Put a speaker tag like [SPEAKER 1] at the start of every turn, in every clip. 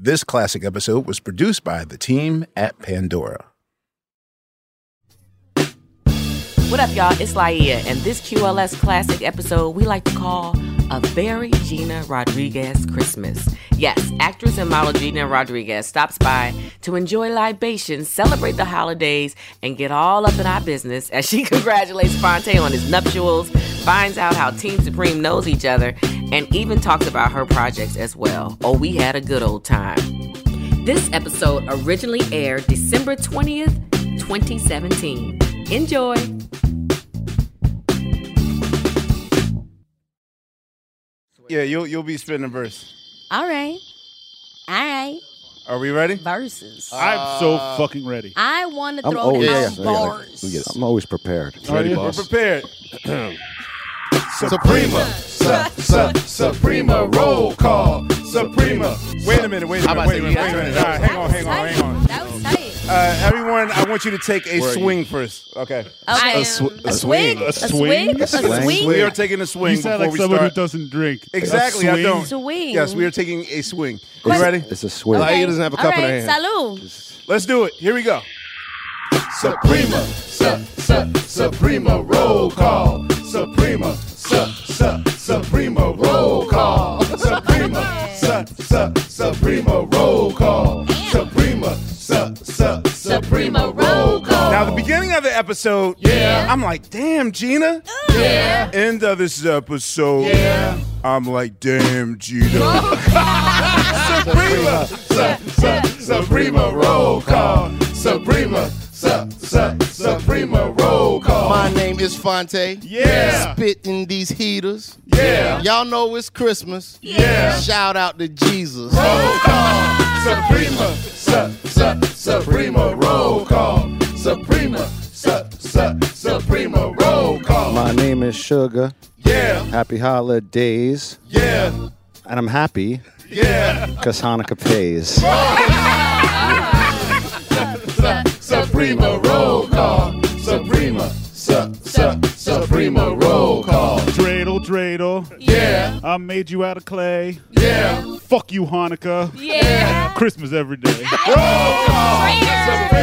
[SPEAKER 1] This classic episode was produced by the team at Pandora.
[SPEAKER 2] What up, y'all? It's Laia, and this QLS classic episode we like to call A Very Gina Rodriguez Christmas. Yes, actress and model Gina Rodriguez stops by to enjoy libations, celebrate the holidays, and get all up in our business as she congratulates Fonte on his nuptials, finds out how Team Supreme knows each other, and even talks about her projects as well. Oh, we had a good old time. This episode originally aired December 20th, 2017. Enjoy!
[SPEAKER 1] Yeah, you'll you'll be spinning a verse.
[SPEAKER 3] All right. All right.
[SPEAKER 1] Are we ready? Uh,
[SPEAKER 3] Versus.
[SPEAKER 4] I'm so fucking ready.
[SPEAKER 3] I want to throw
[SPEAKER 5] oh,
[SPEAKER 3] down
[SPEAKER 5] yeah, yeah, yeah, yeah.
[SPEAKER 3] bars.
[SPEAKER 5] We get it. I'm always prepared.
[SPEAKER 4] Ready,
[SPEAKER 1] We're
[SPEAKER 4] boss?
[SPEAKER 1] prepared.
[SPEAKER 5] Suprema,
[SPEAKER 1] Suprema roll call. Suprema. Wait a minute. Wait a
[SPEAKER 5] I'm
[SPEAKER 1] minute.
[SPEAKER 5] about
[SPEAKER 1] Wait a
[SPEAKER 5] to
[SPEAKER 1] minute.
[SPEAKER 5] say, yeah.
[SPEAKER 1] Wait a minute. All right, hang on.
[SPEAKER 3] was
[SPEAKER 1] Hang on.
[SPEAKER 3] tight.
[SPEAKER 1] Hang on.
[SPEAKER 3] That was tight.
[SPEAKER 1] Uh, everyone, I want you to take a
[SPEAKER 5] Where are you?
[SPEAKER 1] swing first. Okay.
[SPEAKER 3] Okay.
[SPEAKER 5] A sw- a swing.
[SPEAKER 3] A
[SPEAKER 4] A
[SPEAKER 3] swig?
[SPEAKER 4] swing?
[SPEAKER 3] A
[SPEAKER 4] A
[SPEAKER 3] swig?
[SPEAKER 5] swing?
[SPEAKER 1] We are taking a
[SPEAKER 4] You
[SPEAKER 1] swing before
[SPEAKER 4] sound like
[SPEAKER 1] we
[SPEAKER 4] someone
[SPEAKER 1] start.
[SPEAKER 4] who doesn't drink.
[SPEAKER 1] Exactly,
[SPEAKER 4] A
[SPEAKER 1] I don't.
[SPEAKER 3] Swing.
[SPEAKER 1] Yes, we are taking a swing. You
[SPEAKER 3] Question-
[SPEAKER 1] ready?
[SPEAKER 5] It's a swing.
[SPEAKER 1] Laia doesn't have a cup
[SPEAKER 3] All
[SPEAKER 1] in her
[SPEAKER 3] right.
[SPEAKER 1] hand.
[SPEAKER 3] Salud.
[SPEAKER 1] Let's do it. Here we go.
[SPEAKER 5] Suprema, su, su, Suprema roll call. Suprema, su, su, Suprema roll call. Suprema, su, su, Suprema roll call. Suprema, su, su, Suprema roll call.
[SPEAKER 1] Now, the beginning of the episode, yeah. I'm like, damn, Gina. Yeah. End of this episode, yeah. I'm like, damn, Gina.
[SPEAKER 5] Suprema, su, su, Suprema roll call. Suprema, su, su, Suprema roll call.
[SPEAKER 6] My name is Fonte.
[SPEAKER 1] Oh. Yeah.
[SPEAKER 6] Spitting these heaters.
[SPEAKER 1] Yeah.
[SPEAKER 6] Y'all know it's Christmas.
[SPEAKER 1] Yeah.
[SPEAKER 6] Shout out to Jesus.
[SPEAKER 5] roll call. Suprema, su, su, Suprema roll call. Suprema, su, su, Suprema roll call. My name is Sugar. Yeah. Happy holidays. Yeah. And I'm happy. Yeah. Because Hanukkah pays. Suprema roll call. Suprema, su, su, Suprema roll call.
[SPEAKER 4] Dreidel, dreidel.
[SPEAKER 5] Yeah.
[SPEAKER 4] I made you out of clay.
[SPEAKER 5] Yeah.
[SPEAKER 4] Fuck you, Hanukkah.
[SPEAKER 3] Yeah.
[SPEAKER 4] Christmas every day.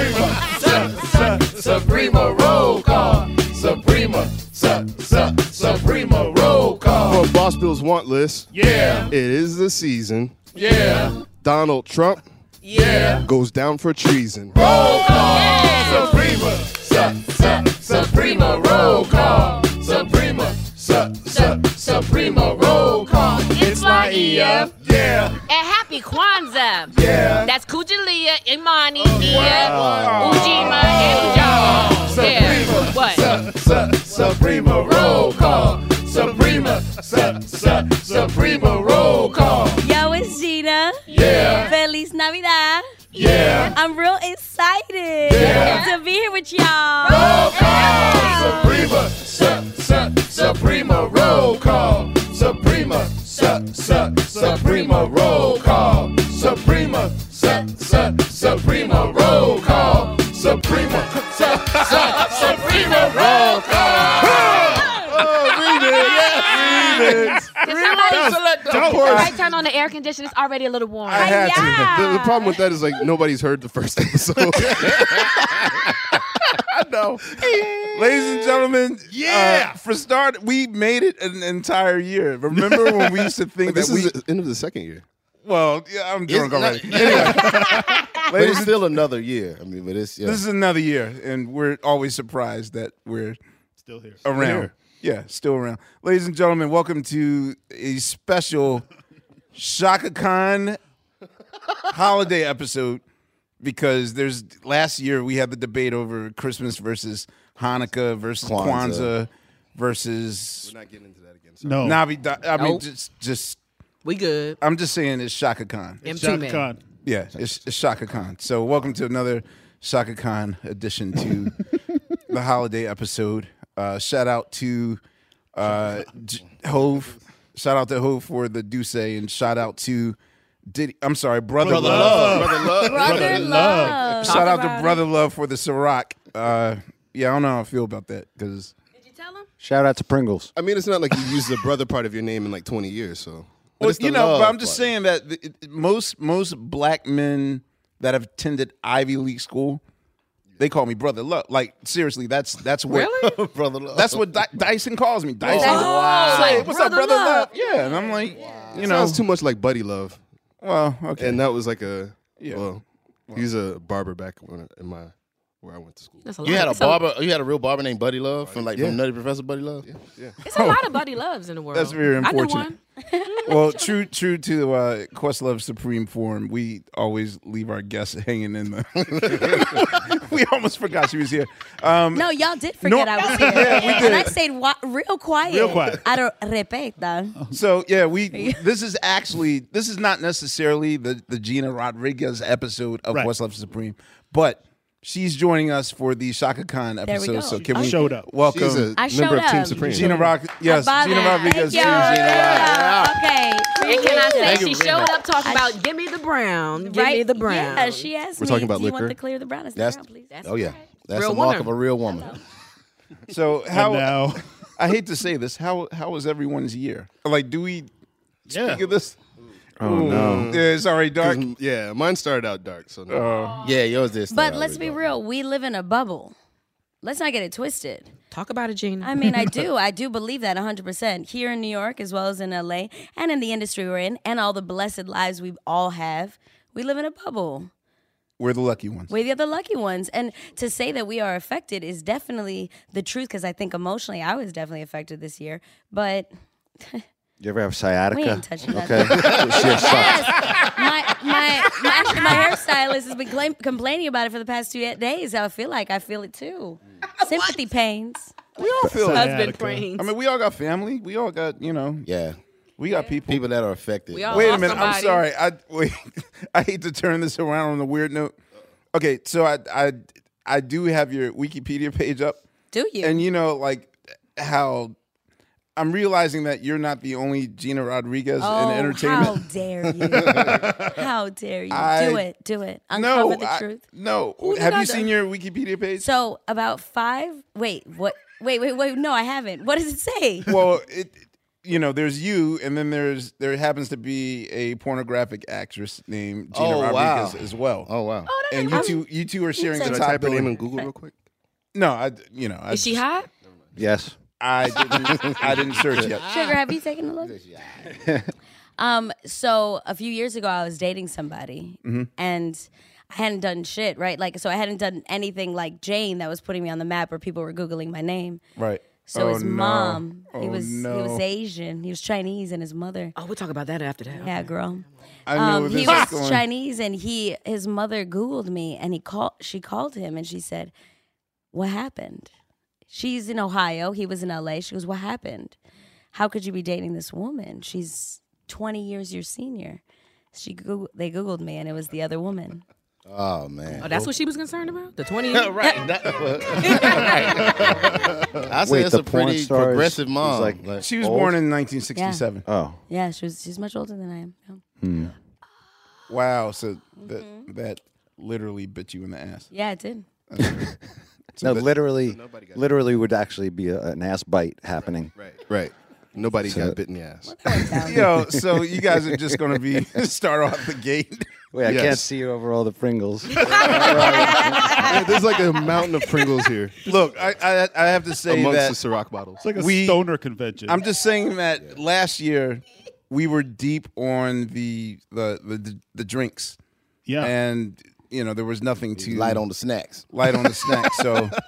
[SPEAKER 5] Suprema, su, su, Suprema roll call. Suprema, su, su, Suprema roll call.
[SPEAKER 6] For Boss Bill's want list,
[SPEAKER 5] Yeah,
[SPEAKER 6] it is the season.
[SPEAKER 5] yeah,
[SPEAKER 6] Donald Trump
[SPEAKER 5] yeah.
[SPEAKER 6] goes down for treason.
[SPEAKER 5] Roll call. Suprema, su, su, Suprema roll call. Suprema, su, su, Suprema roll call.
[SPEAKER 3] It's Laia.
[SPEAKER 5] Yeah,
[SPEAKER 3] And happy Kwanzaa. Yeah. That's Kujalia, Imani,
[SPEAKER 1] Oh,
[SPEAKER 3] Ia, Ujima, and y'all. Yeah. What?
[SPEAKER 5] su, su, Suprema roll call. Suprema, su, su, Suprema roll call.
[SPEAKER 3] Yo, it's Gina.
[SPEAKER 5] Yeah,
[SPEAKER 3] Feliz Navidad.
[SPEAKER 5] yeah.
[SPEAKER 3] I'm real excited to be here with y'all.
[SPEAKER 1] Oh,
[SPEAKER 5] Suprema, su, su, Suprema roll call. Suprema, su, su, Suprema roll call. Suprema, su,
[SPEAKER 6] Su- Su- Suprema roll call. Suprema. Su- Su- Suprema roll call. Oh, we did. Yes, we did.
[SPEAKER 3] Can somebody,
[SPEAKER 6] Select the
[SPEAKER 3] can
[SPEAKER 6] course.
[SPEAKER 3] somebody turn on the air conditioner? It's already a little warm.
[SPEAKER 6] I had to.
[SPEAKER 7] Yeah.
[SPEAKER 6] The, the problem with that is like nobody's heard the first episode.
[SPEAKER 1] no. Ladies and gentlemen,
[SPEAKER 6] Yeah.
[SPEAKER 1] uh, for start, we made it an entire year. Remember when we used to think
[SPEAKER 6] this
[SPEAKER 1] that we?
[SPEAKER 6] is the end of the second year.
[SPEAKER 1] well, yeah, I'm drunk
[SPEAKER 5] not-
[SPEAKER 1] already.
[SPEAKER 5] But it's still another year. I mean, but it's yeah.
[SPEAKER 1] This is another year, and we're always surprised that we're
[SPEAKER 4] Still here.
[SPEAKER 1] around. Yeah, still around. Ladies and gentlemen, welcome to a special Shaka Khan holiday episode because there's last year we had the debate over Christmas versus Hanukkah versus Kwanzaa,
[SPEAKER 5] Kwanzaa.
[SPEAKER 1] versus
[SPEAKER 6] not getting into that again.
[SPEAKER 4] No.
[SPEAKER 1] Navi. Da- I mean,
[SPEAKER 8] Nope.
[SPEAKER 1] just just
[SPEAKER 8] We good.
[SPEAKER 1] I'm just saying it's Shaka Khan.
[SPEAKER 8] Them two
[SPEAKER 4] Shaka
[SPEAKER 8] men.
[SPEAKER 4] Khan.
[SPEAKER 1] Yeah, it's, it's Shaka Khan. So welcome to another Shaka Khan edition to the holiday episode. Uh, shout out to uh, J- Hove. Shout out to Hove for the Duce, and shout out to Diddy. I'm sorry, Brother, Love.
[SPEAKER 7] Brother love.
[SPEAKER 1] Shout out to Brother Love for the Ciroc. Uh, yeah, I don't know how I feel about that because
[SPEAKER 3] Did you tell him?
[SPEAKER 5] Shout out to Pringles.
[SPEAKER 6] I mean, it's not like you used the brother part of your name in like 20 years, so. But
[SPEAKER 1] Well,
[SPEAKER 6] it's the
[SPEAKER 1] you know,
[SPEAKER 6] love
[SPEAKER 1] but I'm just
[SPEAKER 6] part.
[SPEAKER 1] saying that th- it- most most black men that have attended Ivy League school, they call me brother love. Like seriously, that's that's what
[SPEAKER 6] brother love.
[SPEAKER 1] that's what Dy- Dyson calls me. Dyson,
[SPEAKER 7] wow.
[SPEAKER 1] Say, what's up,
[SPEAKER 7] Brother
[SPEAKER 1] brother love?
[SPEAKER 7] Love.
[SPEAKER 1] Yeah, and I'm like, you know,
[SPEAKER 6] sounds too much like buddy love,
[SPEAKER 1] well, okay,
[SPEAKER 6] and that was like a
[SPEAKER 1] Yeah.
[SPEAKER 6] well, he's a barber back when, in my where I went to school.
[SPEAKER 3] That's a lot.
[SPEAKER 7] You
[SPEAKER 5] You
[SPEAKER 7] Yeah.
[SPEAKER 5] had a
[SPEAKER 3] It's a-
[SPEAKER 5] barber. You had a real barber named Buddy Love from like
[SPEAKER 6] Yeah.
[SPEAKER 5] from Nutty Professor Buddy Love.
[SPEAKER 3] It's a lot of buddy loves in the world.
[SPEAKER 1] That's very
[SPEAKER 3] I knew
[SPEAKER 1] unfortunate.
[SPEAKER 3] one.
[SPEAKER 1] well, true, true to uh, Questlove Supreme form, we always leave our guests hanging in the. we almost forgot she was here. Um,
[SPEAKER 7] No, y'all did forget
[SPEAKER 1] No.
[SPEAKER 7] I was here.
[SPEAKER 1] Yeah, we did.
[SPEAKER 7] And I stayed wa- real quiet.
[SPEAKER 4] Real quiet.
[SPEAKER 7] I don't respeta.
[SPEAKER 1] So yeah, we this is actually this is not necessarily the the Gina Rodriguez episode of
[SPEAKER 4] Right.
[SPEAKER 1] What's Love Supreme, but she's joining us for the Shaka Khan
[SPEAKER 7] we go.
[SPEAKER 1] episode. So can we
[SPEAKER 4] Showed up.
[SPEAKER 6] She's
[SPEAKER 1] welcome
[SPEAKER 6] a
[SPEAKER 7] I
[SPEAKER 6] member
[SPEAKER 7] showed
[SPEAKER 6] of Team
[SPEAKER 7] up.
[SPEAKER 6] Supreme.
[SPEAKER 1] Gina Rock? Yes,
[SPEAKER 7] I
[SPEAKER 1] Gina
[SPEAKER 7] bothered.
[SPEAKER 1] Rodriguez.
[SPEAKER 7] Thank
[SPEAKER 1] Team
[SPEAKER 7] y'all.
[SPEAKER 1] Gina Rock.
[SPEAKER 7] Okay.
[SPEAKER 8] And can I say she
[SPEAKER 5] you very
[SPEAKER 8] showed
[SPEAKER 5] much.
[SPEAKER 8] up talking about give me the brown, give me the brown.
[SPEAKER 7] Yeah, she asked
[SPEAKER 6] We're
[SPEAKER 7] me,
[SPEAKER 6] talking about
[SPEAKER 7] do you want
[SPEAKER 6] liquor?
[SPEAKER 7] the clear or the brown? I said,
[SPEAKER 5] That's
[SPEAKER 7] brown, please.
[SPEAKER 5] oh yeah. That's
[SPEAKER 8] Real
[SPEAKER 5] the mark
[SPEAKER 8] woman.
[SPEAKER 5] of a real woman.
[SPEAKER 1] So
[SPEAKER 4] And
[SPEAKER 1] how
[SPEAKER 4] now,
[SPEAKER 1] I hate to say this, how how was everyone's year? Like, do we
[SPEAKER 4] yeah.
[SPEAKER 1] think of this? Oh no! Yeah, it's already dark.
[SPEAKER 6] Um,
[SPEAKER 1] Oh.
[SPEAKER 6] Yeah, mine started out dark, so no.
[SPEAKER 5] Yeah, yours did. start
[SPEAKER 7] But
[SPEAKER 5] out
[SPEAKER 7] let's
[SPEAKER 5] really
[SPEAKER 7] be real. We live in a bubble. Let's not get it twisted.
[SPEAKER 8] Talk about it, Gina.
[SPEAKER 7] I mean, I do. I do believe that 100% here in New York, as well as in LA, and in the industry we're in, and all the blessed lives we all have. We live in a bubble.
[SPEAKER 1] We're the lucky ones.
[SPEAKER 7] We're the other lucky ones. And to say that we are affected is definitely the truth because I think emotionally I was definitely affected this year. But
[SPEAKER 5] You ever have sciatica?
[SPEAKER 7] We ain't touching that.
[SPEAKER 5] Okay. Shit, fuck.
[SPEAKER 7] my, my, my, actually, my hairstylist has been claim, complaining about it for the past two days. I feel like I feel it too. Sympathy pains.
[SPEAKER 1] We all feel. it.
[SPEAKER 8] Husband praying.
[SPEAKER 1] I mean, we all got family. We all got you know.
[SPEAKER 5] Yeah.
[SPEAKER 1] We got people.
[SPEAKER 5] People that are affected.
[SPEAKER 8] We all-
[SPEAKER 1] Wait a
[SPEAKER 8] lost
[SPEAKER 1] minute. I'm
[SPEAKER 8] somebody.
[SPEAKER 1] sorry. I wait. I hate to turn this around on a weird note. Okay, so I I I do have your Wikipedia page up,
[SPEAKER 7] Do you?
[SPEAKER 1] and you know like how I'm realizing that you're not the only Gina Rodriguez
[SPEAKER 7] oh,
[SPEAKER 1] in entertainment.
[SPEAKER 7] how dare you? how dare you?
[SPEAKER 1] I-
[SPEAKER 7] do it. Do it. Uncover
[SPEAKER 1] no,
[SPEAKER 7] the
[SPEAKER 1] I-
[SPEAKER 7] truth.
[SPEAKER 1] no.
[SPEAKER 7] Who
[SPEAKER 1] have
[SPEAKER 7] did I
[SPEAKER 1] you
[SPEAKER 7] do-
[SPEAKER 1] seen your Wikipedia page?
[SPEAKER 7] So about five. Wait, what? Wait, wait, wait. No, I haven't. What does it say?
[SPEAKER 1] well, it you know there's you, and then there's there happens to be a pornographic actress named Gina
[SPEAKER 5] Oh, wow.
[SPEAKER 1] Rodriguez as well.
[SPEAKER 5] Oh wow.
[SPEAKER 1] and you two you two are sharing the
[SPEAKER 6] Did I
[SPEAKER 1] top
[SPEAKER 6] type her name
[SPEAKER 1] billing.
[SPEAKER 6] in Google real quick?
[SPEAKER 1] No, I you know I,
[SPEAKER 8] Is she hot?
[SPEAKER 5] Yes.
[SPEAKER 1] I didn't I didn't search yet.
[SPEAKER 7] Sugar, have you taken a look? um, so a few years ago, I was dating somebody,
[SPEAKER 1] Mm-hmm.
[SPEAKER 7] and I hadn't done shit, right? Like, so I hadn't done anything like Jane that was putting me on the map, or people were googling my name.
[SPEAKER 1] Right.
[SPEAKER 7] So
[SPEAKER 1] Oh,
[SPEAKER 7] his
[SPEAKER 1] no.
[SPEAKER 7] mom,
[SPEAKER 1] Oh,
[SPEAKER 7] he was he
[SPEAKER 1] no.
[SPEAKER 7] was Asian, he was Chinese, and his mother,
[SPEAKER 8] Oh, we'll talk about that after that.
[SPEAKER 7] yeah, girl.
[SPEAKER 1] I know
[SPEAKER 7] Um,
[SPEAKER 1] where
[SPEAKER 7] he
[SPEAKER 1] this is
[SPEAKER 7] was
[SPEAKER 1] going.
[SPEAKER 7] Chinese, and he his mother googled me, and he called. She called him, and she said, "What happened?" She's in Ohio. He was in L.A. She goes, "What happened? How could you be dating this woman? She's 20 years your senior." She Goog- they googled me, and it was the other woman.
[SPEAKER 5] Oh man.
[SPEAKER 8] Oh, that's what she was concerned about? The 20
[SPEAKER 5] right. That- I say
[SPEAKER 9] Wait,
[SPEAKER 5] it's
[SPEAKER 9] the
[SPEAKER 5] a
[SPEAKER 9] porn
[SPEAKER 5] pretty
[SPEAKER 9] star is-
[SPEAKER 5] progressive
[SPEAKER 9] is
[SPEAKER 5] mom.
[SPEAKER 9] like-
[SPEAKER 1] She was born in 1967.
[SPEAKER 9] Oh.
[SPEAKER 7] Yeah, she was. She's much older than I am. Yeah.
[SPEAKER 1] Wow. So that that literally bit you in the ass.
[SPEAKER 7] Mm-hmm. Yeah, it did.
[SPEAKER 1] So
[SPEAKER 5] No,
[SPEAKER 1] that-
[SPEAKER 5] literally,
[SPEAKER 6] nobody got-
[SPEAKER 5] literally would actually be a, an ass bite happening.
[SPEAKER 6] Right. Right. Nobody got bit in the ass.
[SPEAKER 1] Yo, so you guys are just gonna be start off the gate.
[SPEAKER 5] Wait, I can't
[SPEAKER 6] Yes.
[SPEAKER 5] see you over all the Pringles.
[SPEAKER 6] Yeah, there's like a mountain of Pringles here
[SPEAKER 1] Look, I I, I have to say
[SPEAKER 6] amongst
[SPEAKER 1] that
[SPEAKER 6] the Ciroc bottles.
[SPEAKER 4] It's like a
[SPEAKER 1] We-
[SPEAKER 4] stoner convention.
[SPEAKER 1] I'm just saying that last year we were deep on the the the, the drinks,
[SPEAKER 4] yeah.
[SPEAKER 1] and you know there was nothing to
[SPEAKER 9] Light on the snacks.
[SPEAKER 1] light on the snack. So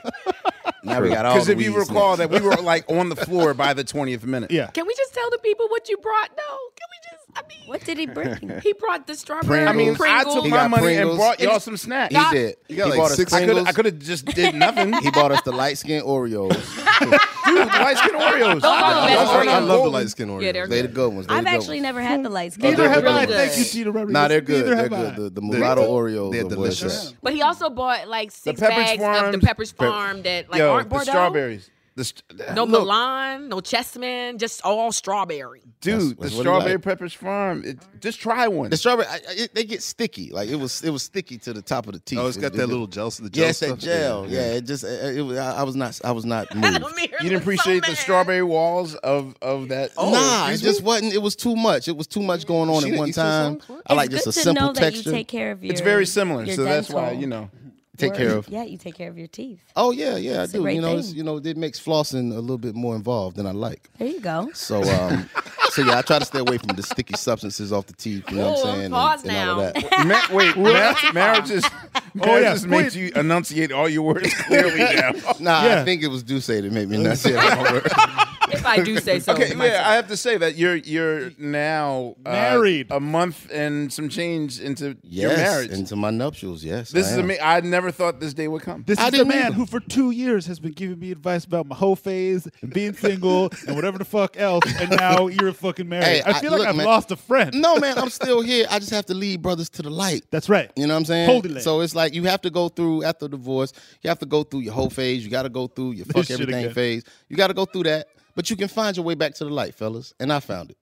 [SPEAKER 9] Now we got all
[SPEAKER 1] because
[SPEAKER 9] the
[SPEAKER 1] if you
[SPEAKER 9] weed
[SPEAKER 1] recall
[SPEAKER 9] snacks.
[SPEAKER 1] that we were like on the floor by the 20th minute.
[SPEAKER 4] yeah.
[SPEAKER 2] Can we just tell the people what you brought? No. Can we just? I mean,
[SPEAKER 7] What did he bring?
[SPEAKER 2] he brought the strawberry.
[SPEAKER 1] I mean, I
[SPEAKER 2] Pringles.
[SPEAKER 1] took
[SPEAKER 9] He
[SPEAKER 1] my
[SPEAKER 9] got
[SPEAKER 1] money and
[SPEAKER 9] Pringles.
[SPEAKER 1] brought y'all
[SPEAKER 9] And-
[SPEAKER 1] some snacks.
[SPEAKER 9] he did.
[SPEAKER 6] You
[SPEAKER 9] He
[SPEAKER 6] got like
[SPEAKER 9] bought
[SPEAKER 6] six
[SPEAKER 9] us,
[SPEAKER 1] I could
[SPEAKER 6] Pringles.
[SPEAKER 1] I could have just did nothing.
[SPEAKER 9] He bought us the light skin Oreos.
[SPEAKER 1] Dude, light skin Oreos.
[SPEAKER 2] are the best
[SPEAKER 6] I, I love the
[SPEAKER 1] Golden.
[SPEAKER 6] light skin orange.
[SPEAKER 2] Yeah, they're
[SPEAKER 9] they the good ones. They
[SPEAKER 7] I've
[SPEAKER 9] the good
[SPEAKER 7] actually
[SPEAKER 9] ones.
[SPEAKER 7] never had the lights.
[SPEAKER 6] Neither
[SPEAKER 9] have I.
[SPEAKER 4] Thank you,
[SPEAKER 2] good.
[SPEAKER 4] Gina Rodriguez.
[SPEAKER 9] Nah, they're good.
[SPEAKER 4] Neither
[SPEAKER 9] They're
[SPEAKER 4] have
[SPEAKER 9] good.
[SPEAKER 4] I.
[SPEAKER 9] The, the mulatto Oreos.
[SPEAKER 6] They're
[SPEAKER 9] are where it's
[SPEAKER 6] delicious.
[SPEAKER 9] at.
[SPEAKER 2] But he also bought like six
[SPEAKER 1] Pepperidge
[SPEAKER 2] bags of
[SPEAKER 1] Farms-
[SPEAKER 2] the Pepper's
[SPEAKER 1] Pep-
[SPEAKER 2] Farm that like
[SPEAKER 1] Yo,
[SPEAKER 2] aren't
[SPEAKER 1] the
[SPEAKER 2] Bordeaux.
[SPEAKER 1] strawberries. The st-
[SPEAKER 2] No
[SPEAKER 1] look,
[SPEAKER 2] Milan, no Chessman, just all strawberry.
[SPEAKER 1] dude.
[SPEAKER 9] That's- that's
[SPEAKER 1] the
[SPEAKER 9] what he
[SPEAKER 1] strawberry
[SPEAKER 9] like.
[SPEAKER 1] peppers farm. It, just try one.
[SPEAKER 9] The strawberry, I, I, it, they get sticky. Like it was, it was sticky to the top of the teeth.
[SPEAKER 6] Oh, it's got
[SPEAKER 9] It-
[SPEAKER 6] that
[SPEAKER 9] it-
[SPEAKER 6] little gel. The gel
[SPEAKER 9] Yeah, it's that
[SPEAKER 6] stuff.
[SPEAKER 9] gel. Yeah, it just, it, it was. I, I was not, I was not moved.
[SPEAKER 2] Amir
[SPEAKER 1] you didn't
[SPEAKER 2] was so
[SPEAKER 1] appreciate the
[SPEAKER 2] mad.
[SPEAKER 1] strawberry walls of of that.
[SPEAKER 9] Oh,
[SPEAKER 1] Oh,
[SPEAKER 9] nah, it
[SPEAKER 1] excuse
[SPEAKER 9] just
[SPEAKER 1] me?
[SPEAKER 9] wasn't. It was too much. It was too much going on
[SPEAKER 6] She
[SPEAKER 9] at
[SPEAKER 6] didn't
[SPEAKER 9] one
[SPEAKER 6] eat this
[SPEAKER 9] time.
[SPEAKER 6] one?
[SPEAKER 9] I like
[SPEAKER 7] it's
[SPEAKER 9] just
[SPEAKER 7] good
[SPEAKER 9] a
[SPEAKER 7] to
[SPEAKER 9] simple
[SPEAKER 7] know
[SPEAKER 9] texture.
[SPEAKER 7] that you take care of your.
[SPEAKER 1] It's very similar,
[SPEAKER 7] your
[SPEAKER 1] so that's why
[SPEAKER 7] dental
[SPEAKER 1] you know.
[SPEAKER 9] Take care of.
[SPEAKER 7] Yeah, you take care of your teeth.
[SPEAKER 9] Oh yeah, yeah, I
[SPEAKER 7] It's a
[SPEAKER 9] do.
[SPEAKER 7] great
[SPEAKER 9] You know, it's,
[SPEAKER 7] thing.
[SPEAKER 9] you know, it makes flossing a little bit more involved than I like.
[SPEAKER 7] There you go.
[SPEAKER 9] So, um, so yeah, I try to stay away from the sticky substances off the teeth. You know what
[SPEAKER 2] Oh,
[SPEAKER 9] I'm saying?
[SPEAKER 2] pause
[SPEAKER 9] and, and all of
[SPEAKER 2] now.
[SPEAKER 9] that. Oh,
[SPEAKER 1] Ma- wait, ma- marriage is marriage
[SPEAKER 4] yeah.
[SPEAKER 1] just makes you enunciate all your words clearly now.
[SPEAKER 9] Nah,
[SPEAKER 4] Yeah.
[SPEAKER 9] I think it was Duce that made me not say that word.
[SPEAKER 2] If I do say so.
[SPEAKER 1] Okay,
[SPEAKER 2] myself.
[SPEAKER 1] yeah, I have to say that you're you're now uh,
[SPEAKER 4] Married.
[SPEAKER 1] a month and some change into your
[SPEAKER 9] Yes,
[SPEAKER 1] marriage.
[SPEAKER 9] into my nuptials. Yes,
[SPEAKER 1] this
[SPEAKER 9] I
[SPEAKER 1] is
[SPEAKER 9] am.
[SPEAKER 1] amazing. I never thought this day would come.
[SPEAKER 4] This
[SPEAKER 9] I
[SPEAKER 4] is the
[SPEAKER 9] didn't
[SPEAKER 4] man
[SPEAKER 9] either.
[SPEAKER 4] who, for two years, has been giving me advice about my whole phase and being single and whatever the fuck else. And now you're fucking married.
[SPEAKER 9] Hey,
[SPEAKER 4] I
[SPEAKER 9] I-
[SPEAKER 4] feel like
[SPEAKER 9] look,
[SPEAKER 4] I've
[SPEAKER 9] man.
[SPEAKER 4] lost a friend.
[SPEAKER 9] No, man, I'm still here. I just have to lead brothers to the light.
[SPEAKER 4] That's right.
[SPEAKER 9] You know what I'm saying?
[SPEAKER 4] Hold it, lady.
[SPEAKER 9] So it's like you have to go through after divorce. You have to go through your whole phase. You got to go through your fuck
[SPEAKER 4] shit
[SPEAKER 9] everything
[SPEAKER 4] again.
[SPEAKER 9] phase. You got to go through that, but you can find your way back to the light, fellas. And I found it.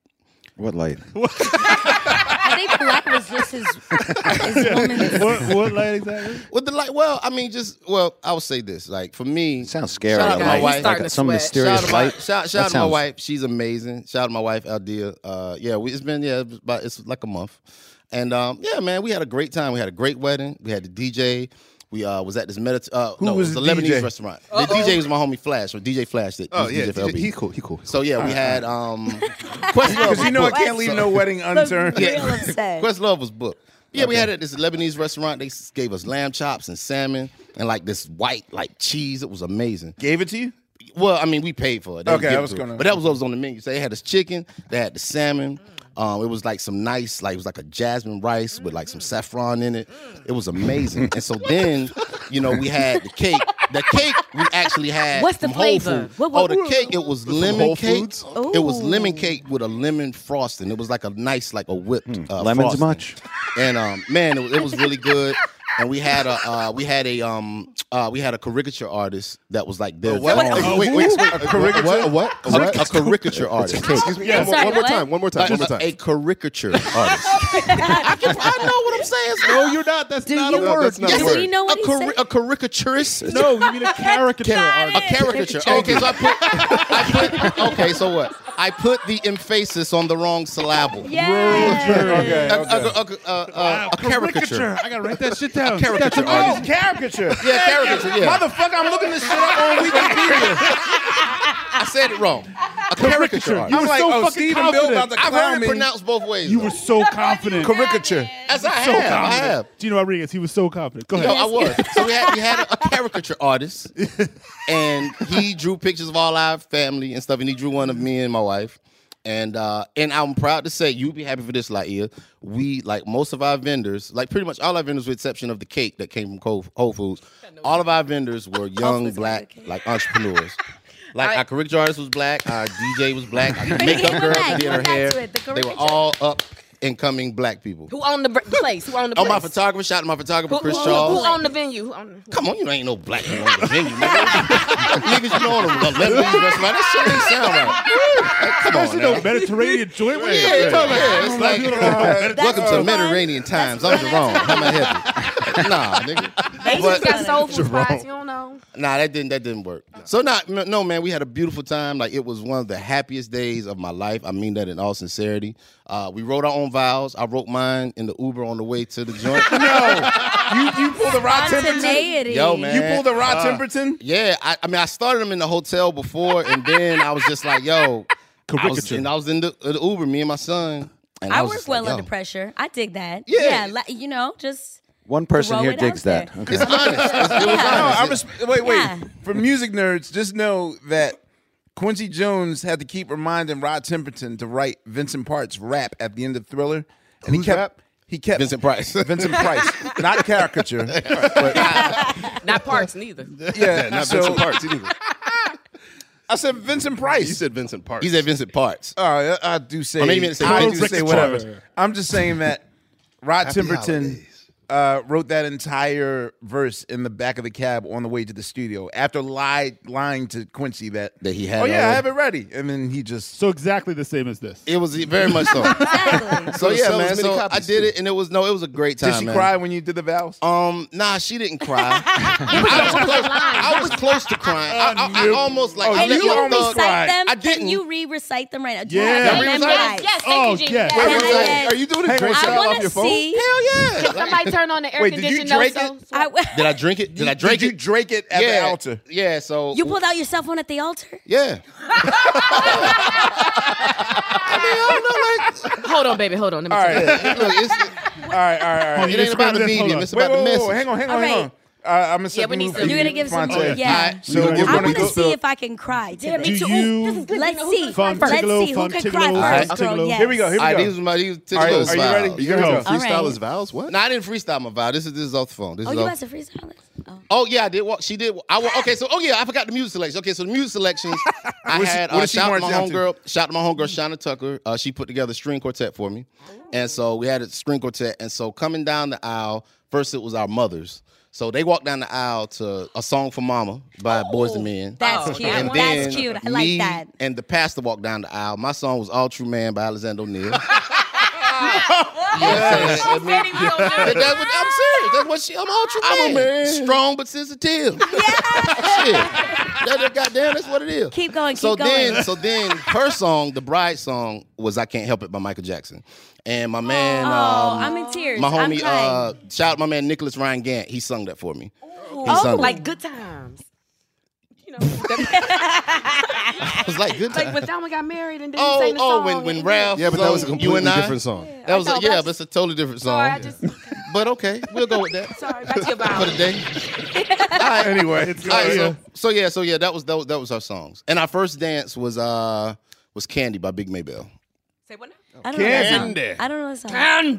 [SPEAKER 5] What light?
[SPEAKER 7] I think the light was just his, his woman's.
[SPEAKER 4] what, what light exactly?
[SPEAKER 9] With the light, well, I mean, just well, I would say this. Like for me,
[SPEAKER 5] It sounds scary.
[SPEAKER 9] Shout out to my
[SPEAKER 5] like,
[SPEAKER 9] wife.
[SPEAKER 5] like
[SPEAKER 2] Starting to
[SPEAKER 5] some
[SPEAKER 2] sweat.
[SPEAKER 9] shout
[SPEAKER 5] mysterious
[SPEAKER 9] out, my,
[SPEAKER 5] light.
[SPEAKER 9] shout,
[SPEAKER 5] That
[SPEAKER 9] shout out to my
[SPEAKER 5] sounds-
[SPEAKER 9] wife. She's amazing. Shout out to my wife, Aldea. Uh, yeah, we, it's been yeah, it's about it's like a month, and um, yeah, man, we had a great time. We had a great wedding. We had the DJ. We uh, was at this medit- uh, no,
[SPEAKER 1] was
[SPEAKER 9] it
[SPEAKER 1] the
[SPEAKER 9] was a Lebanese
[SPEAKER 1] DJ?
[SPEAKER 9] restaurant. The DJ was my homie Flash or DJ Flash. That
[SPEAKER 6] Oh
[SPEAKER 9] he's
[SPEAKER 6] yeah,
[SPEAKER 9] DJ for
[SPEAKER 6] DJ
[SPEAKER 9] LB.
[SPEAKER 6] he cool. He cool.
[SPEAKER 9] So yeah, we had um, Questlove.
[SPEAKER 1] Because
[SPEAKER 9] was
[SPEAKER 1] you know I
[SPEAKER 9] booked.
[SPEAKER 1] can't leave no wedding unturned.
[SPEAKER 7] Real upset.
[SPEAKER 9] Questlove was booked. Yeah, we had it at this Lebanese restaurant. They s- gave us lamb chops and salmon and like this white like cheese. It was amazing.
[SPEAKER 1] Gave it to you?
[SPEAKER 9] Well, I mean, we paid for it. They
[SPEAKER 1] Okay,
[SPEAKER 9] give
[SPEAKER 1] I
[SPEAKER 9] it
[SPEAKER 1] was
[SPEAKER 9] to us.
[SPEAKER 1] gonna-
[SPEAKER 9] But that was what was on the menu. So they had this chicken, they had the salmon. Um, it was like some nice, like it was like a jasmine rice with like some saffron in it. It was amazing. and so then, you know, we had the cake. The cake we actually had.
[SPEAKER 2] What's the
[SPEAKER 9] from Whole
[SPEAKER 2] flavor?
[SPEAKER 9] Foods.
[SPEAKER 2] What- what-
[SPEAKER 9] oh, the cake. It was lemon
[SPEAKER 6] Whole
[SPEAKER 9] cake.
[SPEAKER 6] Foods?
[SPEAKER 9] It was lemon cake with a lemon frosting. It was like a nice, like a whipped uh,
[SPEAKER 5] Lemons
[SPEAKER 9] frosting.
[SPEAKER 5] much?
[SPEAKER 9] And um, man, it was, it was really good. And we had a uh, we had a um uh, we had a caricature artist that was like there.
[SPEAKER 6] what? A
[SPEAKER 9] wait, wait, wait,
[SPEAKER 6] A caricature? What? What?
[SPEAKER 9] a, a caricature artist.
[SPEAKER 6] Excuse me. Yeah,
[SPEAKER 7] I'm sorry,
[SPEAKER 6] one, one more
[SPEAKER 7] what?
[SPEAKER 6] time. One more time. One more time.
[SPEAKER 9] Like, a caricature artist. I, can, I know what I'm saying. No, you're not. That's
[SPEAKER 7] Do you
[SPEAKER 6] word. that's not
[SPEAKER 7] Does
[SPEAKER 6] a word.
[SPEAKER 7] he know what
[SPEAKER 9] a,
[SPEAKER 7] he
[SPEAKER 9] cari-
[SPEAKER 7] said?
[SPEAKER 9] a caricaturist.
[SPEAKER 4] No, you mean a caricature
[SPEAKER 9] A
[SPEAKER 4] artist.
[SPEAKER 9] caricature. Okay, so I put, I put. Okay, so what? I put the emphasis on the wrong syllable.
[SPEAKER 7] Yeah.
[SPEAKER 1] Okay.
[SPEAKER 9] A,
[SPEAKER 1] okay.
[SPEAKER 9] a, a, a, a, a caricature.
[SPEAKER 4] I gotta write that shit down.
[SPEAKER 9] Caricature
[SPEAKER 1] Oh,
[SPEAKER 9] artist.
[SPEAKER 1] caricature.
[SPEAKER 9] Yeah, caricature. Yeah.
[SPEAKER 1] Motherfucker, I'm looking this shit up on Wikipedia.
[SPEAKER 9] I said it wrong. A caricature artist.
[SPEAKER 1] I'm
[SPEAKER 4] were
[SPEAKER 1] like,
[SPEAKER 4] so
[SPEAKER 1] oh,
[SPEAKER 4] fucking
[SPEAKER 1] Steve and Bill
[SPEAKER 4] confident.
[SPEAKER 1] about to
[SPEAKER 9] I've
[SPEAKER 1] clown
[SPEAKER 9] heard it
[SPEAKER 1] me.
[SPEAKER 9] pronounced both ways.
[SPEAKER 4] You
[SPEAKER 9] though.
[SPEAKER 4] were so confident.
[SPEAKER 1] Caricature.
[SPEAKER 9] As I
[SPEAKER 4] So
[SPEAKER 9] have. I
[SPEAKER 4] confident.
[SPEAKER 9] have.
[SPEAKER 4] Gina Rodriguez, he was so confident. Go ahead.
[SPEAKER 9] No, I was. So we had we had a, a caricature artist, and he drew pictures of all our family and stuff, and he drew one of me and my wife. And uh, and I'm proud to say you'd be happy for this, Laia. We like most of our vendors, like pretty much all our vendors, with exception of the cake that came from Whole, Whole Foods. All of our vendors were young black like entrepreneurs. Like our caricature artist was black, our DJ was black, our
[SPEAKER 7] it
[SPEAKER 9] makeup girl that
[SPEAKER 7] back,
[SPEAKER 9] did
[SPEAKER 7] come
[SPEAKER 9] her
[SPEAKER 7] back
[SPEAKER 9] hair.
[SPEAKER 7] to it, the
[SPEAKER 9] They were
[SPEAKER 7] caricature.
[SPEAKER 9] all up and coming black people.
[SPEAKER 3] Who owned the br- place? Who owned the
[SPEAKER 9] Oh,
[SPEAKER 3] place?
[SPEAKER 9] my photographer, shout out to my photographer,
[SPEAKER 3] Who,
[SPEAKER 9] Chris
[SPEAKER 3] who,
[SPEAKER 9] Charles.
[SPEAKER 3] who owned the venue? Who owned the-
[SPEAKER 9] Come on, you ain't no black people on the venue, nigga. Niggas, you know on the left wing restaurant. That shit ain't sound right. Come on,
[SPEAKER 4] no
[SPEAKER 9] now.
[SPEAKER 4] Mediterranean joint. What are you
[SPEAKER 9] Yeah, yeah,
[SPEAKER 4] talking about?
[SPEAKER 9] yeah. It's like, welcome to Mediterranean times. I'm Jerome. How am I helping? Nah, nigga.
[SPEAKER 3] They
[SPEAKER 9] But-
[SPEAKER 3] just got soul food
[SPEAKER 9] Jerome.
[SPEAKER 3] spots. You don't know.
[SPEAKER 9] Nah, that didn't that didn't work. So not no man, we had a beautiful time. Like it was one of the happiest days of my life. I mean that in all sincerity. Uh, we wrote our own vows. I wrote mine in the Uber on the way to the joint.
[SPEAKER 1] you you pull the Rod Temperton.
[SPEAKER 7] Spontaneity.
[SPEAKER 9] Yo, man.
[SPEAKER 1] You pull the Rod
[SPEAKER 9] Uh,
[SPEAKER 1] Temperton.
[SPEAKER 9] Yeah, I, I mean, I started them in the hotel before, and then I was just like, yo, I was,
[SPEAKER 4] Caricature.
[SPEAKER 9] and I was in the, uh, the Uber, me and my son. And
[SPEAKER 7] I,
[SPEAKER 9] was
[SPEAKER 7] work
[SPEAKER 9] just like,
[SPEAKER 7] well
[SPEAKER 9] yo,
[SPEAKER 7] under pressure. I dig that.
[SPEAKER 9] Yeah.
[SPEAKER 7] Yeah, li- you know, just
[SPEAKER 5] One person
[SPEAKER 7] Throw
[SPEAKER 5] here
[SPEAKER 7] it
[SPEAKER 5] digs
[SPEAKER 7] out
[SPEAKER 5] that.
[SPEAKER 7] there.
[SPEAKER 5] Okay.
[SPEAKER 9] It's honest. It's- it was
[SPEAKER 7] Yeah.
[SPEAKER 1] No,
[SPEAKER 9] honest.
[SPEAKER 1] I res- wait, wait.
[SPEAKER 7] Yeah.
[SPEAKER 1] For music nerds, just know that Quincy Jones had to keep reminding Rod Temperton to write Vincent Part's rap at the end of Thriller, and he kept he kept
[SPEAKER 9] Vincent Price.
[SPEAKER 1] Vincent Price, not caricature. but-
[SPEAKER 8] Not parts neither.
[SPEAKER 1] yeah,
[SPEAKER 9] not
[SPEAKER 1] so
[SPEAKER 9] Vincent Parts. either.
[SPEAKER 1] I said Vincent Price.
[SPEAKER 6] Vincent Park.
[SPEAKER 9] He said Vincent Parts.
[SPEAKER 1] All right, I I do say.
[SPEAKER 9] Or maybe you didn't say
[SPEAKER 1] I do
[SPEAKER 9] Vincent
[SPEAKER 1] say
[SPEAKER 9] Parts.
[SPEAKER 1] whatever. I'm just saying that Rod Timberton uh, wrote that entire verse in the back of the cab on the way to the studio after lied, lying to Quincy that
[SPEAKER 9] That he had
[SPEAKER 1] Oh yeah, I
[SPEAKER 9] already.
[SPEAKER 1] have it ready, and then he just.
[SPEAKER 4] So exactly the same as this.
[SPEAKER 9] It was very much so.
[SPEAKER 7] exactly.
[SPEAKER 9] so yeah,
[SPEAKER 1] sell as
[SPEAKER 9] man.
[SPEAKER 1] many
[SPEAKER 9] So I
[SPEAKER 1] copies,
[SPEAKER 9] did
[SPEAKER 1] too.
[SPEAKER 9] it, and it was no, it was a great time.
[SPEAKER 1] Did she
[SPEAKER 9] man.
[SPEAKER 1] cry when you did the vows?
[SPEAKER 9] Um, nah, she didn't cry. I, was close, I was close to crying. I, I- I almost like
[SPEAKER 1] Oh,
[SPEAKER 9] I
[SPEAKER 7] Can
[SPEAKER 9] let
[SPEAKER 1] you
[SPEAKER 7] you
[SPEAKER 9] my
[SPEAKER 1] almost
[SPEAKER 9] thug-
[SPEAKER 7] recite
[SPEAKER 1] cried.
[SPEAKER 7] them?
[SPEAKER 9] I
[SPEAKER 7] Can
[SPEAKER 9] didn't.
[SPEAKER 7] you re-recite them right now? Do
[SPEAKER 4] Yeah.
[SPEAKER 7] I have
[SPEAKER 4] Yeah,
[SPEAKER 7] them
[SPEAKER 3] Yes,
[SPEAKER 7] right?
[SPEAKER 3] yes. Thank
[SPEAKER 4] Oh,
[SPEAKER 3] you, Gina.
[SPEAKER 4] yes.
[SPEAKER 7] Can
[SPEAKER 9] Wait, wait,
[SPEAKER 7] I
[SPEAKER 9] wait.
[SPEAKER 7] get-
[SPEAKER 1] Are you doing a Drake
[SPEAKER 7] I
[SPEAKER 1] song off
[SPEAKER 7] want
[SPEAKER 1] your
[SPEAKER 7] to
[SPEAKER 1] phone?
[SPEAKER 7] see.
[SPEAKER 9] Hell yeah! Like,
[SPEAKER 3] Somebody turn on the air
[SPEAKER 1] Wait, did you
[SPEAKER 3] conditioner.
[SPEAKER 1] Drake
[SPEAKER 3] so- so-
[SPEAKER 7] I,
[SPEAKER 9] did I drink it? Did I drink
[SPEAKER 1] Did you
[SPEAKER 9] it?
[SPEAKER 1] drink it at
[SPEAKER 9] yeah.
[SPEAKER 1] the altar?
[SPEAKER 9] Yeah. So
[SPEAKER 7] you pulled out your cell phone at the altar.
[SPEAKER 9] Yeah. I mean, I don't know. Like,
[SPEAKER 3] Hold on, baby. Hold on. Let me
[SPEAKER 1] All
[SPEAKER 3] check.
[SPEAKER 1] right, all
[SPEAKER 9] look, it's,
[SPEAKER 1] right, all right, all right.
[SPEAKER 9] it ain't about the medium. It's
[SPEAKER 1] Wait,
[SPEAKER 9] about
[SPEAKER 1] whoa, whoa,
[SPEAKER 9] the message.
[SPEAKER 1] whoa, hang on, hang on,
[SPEAKER 7] All
[SPEAKER 1] hang on.
[SPEAKER 7] right.
[SPEAKER 1] Uh, I'm gonna set
[SPEAKER 3] Yeah,
[SPEAKER 1] the
[SPEAKER 3] we need
[SPEAKER 1] mood
[SPEAKER 3] some-
[SPEAKER 1] for
[SPEAKER 7] You're
[SPEAKER 1] you,
[SPEAKER 7] gonna give some.
[SPEAKER 1] Fonte.
[SPEAKER 7] Yeah.
[SPEAKER 9] Alright, so
[SPEAKER 4] Alright.
[SPEAKER 9] we're
[SPEAKER 4] I
[SPEAKER 7] I
[SPEAKER 9] gonna
[SPEAKER 7] want to
[SPEAKER 9] go.
[SPEAKER 7] see if I can cry. today.
[SPEAKER 4] Do you?
[SPEAKER 7] Let's see.
[SPEAKER 4] Fun
[SPEAKER 7] Let's
[SPEAKER 4] tickle,
[SPEAKER 7] see who
[SPEAKER 4] fun
[SPEAKER 7] can
[SPEAKER 4] tickle,
[SPEAKER 7] cry
[SPEAKER 4] fun
[SPEAKER 7] first, girl.
[SPEAKER 4] tickle.
[SPEAKER 7] Yes.
[SPEAKER 1] Here we go. Here we
[SPEAKER 9] All right,
[SPEAKER 1] go.
[SPEAKER 9] these was my these
[SPEAKER 1] All right, are
[SPEAKER 9] typical
[SPEAKER 1] you ready?
[SPEAKER 9] styles.
[SPEAKER 6] You gonna have to
[SPEAKER 7] All right.
[SPEAKER 6] freestyle his vows? What?
[SPEAKER 9] No, I didn't freestyle my vow. This is this is off the phone. This
[SPEAKER 7] Oh,
[SPEAKER 9] is
[SPEAKER 7] you
[SPEAKER 9] off.
[SPEAKER 7] guys are freestyling. Oh.
[SPEAKER 9] Oh yeah, I did. Walk. She did. Walk. I walk. Okay, so oh yeah, I forgot the music selection. Okay, so the music selections. I
[SPEAKER 1] What is she-
[SPEAKER 9] had
[SPEAKER 1] what
[SPEAKER 9] uh,
[SPEAKER 1] is she
[SPEAKER 9] shout out to my
[SPEAKER 1] marching down to?
[SPEAKER 9] homegirl. Shout out to my homegirl Shauna Tucker. Uh, she put together a string quartet for me,
[SPEAKER 7] Oh.
[SPEAKER 9] and so we had a string quartet. And so coming down the aisle, first it was our mothers. So they walked down the aisle to a song for Mama by Boys and Men.
[SPEAKER 7] That's
[SPEAKER 8] Oh,
[SPEAKER 7] cute.
[SPEAKER 8] that
[SPEAKER 9] And
[SPEAKER 8] one.
[SPEAKER 7] That's
[SPEAKER 9] then
[SPEAKER 7] cute. I
[SPEAKER 9] me
[SPEAKER 7] like that.
[SPEAKER 9] And the pastor walked down the aisle. My song was All True Man by Alexander O'Neill.
[SPEAKER 3] She said he was on there.
[SPEAKER 9] That- that's what- I'm serious. That's what she. I'm all true. I'm a man, strong but sensitive. Yeah. Shit. That, that goddamn. That's what it is.
[SPEAKER 7] Keep going, keep
[SPEAKER 9] so
[SPEAKER 7] going.
[SPEAKER 9] then, so then, her song, the bride song, was "I Can't Help It" by Michael Jackson, and my man,
[SPEAKER 7] Oh,
[SPEAKER 9] um,
[SPEAKER 7] I'm in tears.
[SPEAKER 9] my
[SPEAKER 7] I'm
[SPEAKER 9] homie,
[SPEAKER 7] crying.
[SPEAKER 9] uh, shout out my man Nicholas Ryan Gant. He sung that for me.
[SPEAKER 7] Oh,
[SPEAKER 9] sung it.
[SPEAKER 8] Like good times. You know, that-
[SPEAKER 9] I was like, good time.
[SPEAKER 8] like when Thelma got married and then
[SPEAKER 9] oh,
[SPEAKER 8] sang the
[SPEAKER 9] oh,
[SPEAKER 8] song.
[SPEAKER 9] when when
[SPEAKER 8] and-
[SPEAKER 9] Ralph,
[SPEAKER 6] Yeah, but that was a
[SPEAKER 9] sung
[SPEAKER 6] completely
[SPEAKER 9] You and I,
[SPEAKER 6] different song.
[SPEAKER 9] That was a,
[SPEAKER 3] I know,
[SPEAKER 9] yeah,
[SPEAKER 3] but-
[SPEAKER 9] but it's a totally different song.
[SPEAKER 3] Sorry, I just.
[SPEAKER 9] but okay, we'll go with that.
[SPEAKER 3] Sorry, back to your vows.
[SPEAKER 9] for the day. All right.
[SPEAKER 1] Anyway,
[SPEAKER 9] All right, so, so yeah, so yeah, that was that was, that was our songs. And our first dance was uh was Candy by Big Maybell.
[SPEAKER 8] Say what now?
[SPEAKER 7] I don't know that song.
[SPEAKER 6] Candy.
[SPEAKER 7] I don't know that song.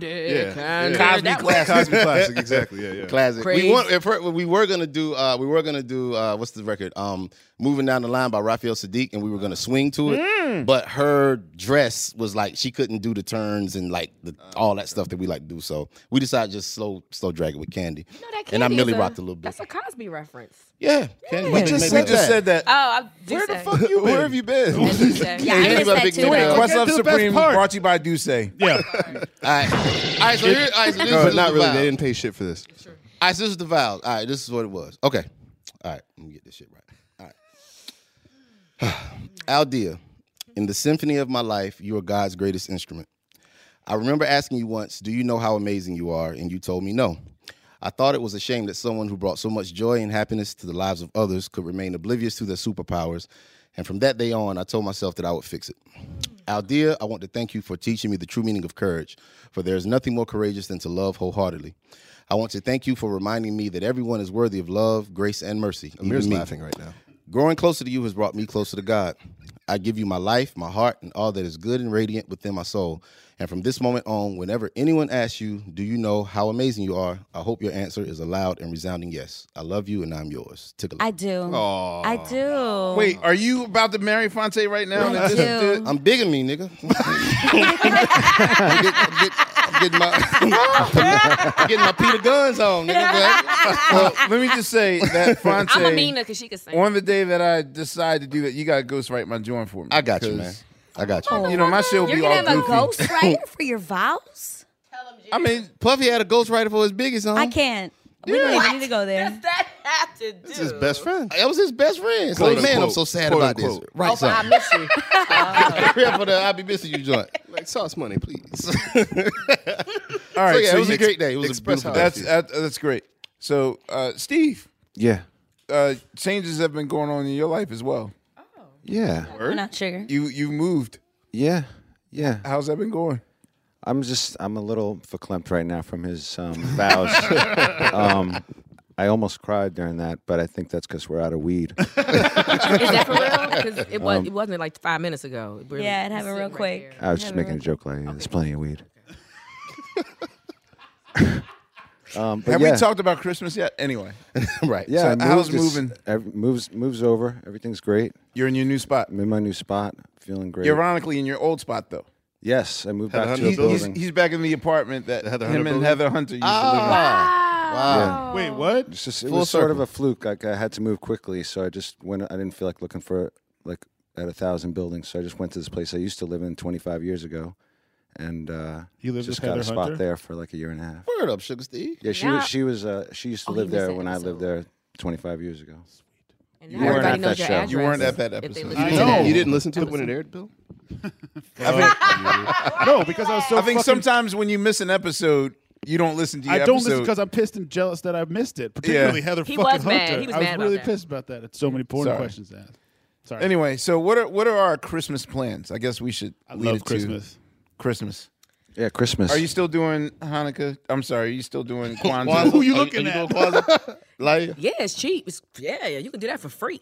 [SPEAKER 6] Yeah.
[SPEAKER 8] Cosby class.
[SPEAKER 6] Cosby Classic, exactly. Yeah, yeah.
[SPEAKER 9] Classic. We
[SPEAKER 8] Praise.
[SPEAKER 9] want, if her- we were gonna do uh we were gonna do uh what's the record? Um Moving Down the Line by Raphael Sadiq and we were gonna swing to it. But her dress was like she couldn't do the turns and like the, all that stuff that we like to do. So we decided just slow slow drag it with Candy.
[SPEAKER 3] No, that
[SPEAKER 9] and I
[SPEAKER 3] candy
[SPEAKER 9] merely
[SPEAKER 3] is
[SPEAKER 9] rocked a little bit.
[SPEAKER 8] That's a Cosby reference.
[SPEAKER 9] yeah. Candy
[SPEAKER 1] we
[SPEAKER 9] by Big
[SPEAKER 1] just, we
[SPEAKER 9] Maybell.
[SPEAKER 1] just said that.
[SPEAKER 3] Oh, I do
[SPEAKER 8] Where the
[SPEAKER 3] say.
[SPEAKER 1] Fuck you, where have you been?
[SPEAKER 7] Yeah, I
[SPEAKER 9] Anybody
[SPEAKER 7] missed that
[SPEAKER 9] big
[SPEAKER 7] too.
[SPEAKER 9] man
[SPEAKER 7] Wait,
[SPEAKER 9] out?
[SPEAKER 1] Quest
[SPEAKER 4] Get
[SPEAKER 1] Love
[SPEAKER 4] to the best
[SPEAKER 1] Supreme
[SPEAKER 4] part.
[SPEAKER 1] brought to you by Duce.
[SPEAKER 4] Yeah.
[SPEAKER 9] All right. All right, so here, all right, so this
[SPEAKER 6] No,
[SPEAKER 9] is
[SPEAKER 6] not
[SPEAKER 9] the
[SPEAKER 6] really.
[SPEAKER 9] vibe.
[SPEAKER 6] They didn't pay shit for this.
[SPEAKER 9] All right, so this is the vows. All right, this is what it was. Okay. All right, let me get this shit right. All right. Aldea, in the symphony of my life, you are God's greatest instrument. I remember asking you once, Do you know how amazing you are? And you told me no. I thought it was a shame that someone who brought so much joy and happiness to the lives of others could remain oblivious to their superpowers. And from that day on, I told myself that I would fix it. Aldea, I want to thank you for teaching me the true meaning of courage, for there is nothing more courageous than to love wholeheartedly. I want to thank you for reminding me that everyone is worthy of love, grace, and mercy. even
[SPEAKER 6] Amir's
[SPEAKER 9] me.
[SPEAKER 6] laughing right now.
[SPEAKER 9] Growing closer to you has brought me closer to God. I give you my life, my heart, and all that is good and radiant within my soul. And from this moment on, whenever anyone asks you, Do you know how amazing you are? I hope your answer is a loud and resounding yes. I love you and I'm yours. Tickle.
[SPEAKER 7] I do.
[SPEAKER 9] Aw.
[SPEAKER 7] I
[SPEAKER 9] Oh.
[SPEAKER 7] do.
[SPEAKER 1] Wait, are you about to marry Fonte right now?
[SPEAKER 7] I do.
[SPEAKER 9] I'm bigging me, nigga. I'm, get- I'm get- I'm getting my I'm getting my Peter Guns on, nigga.
[SPEAKER 1] Well, let me just say that Fonte.
[SPEAKER 6] I'm a Mina because she can sing.
[SPEAKER 1] On the day that I decide to do that, you gotta ghostwrite my joint for me. I
[SPEAKER 9] got you, man. I got
[SPEAKER 1] you. You know my shit will
[SPEAKER 7] Oh, You're
[SPEAKER 1] be
[SPEAKER 7] gonna
[SPEAKER 1] all
[SPEAKER 7] have a
[SPEAKER 1] goofy.
[SPEAKER 7] ghostwriter for your vows?
[SPEAKER 9] I mean, Puffy had a ghostwriter for his biggest song.
[SPEAKER 7] I can't. We don't even need to go there.
[SPEAKER 6] that have to do?
[SPEAKER 9] his best friend. That was his best friend. It's
[SPEAKER 1] Quote
[SPEAKER 9] like, man, I'm
[SPEAKER 1] unquote.
[SPEAKER 9] so sad
[SPEAKER 1] Quote
[SPEAKER 9] about
[SPEAKER 1] unquote.
[SPEAKER 9] this. Right,
[SPEAKER 6] oh, I
[SPEAKER 9] son.
[SPEAKER 6] miss you.
[SPEAKER 9] Prepare for the I be missing you joint. Like sauce money, please.
[SPEAKER 1] All right,
[SPEAKER 9] So, yeah, it was a
[SPEAKER 1] you
[SPEAKER 9] great day. It was a
[SPEAKER 1] express
[SPEAKER 9] beautiful
[SPEAKER 1] how-
[SPEAKER 9] day.
[SPEAKER 1] That's that, that's great. So, uh, Steve,
[SPEAKER 10] Yeah.
[SPEAKER 1] uh, changes have been going on in your life as well.
[SPEAKER 10] Yeah.
[SPEAKER 7] We're not sugar.
[SPEAKER 1] You you moved.
[SPEAKER 10] Yeah. Yeah.
[SPEAKER 1] How's that been going?
[SPEAKER 10] I'm just I'm a little verklempt right now from his um, vows. um, I almost cried during that, but I think that's because we're out of weed.
[SPEAKER 8] Is that for real? Because it, was,
[SPEAKER 10] Um,
[SPEAKER 8] it wasn't like five minutes ago. It really-
[SPEAKER 7] Yeah, it happened real quick.
[SPEAKER 10] I was just making a joke like, yeah, there's plenty of weed. um, but
[SPEAKER 1] Have
[SPEAKER 10] yeah.
[SPEAKER 1] we talked about Christmas yet? Anyway,
[SPEAKER 9] right.
[SPEAKER 10] Yeah,
[SPEAKER 1] So
[SPEAKER 10] I
[SPEAKER 1] how's
[SPEAKER 10] moved. It's-
[SPEAKER 1] moving?
[SPEAKER 10] ev- moves moves over. Everything's great.
[SPEAKER 1] you're in your new spot.
[SPEAKER 10] I'm in my new spot. Feeling great.
[SPEAKER 1] You're ironically in your old spot though.
[SPEAKER 10] Yes, I moved
[SPEAKER 9] Had a
[SPEAKER 10] back to a
[SPEAKER 1] He's, he's,
[SPEAKER 10] building.
[SPEAKER 1] he's back in the apartment that
[SPEAKER 9] Heather
[SPEAKER 1] him
[SPEAKER 9] Hunter
[SPEAKER 1] and
[SPEAKER 9] building?
[SPEAKER 1] Heather Hunter used to live in.
[SPEAKER 10] Ah!
[SPEAKER 9] Wow.
[SPEAKER 10] Yeah.
[SPEAKER 4] Wait, what?
[SPEAKER 10] It's just, it
[SPEAKER 9] Full
[SPEAKER 10] was sort of
[SPEAKER 9] circle.
[SPEAKER 10] a fluke. Like I had to move quickly, so I just went. I didn't feel like looking for like at a thousand buildings, so I just went to this place I used to live in 25 years ago, and uh,
[SPEAKER 4] You lived
[SPEAKER 10] just
[SPEAKER 4] with
[SPEAKER 10] got
[SPEAKER 4] Heather
[SPEAKER 10] a spot
[SPEAKER 4] Hunter?
[SPEAKER 10] there for like a year and a half.
[SPEAKER 9] Word up, Sugar Steve.
[SPEAKER 10] Yeah, she
[SPEAKER 8] Yeah.
[SPEAKER 10] was. She was. Uh, she used to
[SPEAKER 8] Oh, he
[SPEAKER 10] live
[SPEAKER 8] was
[SPEAKER 10] there
[SPEAKER 8] that
[SPEAKER 10] when I lived
[SPEAKER 8] episode.
[SPEAKER 10] there 25 years ago.
[SPEAKER 8] And
[SPEAKER 10] You
[SPEAKER 8] now
[SPEAKER 10] weren't
[SPEAKER 8] everybody
[SPEAKER 10] at
[SPEAKER 8] knows
[SPEAKER 10] that
[SPEAKER 8] your
[SPEAKER 10] show.
[SPEAKER 8] address.
[SPEAKER 1] You weren't at that
[SPEAKER 8] if they
[SPEAKER 1] episode.
[SPEAKER 8] listen
[SPEAKER 4] I
[SPEAKER 8] to
[SPEAKER 9] You didn't-
[SPEAKER 4] know.
[SPEAKER 9] You didn't listen to it when it aired, Bill?
[SPEAKER 4] No, because I was so
[SPEAKER 1] I think
[SPEAKER 4] fucking-
[SPEAKER 1] sometimes when you miss an episode, you don't listen to your
[SPEAKER 4] I don't
[SPEAKER 1] episode.
[SPEAKER 4] listen because I'm pissed and jealous that I missed it. Particularly Heather
[SPEAKER 8] He
[SPEAKER 4] fucking
[SPEAKER 8] was mad.
[SPEAKER 4] Hunter.
[SPEAKER 8] He was
[SPEAKER 4] I was
[SPEAKER 8] mad about
[SPEAKER 4] really
[SPEAKER 8] that.
[SPEAKER 4] pissed about that. It's so many porn
[SPEAKER 1] Sorry.
[SPEAKER 4] questions asked. Sorry.
[SPEAKER 1] Anyway, so what are what are our Christmas plans? I guess we should
[SPEAKER 4] I
[SPEAKER 1] lead it
[SPEAKER 4] love
[SPEAKER 1] to
[SPEAKER 4] Christmas.
[SPEAKER 1] Christmas.
[SPEAKER 10] Yeah, Christmas.
[SPEAKER 1] Are you still doing Hanukkah? I'm sorry, are you still doing Kwanzaa?
[SPEAKER 9] Kwanzaa?
[SPEAKER 4] Who you
[SPEAKER 9] Are
[SPEAKER 4] looking
[SPEAKER 9] are
[SPEAKER 4] at?
[SPEAKER 9] doing Kwanzaa? like,
[SPEAKER 8] Yeah, it's cheap. It's, yeah, you can do that for free.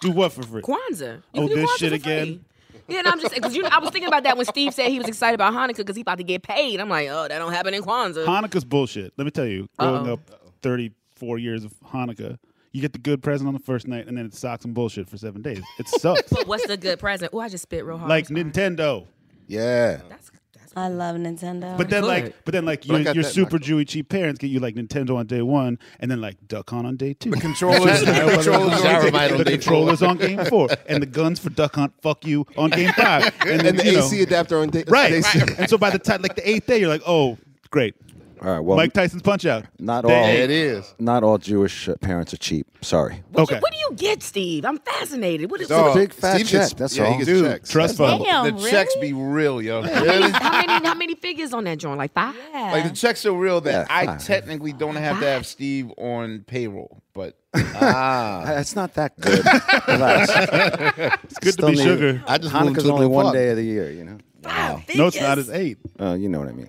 [SPEAKER 4] Do what for free?
[SPEAKER 8] Kwanzaa. You can
[SPEAKER 4] Oh,
[SPEAKER 8] do
[SPEAKER 4] this
[SPEAKER 8] Kwanzaa
[SPEAKER 4] shit
[SPEAKER 8] for
[SPEAKER 4] again?
[SPEAKER 8] free. Yeah, and I'm just because you know, I was thinking about that when Steve said he was excited about Hanukkah because he's about to get paid. I'm like, oh, that don't happen in Kwanzaa.
[SPEAKER 4] Hanukkah's bullshit. Let me tell you, growing
[SPEAKER 8] Uh-oh.
[SPEAKER 4] up 34 years of Hanukkah, you get the good present on the first night and then it's socks and bullshit for seven days. It sucks.
[SPEAKER 8] What's the good present? Oh, I just spit real hard.
[SPEAKER 4] like
[SPEAKER 8] I'm sorry.
[SPEAKER 4] Nintendo.
[SPEAKER 9] yeah.
[SPEAKER 8] That's, that's
[SPEAKER 7] I love Nintendo.
[SPEAKER 4] But then,
[SPEAKER 8] Good.
[SPEAKER 4] like, but then, like,
[SPEAKER 9] I
[SPEAKER 4] your,
[SPEAKER 9] got
[SPEAKER 4] your
[SPEAKER 9] that
[SPEAKER 4] super Jewy cheap parents get you like Nintendo on day one, and then like Duck Hunt on day two. The
[SPEAKER 1] controllers- the controllers
[SPEAKER 9] on day four.
[SPEAKER 4] the controllers on game four, and the guns for Duck Hunt fuck you on game five, and then
[SPEAKER 9] And the
[SPEAKER 4] you know,
[SPEAKER 9] AC adapter on day,
[SPEAKER 4] right.
[SPEAKER 9] day six.
[SPEAKER 4] And so by the time like the eighth day, you're like, oh, great,
[SPEAKER 10] All right. Well,
[SPEAKER 4] Mike Tyson's punch out.
[SPEAKER 10] not
[SPEAKER 4] Day
[SPEAKER 10] all.
[SPEAKER 9] Yeah,
[SPEAKER 4] eight.
[SPEAKER 9] it is.
[SPEAKER 10] Not all Jewish uh, parents are cheap. Sorry.
[SPEAKER 8] what, you-
[SPEAKER 4] okay.
[SPEAKER 8] what do you get, Steve? I'm fascinated. What is
[SPEAKER 1] Dog. Oh,
[SPEAKER 10] Big fat
[SPEAKER 9] Steve
[SPEAKER 10] check.
[SPEAKER 9] gets-
[SPEAKER 10] that's
[SPEAKER 9] yeah, he
[SPEAKER 10] all.
[SPEAKER 9] gets
[SPEAKER 1] Dude,
[SPEAKER 9] checks.
[SPEAKER 4] Trust fund.
[SPEAKER 7] Damn,
[SPEAKER 1] the
[SPEAKER 7] really?
[SPEAKER 1] checks be real, yo.
[SPEAKER 8] how many how many figures on that joint? Like five?
[SPEAKER 7] Yeah.
[SPEAKER 1] Like the checks are real that
[SPEAKER 10] Yeah,
[SPEAKER 1] I
[SPEAKER 10] fine.
[SPEAKER 1] technically don't have to have Steve on payroll, but Ah.
[SPEAKER 10] Uh, it's not that good. Relax.
[SPEAKER 4] It's good
[SPEAKER 10] Still
[SPEAKER 4] to be
[SPEAKER 10] need-
[SPEAKER 4] sugar.
[SPEAKER 9] I just moved
[SPEAKER 10] Hanukkah's
[SPEAKER 9] to a
[SPEAKER 10] only
[SPEAKER 9] new
[SPEAKER 10] one
[SPEAKER 9] apartment.
[SPEAKER 10] day of the year, you know.
[SPEAKER 8] Five
[SPEAKER 4] No, it's not.
[SPEAKER 8] figures?
[SPEAKER 4] It's eight.
[SPEAKER 10] Uh, you know what I mean.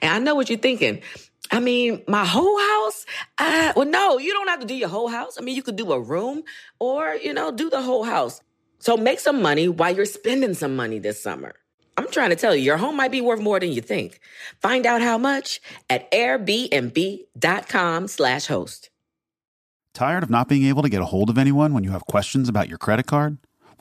[SPEAKER 8] And I know what you're thinking. I mean, my whole house? I, well, no, you don't have to do your whole house. I mean, you could do a room or, you know, do the whole house. So make some money while you're spending some money this summer. I'm trying to tell you, your home might be worth more than you think. Find out how much at airbnb.com slash host.
[SPEAKER 11] Tired of not being able to get a hold of anyone when you have questions about your credit card?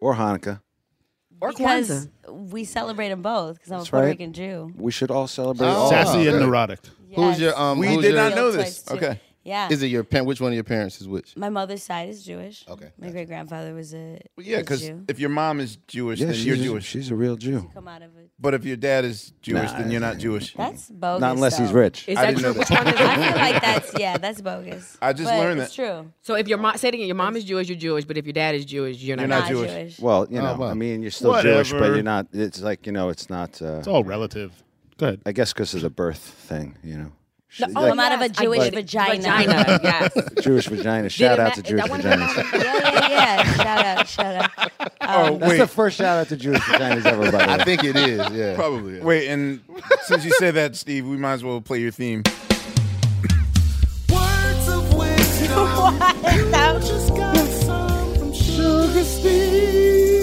[SPEAKER 5] Or Hanukkah?
[SPEAKER 7] because we celebrate them both because I'm
[SPEAKER 5] That's
[SPEAKER 7] a Puerto
[SPEAKER 5] right.
[SPEAKER 7] Rican Jew.
[SPEAKER 5] We should all celebrate.
[SPEAKER 9] Oh,
[SPEAKER 5] all
[SPEAKER 9] Sassy
[SPEAKER 5] of
[SPEAKER 9] and
[SPEAKER 5] it.
[SPEAKER 9] neurotic. Who's your um?
[SPEAKER 1] We
[SPEAKER 9] who's
[SPEAKER 1] did
[SPEAKER 9] your-
[SPEAKER 1] not know this.
[SPEAKER 7] Guilt twice, too. Yeah.
[SPEAKER 9] Is it your parent? Which one of your parents is which?
[SPEAKER 7] My mother's side is Jewish.
[SPEAKER 9] Okay,
[SPEAKER 7] My great grandfather was a
[SPEAKER 1] Yeah,
[SPEAKER 7] was
[SPEAKER 1] because
[SPEAKER 7] Jew.
[SPEAKER 1] if your mom is Jewish,
[SPEAKER 5] Yeah,
[SPEAKER 1] then
[SPEAKER 5] she's,
[SPEAKER 1] you're Jewish.
[SPEAKER 5] She's a real Jew.
[SPEAKER 7] come out of it.
[SPEAKER 1] But if your dad is Jewish,
[SPEAKER 5] Nah,
[SPEAKER 1] then you're not Jewish.
[SPEAKER 7] That's bogus.
[SPEAKER 5] Not unless he's
[SPEAKER 7] though.
[SPEAKER 5] rich.
[SPEAKER 8] Is
[SPEAKER 1] I
[SPEAKER 8] that
[SPEAKER 1] didn't know
[SPEAKER 8] true?
[SPEAKER 1] that.
[SPEAKER 8] Which one is
[SPEAKER 7] I feel
[SPEAKER 8] it?
[SPEAKER 7] like that's yeah, that's bogus.
[SPEAKER 1] I just
[SPEAKER 7] But
[SPEAKER 1] learned
[SPEAKER 7] it's
[SPEAKER 1] that.
[SPEAKER 7] true.
[SPEAKER 2] So if your mom, say it again, your mom is Jewish, you're Jewish, but if your dad is Jewish, you're not.
[SPEAKER 1] You're
[SPEAKER 7] Not,
[SPEAKER 1] not
[SPEAKER 7] Jewish.
[SPEAKER 1] Jewish.
[SPEAKER 5] Well, you know,
[SPEAKER 9] Oh, wow.
[SPEAKER 5] I mean, you're still Jewish, but
[SPEAKER 4] Whatever.
[SPEAKER 5] you're not. It's like you know, it's not. Uh,
[SPEAKER 4] It's all relative. Go ahead.
[SPEAKER 5] I guess because of the birth thing, you know. She-
[SPEAKER 2] Oh,
[SPEAKER 5] like,
[SPEAKER 7] I'm out of a
[SPEAKER 2] yes, I
[SPEAKER 7] Jewish
[SPEAKER 2] get it.
[SPEAKER 7] vagina.
[SPEAKER 2] Vagina, yes.
[SPEAKER 5] Jewish vagina. Shout out to
[SPEAKER 2] Did it
[SPEAKER 5] Jewish
[SPEAKER 2] ma- is that one
[SPEAKER 5] vaginas.
[SPEAKER 2] of your mom-
[SPEAKER 7] Yeah, yeah, yeah. shout out, shout out. um,
[SPEAKER 1] oh
[SPEAKER 5] That's
[SPEAKER 1] wait,
[SPEAKER 5] the first shout out to Jewish vaginas ever. By the
[SPEAKER 9] I
[SPEAKER 5] way.
[SPEAKER 9] think it is. Yeah,
[SPEAKER 1] probably. Wait, and since you said that, Steve, we might as well play your theme.
[SPEAKER 6] Words of wisdom. You just got some from Sugar Steve.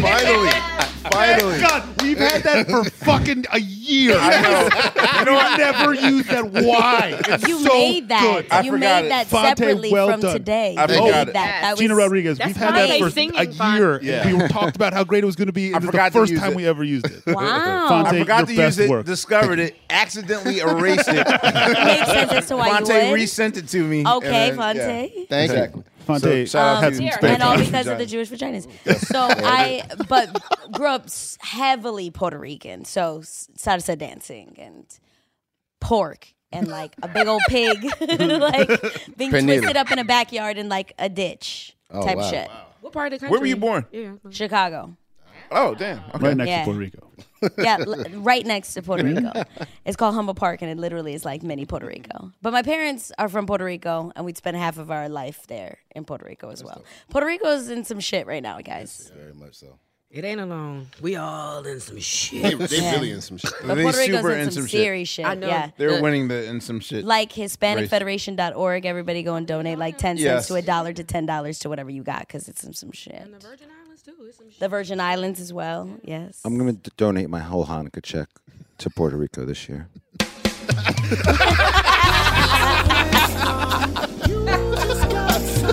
[SPEAKER 1] Finally, finally.
[SPEAKER 4] God, we've had that for fucking a year.
[SPEAKER 1] I know.
[SPEAKER 4] You know, I never used that. Why? It's
[SPEAKER 7] You
[SPEAKER 4] so
[SPEAKER 7] made that.
[SPEAKER 4] good.
[SPEAKER 1] I
[SPEAKER 7] you
[SPEAKER 1] forgot
[SPEAKER 7] made
[SPEAKER 1] it.
[SPEAKER 7] that
[SPEAKER 4] Fonte,
[SPEAKER 7] separately
[SPEAKER 4] well
[SPEAKER 7] from
[SPEAKER 4] done.
[SPEAKER 7] today.
[SPEAKER 1] I
[SPEAKER 7] You
[SPEAKER 1] forgot
[SPEAKER 7] made
[SPEAKER 1] it.
[SPEAKER 7] that. That was
[SPEAKER 4] Gina Rodriguez,
[SPEAKER 2] That's
[SPEAKER 4] we've had
[SPEAKER 2] my
[SPEAKER 4] that for
[SPEAKER 2] singing
[SPEAKER 4] a
[SPEAKER 2] font.
[SPEAKER 4] year.
[SPEAKER 1] Yeah.
[SPEAKER 4] We talked about how great it was going to be. and It's the
[SPEAKER 1] forgot to
[SPEAKER 4] first
[SPEAKER 1] use
[SPEAKER 4] time
[SPEAKER 1] it.
[SPEAKER 4] we ever used it.
[SPEAKER 7] Wow.
[SPEAKER 4] Fonte,
[SPEAKER 1] I forgot to
[SPEAKER 4] your
[SPEAKER 1] use
[SPEAKER 4] best
[SPEAKER 1] it.
[SPEAKER 4] work.
[SPEAKER 1] Discovered it. Accidentally erased it.
[SPEAKER 7] It makes sense as to why you
[SPEAKER 1] Fonte
[SPEAKER 7] would.
[SPEAKER 1] resent it to me. and
[SPEAKER 7] okay,
[SPEAKER 1] then- yeah.
[SPEAKER 7] Fonte.
[SPEAKER 9] Thank
[SPEAKER 5] Exactly.
[SPEAKER 4] Fonte,
[SPEAKER 1] So, shout out
[SPEAKER 7] Um,
[SPEAKER 1] to Headspace.
[SPEAKER 7] and all
[SPEAKER 1] Headspace.
[SPEAKER 7] because of the Jewish vaginas. So I, but grew up s- heavily Puerto Rican. So s- salsa dancing and pork and like a big old pig, like being
[SPEAKER 9] Pernil.
[SPEAKER 7] twisted up in a backyard in like a ditch
[SPEAKER 1] Oh,
[SPEAKER 7] type
[SPEAKER 9] wow.
[SPEAKER 7] shit.
[SPEAKER 2] What part of the country?
[SPEAKER 1] Where were you born?
[SPEAKER 2] Yeah.
[SPEAKER 7] Chicago.
[SPEAKER 1] Oh damn. Okay.
[SPEAKER 4] right next
[SPEAKER 7] Yeah.
[SPEAKER 4] to Puerto Rico.
[SPEAKER 7] Yeah, l- right next to Puerto Rico. It's called Humble Park, and it literally is like mini Puerto Rico. But my parents are from Puerto Rico, and we'd spend half of our life there in Puerto Rico as well. Puerto Rico's in some shit right now,
[SPEAKER 1] uh,
[SPEAKER 7] guys.
[SPEAKER 9] very much so.
[SPEAKER 8] It ain't alone. We all in some
[SPEAKER 9] They,
[SPEAKER 8] shit.
[SPEAKER 9] they really in some shit.
[SPEAKER 7] But
[SPEAKER 1] They
[SPEAKER 7] Puerto Rico's
[SPEAKER 1] super
[SPEAKER 7] in
[SPEAKER 1] in
[SPEAKER 7] some
[SPEAKER 1] some shit.
[SPEAKER 7] serious shit.
[SPEAKER 8] I know.
[SPEAKER 7] Yeah.
[SPEAKER 1] They're winning the in some shit.
[SPEAKER 7] Like
[SPEAKER 1] Race.
[SPEAKER 7] HispanicFederation.org, everybody go and donate like 10
[SPEAKER 1] Yes.
[SPEAKER 7] cents to a dollar to $10 to whatever you got because it's some, some shit.
[SPEAKER 2] The Virgin Islands too. It's some shit.
[SPEAKER 7] The Virgin Islands as well, yes.
[SPEAKER 5] I'm going to donate my whole Hanukkah check to Puerto Rico this year.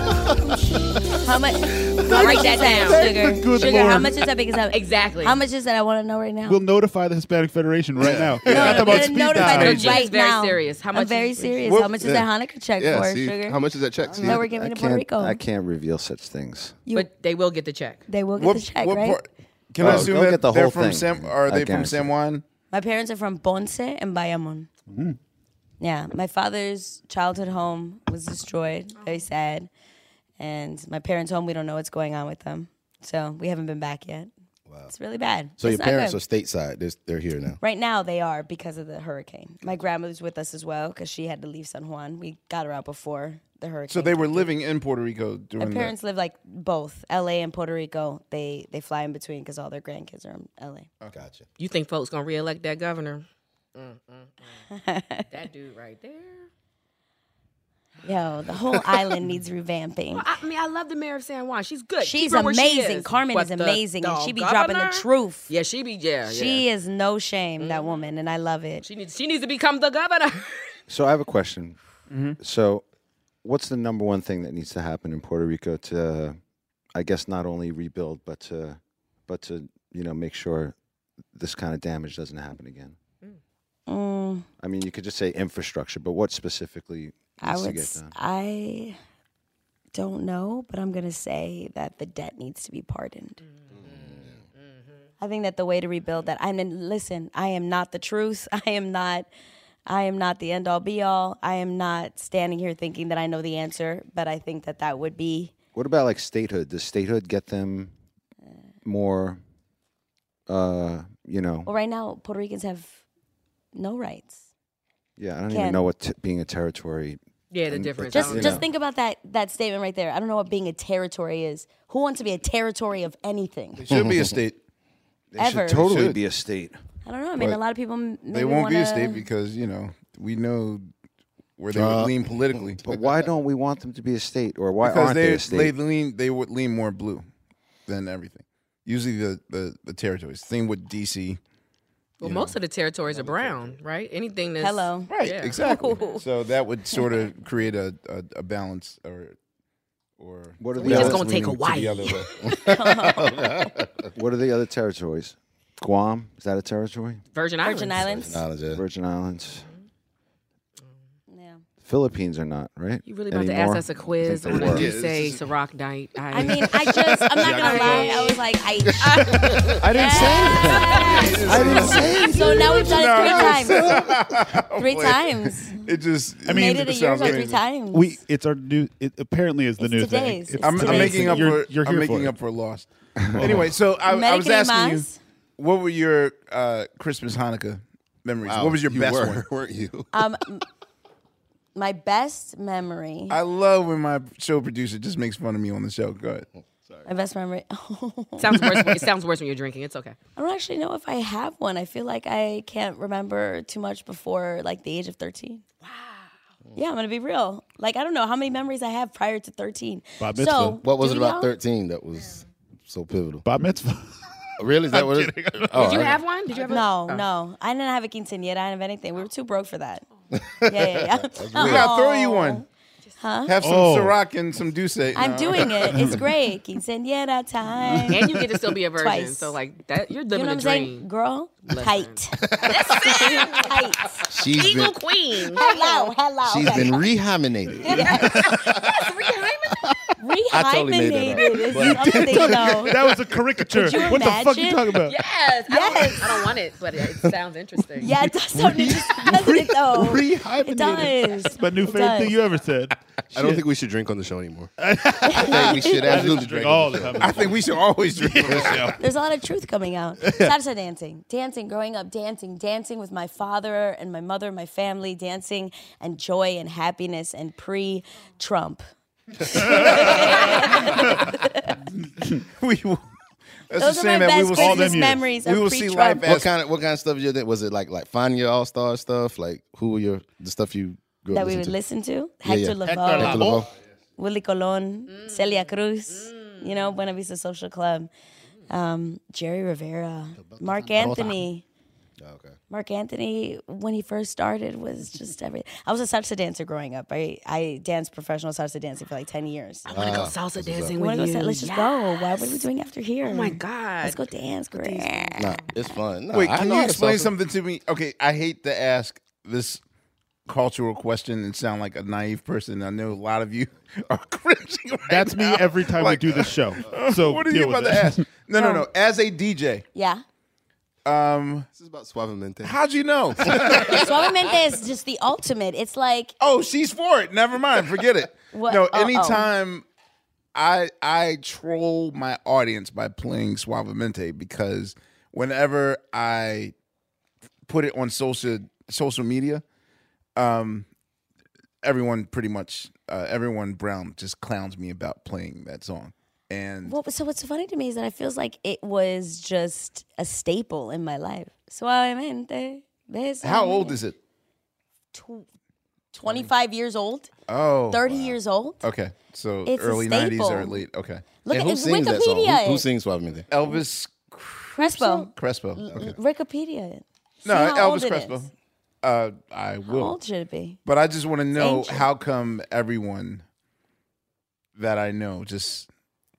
[SPEAKER 7] How much? Break that down, sugar.
[SPEAKER 4] good
[SPEAKER 7] sugar, how
[SPEAKER 4] Lord.
[SPEAKER 7] much is that? Because I-
[SPEAKER 2] Exactly.
[SPEAKER 7] How much is that? I want to know right now.
[SPEAKER 4] We'll notify the Hispanic Federation right now.
[SPEAKER 7] No,
[SPEAKER 4] Not
[SPEAKER 7] I'm
[SPEAKER 4] about
[SPEAKER 7] gonna
[SPEAKER 4] speed
[SPEAKER 7] notify
[SPEAKER 4] dial.
[SPEAKER 7] them
[SPEAKER 2] Virgin
[SPEAKER 7] right
[SPEAKER 2] is very
[SPEAKER 7] now.
[SPEAKER 2] serious. How
[SPEAKER 7] I'm
[SPEAKER 2] much
[SPEAKER 7] very
[SPEAKER 2] is-
[SPEAKER 7] serious.
[SPEAKER 9] Well,
[SPEAKER 7] how much is
[SPEAKER 9] yeah.
[SPEAKER 7] that Hanukkah check
[SPEAKER 9] Yeah,
[SPEAKER 7] for,
[SPEAKER 9] see,
[SPEAKER 7] sugar?
[SPEAKER 9] how much is that check? See,
[SPEAKER 7] No, we're giving
[SPEAKER 5] I
[SPEAKER 7] to Puerto
[SPEAKER 5] can't,
[SPEAKER 7] Rico.
[SPEAKER 5] I can't reveal such things.
[SPEAKER 2] But they will get the check.
[SPEAKER 7] They will get
[SPEAKER 1] what,
[SPEAKER 7] the check,
[SPEAKER 1] what
[SPEAKER 7] right?
[SPEAKER 1] part- Can
[SPEAKER 5] Oh,
[SPEAKER 1] I assume
[SPEAKER 5] go
[SPEAKER 1] that
[SPEAKER 5] get the
[SPEAKER 1] they're
[SPEAKER 5] whole
[SPEAKER 1] from
[SPEAKER 5] thing.
[SPEAKER 1] San? Are
[SPEAKER 5] I
[SPEAKER 1] they from
[SPEAKER 5] guarantee
[SPEAKER 1] San
[SPEAKER 5] it.
[SPEAKER 1] Juan?
[SPEAKER 7] My parents are from Ponce and Bayamon.
[SPEAKER 9] Mm-hmm.
[SPEAKER 7] Yeah, my father's childhood home was destroyed. Very sad. And my parents' home, we don't know what's going on with them. So we haven't been back yet. It's really bad.
[SPEAKER 9] So
[SPEAKER 7] It's
[SPEAKER 9] your
[SPEAKER 7] not
[SPEAKER 9] parents
[SPEAKER 7] good.
[SPEAKER 9] are stateside. They're, they're here now.
[SPEAKER 7] Right now they are because of the hurricane. My grandmother's with us as well because she had to leave San Juan. We got her out before the hurricane.
[SPEAKER 1] So they were living in Puerto Rico
[SPEAKER 7] My
[SPEAKER 1] during
[SPEAKER 7] parents live like both LA and Puerto Rico. They they fly in between because all their grandkids are in LA.
[SPEAKER 8] Oh,
[SPEAKER 9] Gotcha.
[SPEAKER 2] You think folks gonna reelect that governor? Mm, mm, mm. that dude right there.
[SPEAKER 7] Yo, the whole island needs revamping.
[SPEAKER 2] I mean, I love the mayor of San Juan. She's good.
[SPEAKER 7] She's
[SPEAKER 2] Keep her where she
[SPEAKER 7] amazing.
[SPEAKER 2] is.
[SPEAKER 7] Carmen
[SPEAKER 2] But
[SPEAKER 7] is
[SPEAKER 2] the-
[SPEAKER 7] amazing, and
[SPEAKER 2] the
[SPEAKER 7] she be dropping the
[SPEAKER 2] governor?
[SPEAKER 7] truth.
[SPEAKER 2] Yeah, she be yeah. Mm-hmm.
[SPEAKER 7] She is no shame, that woman, and I love it.
[SPEAKER 2] She needs she needs to become the governor.
[SPEAKER 5] So I have a question. So, what's the number one thing that needs to happen in Puerto Rico to, I guess, not only rebuild but to, but to you know make sure this kind of damage doesn't happen again?
[SPEAKER 7] Mm,
[SPEAKER 5] I mean, you could just say infrastructure, but what specifically
[SPEAKER 7] I
[SPEAKER 5] needs to
[SPEAKER 7] would.
[SPEAKER 5] get
[SPEAKER 7] s-
[SPEAKER 5] done?
[SPEAKER 7] I don't know, but I'm gonna say that the debt needs to be pardoned. I think that the way to rebuild that. I mean, listen, I am not the truth. I am not. I am not the end all be all. I am not standing here thinking that I know the answer, but I think that that would be
[SPEAKER 5] What about like statehood? Does statehood get them more? Uh, you know,
[SPEAKER 7] Well, right now, Puerto Ricans have no rights.
[SPEAKER 5] yeah. I don't
[SPEAKER 7] Can-
[SPEAKER 5] even know what t- being a territory.
[SPEAKER 8] Yeah, the
[SPEAKER 5] and-
[SPEAKER 8] difference.
[SPEAKER 5] you
[SPEAKER 7] Just, just
[SPEAKER 5] know.
[SPEAKER 7] think about that that statement right there. I don't know what being a territory is. Who wants to be a territory of anything?
[SPEAKER 1] It should be a state.
[SPEAKER 5] They
[SPEAKER 7] Ever.
[SPEAKER 5] should totally
[SPEAKER 1] Should.
[SPEAKER 5] be a state.
[SPEAKER 7] I don't know. I mean,
[SPEAKER 1] But
[SPEAKER 7] a lot of people m- maybe
[SPEAKER 1] They won't be a
[SPEAKER 7] wanna-
[SPEAKER 1] state because you know we know where they
[SPEAKER 5] Uh,
[SPEAKER 1] would lean politically.
[SPEAKER 5] But why don't we want them to be a state, or why
[SPEAKER 1] because
[SPEAKER 5] aren't
[SPEAKER 1] they
[SPEAKER 5] they a
[SPEAKER 1] they
[SPEAKER 5] state?
[SPEAKER 1] lean they would lean more blue than everything. Usually the the, the territories. Same with DC.
[SPEAKER 8] Well, most of the territories are brown, right? Anything that's
[SPEAKER 7] Hello.
[SPEAKER 1] Right,
[SPEAKER 8] Yeah.
[SPEAKER 1] exactly. so that would sort of create a, a, a balance or or
[SPEAKER 5] What are
[SPEAKER 8] We
[SPEAKER 5] the
[SPEAKER 8] just
[SPEAKER 5] others
[SPEAKER 8] gonna take
[SPEAKER 5] leaning
[SPEAKER 8] Hawaii.
[SPEAKER 1] the other way.
[SPEAKER 5] What are the other territories? Guam is that a territory?
[SPEAKER 8] Virgin Islands.
[SPEAKER 7] Virgin Islands. Mm.
[SPEAKER 9] Knowledge, yeah.
[SPEAKER 5] Virgin Islands.
[SPEAKER 7] Yeah.
[SPEAKER 5] Philippines are not right.
[SPEAKER 8] You really about to
[SPEAKER 5] Anymore?
[SPEAKER 8] ask us a quiz
[SPEAKER 5] I
[SPEAKER 8] on
[SPEAKER 5] think they
[SPEAKER 8] what
[SPEAKER 5] were.
[SPEAKER 8] we
[SPEAKER 1] this
[SPEAKER 8] say
[SPEAKER 1] is-
[SPEAKER 8] Ciroc night?
[SPEAKER 7] I mean, I just, I'm not gonna lie. I was like, I.
[SPEAKER 5] I didn't say
[SPEAKER 7] Yeah.
[SPEAKER 5] it. I didn't say it.
[SPEAKER 7] So now we've done it three times. Three times.
[SPEAKER 1] It just I
[SPEAKER 7] Made it a year ago three times.
[SPEAKER 4] We it's our new. It apparently is the
[SPEAKER 7] It's
[SPEAKER 4] new
[SPEAKER 7] today's.
[SPEAKER 4] thing. It's
[SPEAKER 1] I'm, I'm
[SPEAKER 4] today's
[SPEAKER 1] making
[SPEAKER 4] thing.
[SPEAKER 1] up
[SPEAKER 4] You're,
[SPEAKER 1] for
[SPEAKER 4] you're here
[SPEAKER 1] I'm making
[SPEAKER 4] for it.
[SPEAKER 1] up for loss. anyway, so I, I was
[SPEAKER 7] Medicaid
[SPEAKER 1] asking you,
[SPEAKER 7] Mas?
[SPEAKER 1] what were your uh, Christmas Hanukkah memories?
[SPEAKER 9] Wow,
[SPEAKER 1] what was your
[SPEAKER 9] you
[SPEAKER 1] best
[SPEAKER 9] were,
[SPEAKER 1] one?
[SPEAKER 9] Weren't you?
[SPEAKER 7] Um, m- my best memory.
[SPEAKER 1] I love when my show producer just makes fun of me on the show. Go ahead.
[SPEAKER 7] my best memory.
[SPEAKER 8] sounds worse. When, it sounds worse when you're drinking. It's okay.
[SPEAKER 7] I don't actually know if I have one. I feel like I can't remember too much before like the age of 13. Wow. Yeah, I'm gonna be real. Like I don't know how many memories I have prior to 13.
[SPEAKER 4] Bar mitzvah.
[SPEAKER 7] So
[SPEAKER 9] What was
[SPEAKER 7] do
[SPEAKER 9] it about
[SPEAKER 7] y'all-
[SPEAKER 9] thirteen that was so pivotal?
[SPEAKER 4] Bat mitzvah.
[SPEAKER 9] Really? Is that what? It, oh,
[SPEAKER 8] Did you
[SPEAKER 9] I-
[SPEAKER 8] have one? Did you have a- Oh.
[SPEAKER 7] No, no, I didn't have a quinceanera. I didn't have anything. We were too broke for that.
[SPEAKER 8] Oh.
[SPEAKER 7] yeah, yeah, yeah.
[SPEAKER 1] We gotta throw you one.
[SPEAKER 7] Huh?
[SPEAKER 1] Have some
[SPEAKER 4] Oh.
[SPEAKER 1] Ciroc and some Douce.
[SPEAKER 7] I'm
[SPEAKER 1] No.
[SPEAKER 7] doing it. It's great. Quinceanera time.
[SPEAKER 8] And you get to still be a virgin.
[SPEAKER 7] Twice.
[SPEAKER 8] So like that, you're
[SPEAKER 7] You know
[SPEAKER 8] living
[SPEAKER 7] what I'm
[SPEAKER 8] a
[SPEAKER 7] saying,
[SPEAKER 8] dream.
[SPEAKER 7] girl?
[SPEAKER 8] Listen.
[SPEAKER 7] Tight. Tight.
[SPEAKER 9] She's been
[SPEAKER 8] Eagle queen.
[SPEAKER 7] Hello, hello.
[SPEAKER 9] she's
[SPEAKER 7] okay.
[SPEAKER 9] been rehymenated. I totally made that up.
[SPEAKER 7] Rehymenated is something, though.
[SPEAKER 4] That was a caricature.
[SPEAKER 7] Could you
[SPEAKER 4] what the fuck you
[SPEAKER 7] imagine?
[SPEAKER 4] talking about?
[SPEAKER 8] Yes. I don't, I don't want it, but it sounds interesting.
[SPEAKER 7] Yeah, it does sound interesting, doesn't it, though? It
[SPEAKER 4] Rehyphenated.
[SPEAKER 7] does.
[SPEAKER 4] It's my new
[SPEAKER 7] It
[SPEAKER 4] favorite
[SPEAKER 7] does.
[SPEAKER 4] thing you ever said.
[SPEAKER 6] I don't think we should drink on the show anymore.
[SPEAKER 9] I think we should absolutely
[SPEAKER 4] Drink
[SPEAKER 9] drink
[SPEAKER 4] all
[SPEAKER 9] on
[SPEAKER 4] the
[SPEAKER 9] the show.
[SPEAKER 4] time.
[SPEAKER 1] I think we should always drink.
[SPEAKER 7] There's a lot of truth coming out. Salsa dancing, dancing, growing up, dancing, dancing with my father and my mother, my family, dancing and joy and happiness and pre-Trump.
[SPEAKER 1] we will. That's
[SPEAKER 7] Those
[SPEAKER 1] the
[SPEAKER 7] are
[SPEAKER 1] same
[SPEAKER 7] my
[SPEAKER 1] that we
[SPEAKER 7] best
[SPEAKER 1] will see
[SPEAKER 7] Christmas
[SPEAKER 4] years.
[SPEAKER 7] memories
[SPEAKER 1] We
[SPEAKER 7] of
[SPEAKER 1] will see life
[SPEAKER 7] pre-Trump.
[SPEAKER 1] as-
[SPEAKER 9] What kind of what kind of stuff you did? Was it like like find your all star stuff? Like who were your the stuff you grew up
[SPEAKER 7] that we would
[SPEAKER 9] listening
[SPEAKER 7] listen to.
[SPEAKER 9] Yeah, yeah.
[SPEAKER 7] Hector
[SPEAKER 9] to?
[SPEAKER 7] Lavoe,
[SPEAKER 9] Hector Lavoe?
[SPEAKER 7] Willie Colon,
[SPEAKER 8] Mm.
[SPEAKER 7] Celia Cruz, you know, Buena Vista Social Club, um, Jerry Rivera, Mark Anthony.
[SPEAKER 9] Oh, okay.
[SPEAKER 7] Mark Anthony, when he first started, was just every. I was a salsa dancer growing up. I, I danced professional salsa dancing for like 10 years.
[SPEAKER 8] I want to go
[SPEAKER 9] Ah,
[SPEAKER 8] salsa dancing
[SPEAKER 7] You
[SPEAKER 8] with
[SPEAKER 7] wanna go
[SPEAKER 8] you.
[SPEAKER 7] sa- let's just go. Why? What are we doing after here?
[SPEAKER 8] Oh my god.
[SPEAKER 7] Let's go dance, great.
[SPEAKER 9] Nah, it's fun. Nah,
[SPEAKER 1] Wait,
[SPEAKER 9] I
[SPEAKER 1] can
[SPEAKER 9] know
[SPEAKER 1] you
[SPEAKER 9] how to
[SPEAKER 1] explain
[SPEAKER 9] suffer.
[SPEAKER 1] something to me? Okay, I hate to ask this cultural question and sound like a naive person. I know a lot of you are cringing. Right
[SPEAKER 4] That's me
[SPEAKER 1] now.
[SPEAKER 4] every time
[SPEAKER 1] Like,
[SPEAKER 4] we do this show. So
[SPEAKER 1] what are
[SPEAKER 4] deal
[SPEAKER 1] you about
[SPEAKER 4] with
[SPEAKER 1] to
[SPEAKER 4] it.
[SPEAKER 1] ask? No, no, no. As a DJ,
[SPEAKER 7] Yeah.
[SPEAKER 1] um,
[SPEAKER 6] This is about suavemente.
[SPEAKER 1] how'd you know?
[SPEAKER 7] Suavemente is just the ultimate. It's like
[SPEAKER 1] oh, she's for it. Never mind. Forget it.
[SPEAKER 7] What-
[SPEAKER 1] No,
[SPEAKER 7] oh,
[SPEAKER 1] anytime I I troll my audience by playing Suavemente because whenever I put it on social social media, um, everyone pretty much uh, everyone Brown just clowns me about playing that song. And
[SPEAKER 7] Well, so what's funny to me is that it feels like it was just a staple in my life. Suavemente.
[SPEAKER 1] how old is it?
[SPEAKER 7] Tw- 25 years old?
[SPEAKER 1] Oh,
[SPEAKER 7] 30 years old?
[SPEAKER 1] Okay, so
[SPEAKER 7] It's a
[SPEAKER 1] early '90s or
[SPEAKER 7] staple.
[SPEAKER 1] late. Okay,
[SPEAKER 9] And
[SPEAKER 7] Look at
[SPEAKER 9] who
[SPEAKER 7] it's
[SPEAKER 9] sings that song? Who,
[SPEAKER 7] Wikipedia.
[SPEAKER 9] who
[SPEAKER 7] it.
[SPEAKER 9] sings Suavemente?
[SPEAKER 1] Elvis
[SPEAKER 7] Crespo.
[SPEAKER 1] Crespo.
[SPEAKER 7] L-
[SPEAKER 1] Okay.
[SPEAKER 7] Wikipedia. it. See
[SPEAKER 1] No,
[SPEAKER 7] how old
[SPEAKER 1] Elvis
[SPEAKER 7] it
[SPEAKER 1] Crespo.
[SPEAKER 7] is.
[SPEAKER 1] Uh, I will.
[SPEAKER 7] old should it be?
[SPEAKER 1] But I just want to know
[SPEAKER 7] ancient.
[SPEAKER 1] how come everyone that I know just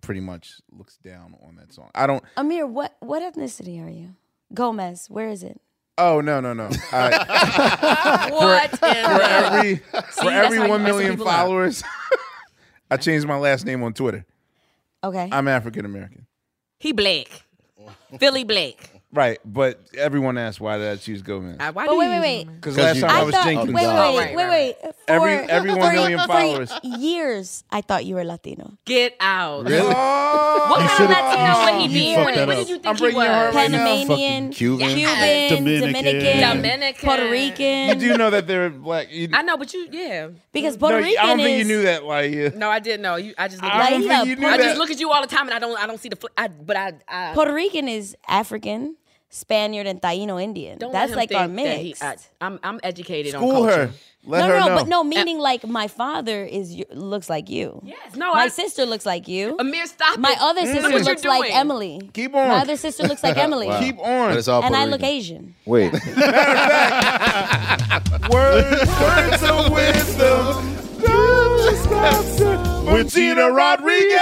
[SPEAKER 1] pretty much looks down on that song. I don't.
[SPEAKER 7] Amir, what what ethnicity are you? Gomez, where is it?
[SPEAKER 1] Oh no no no! I,
[SPEAKER 7] What
[SPEAKER 1] for, for
[SPEAKER 7] in the-
[SPEAKER 1] every
[SPEAKER 7] See,
[SPEAKER 1] for
[SPEAKER 7] that's
[SPEAKER 1] every
[SPEAKER 7] how you
[SPEAKER 1] one
[SPEAKER 7] mess
[SPEAKER 1] million
[SPEAKER 7] people up.
[SPEAKER 1] followers, I changed my last name on Twitter.
[SPEAKER 7] Okay.
[SPEAKER 1] I'm African American.
[SPEAKER 8] He black. Philly black.
[SPEAKER 1] Right, but everyone asks why did I choose Gomez?
[SPEAKER 8] Uh, Why
[SPEAKER 7] but
[SPEAKER 8] do
[SPEAKER 7] wait,
[SPEAKER 8] you
[SPEAKER 7] wait,
[SPEAKER 8] use
[SPEAKER 7] wait.
[SPEAKER 1] Because last time I, was
[SPEAKER 7] wait,
[SPEAKER 1] thinking,
[SPEAKER 7] wait,
[SPEAKER 8] Oh,
[SPEAKER 7] wait,
[SPEAKER 8] right,
[SPEAKER 7] wait, wait. For,
[SPEAKER 1] Every- every one
[SPEAKER 7] for-
[SPEAKER 1] million
[SPEAKER 7] for
[SPEAKER 1] followers.
[SPEAKER 7] Years, I thought you were Latino.
[SPEAKER 8] Get out.
[SPEAKER 9] Really?
[SPEAKER 8] What kind of Latino would he be?
[SPEAKER 7] you fucked
[SPEAKER 8] What,
[SPEAKER 7] that
[SPEAKER 8] what
[SPEAKER 7] up.
[SPEAKER 8] did you
[SPEAKER 7] I'm
[SPEAKER 8] think he
[SPEAKER 7] breaking
[SPEAKER 8] was?
[SPEAKER 7] your heart right now. Panamanian,
[SPEAKER 1] Fucking Cuban.
[SPEAKER 7] Cuban, Dominican,
[SPEAKER 8] Dominican. Dominican.
[SPEAKER 7] Puerto Rican.
[SPEAKER 1] you do know that they're black. You,
[SPEAKER 8] I know, but you, yeah. Mm.
[SPEAKER 7] Because
[SPEAKER 1] no,
[SPEAKER 7] Puerto Rican
[SPEAKER 1] I don't think you
[SPEAKER 7] is-
[SPEAKER 1] knew that. Like, yeah.
[SPEAKER 8] No, I didn't know. You, I just look
[SPEAKER 1] I
[SPEAKER 8] at
[SPEAKER 1] don't
[SPEAKER 8] you.
[SPEAKER 1] think you knew
[SPEAKER 8] I
[SPEAKER 1] that.
[SPEAKER 8] just look at you all the time, and I don't. I don't see the. Fl- I, but I. I
[SPEAKER 7] Puerto Rican is African, Spaniard, and Taino Indian.
[SPEAKER 8] don't let
[SPEAKER 7] That's
[SPEAKER 8] him
[SPEAKER 7] like our
[SPEAKER 8] think that he-
[SPEAKER 7] mix.
[SPEAKER 8] I, am I'm educated
[SPEAKER 1] School
[SPEAKER 8] on culture.
[SPEAKER 1] her. Let
[SPEAKER 7] no,
[SPEAKER 1] her
[SPEAKER 7] no,
[SPEAKER 1] know.
[SPEAKER 7] but no, meaning like my father is y- looks like you.
[SPEAKER 8] Yes. No,
[SPEAKER 7] my
[SPEAKER 8] I.
[SPEAKER 7] sister looks like you.
[SPEAKER 8] Amir, stop.
[SPEAKER 7] my
[SPEAKER 8] it.
[SPEAKER 7] other
[SPEAKER 8] Look
[SPEAKER 7] sister
[SPEAKER 8] what you're
[SPEAKER 7] looks like
[SPEAKER 8] doing.
[SPEAKER 7] Emily.
[SPEAKER 1] Keep on.
[SPEAKER 7] My other sister looks like Emily.
[SPEAKER 9] Wow.
[SPEAKER 1] Keep on.
[SPEAKER 9] But it's all
[SPEAKER 7] and
[SPEAKER 9] Puerto
[SPEAKER 7] I look
[SPEAKER 9] Rican.
[SPEAKER 7] Asian.
[SPEAKER 10] Wait.
[SPEAKER 1] Words, words of wisdom. With Gina Rodriguez.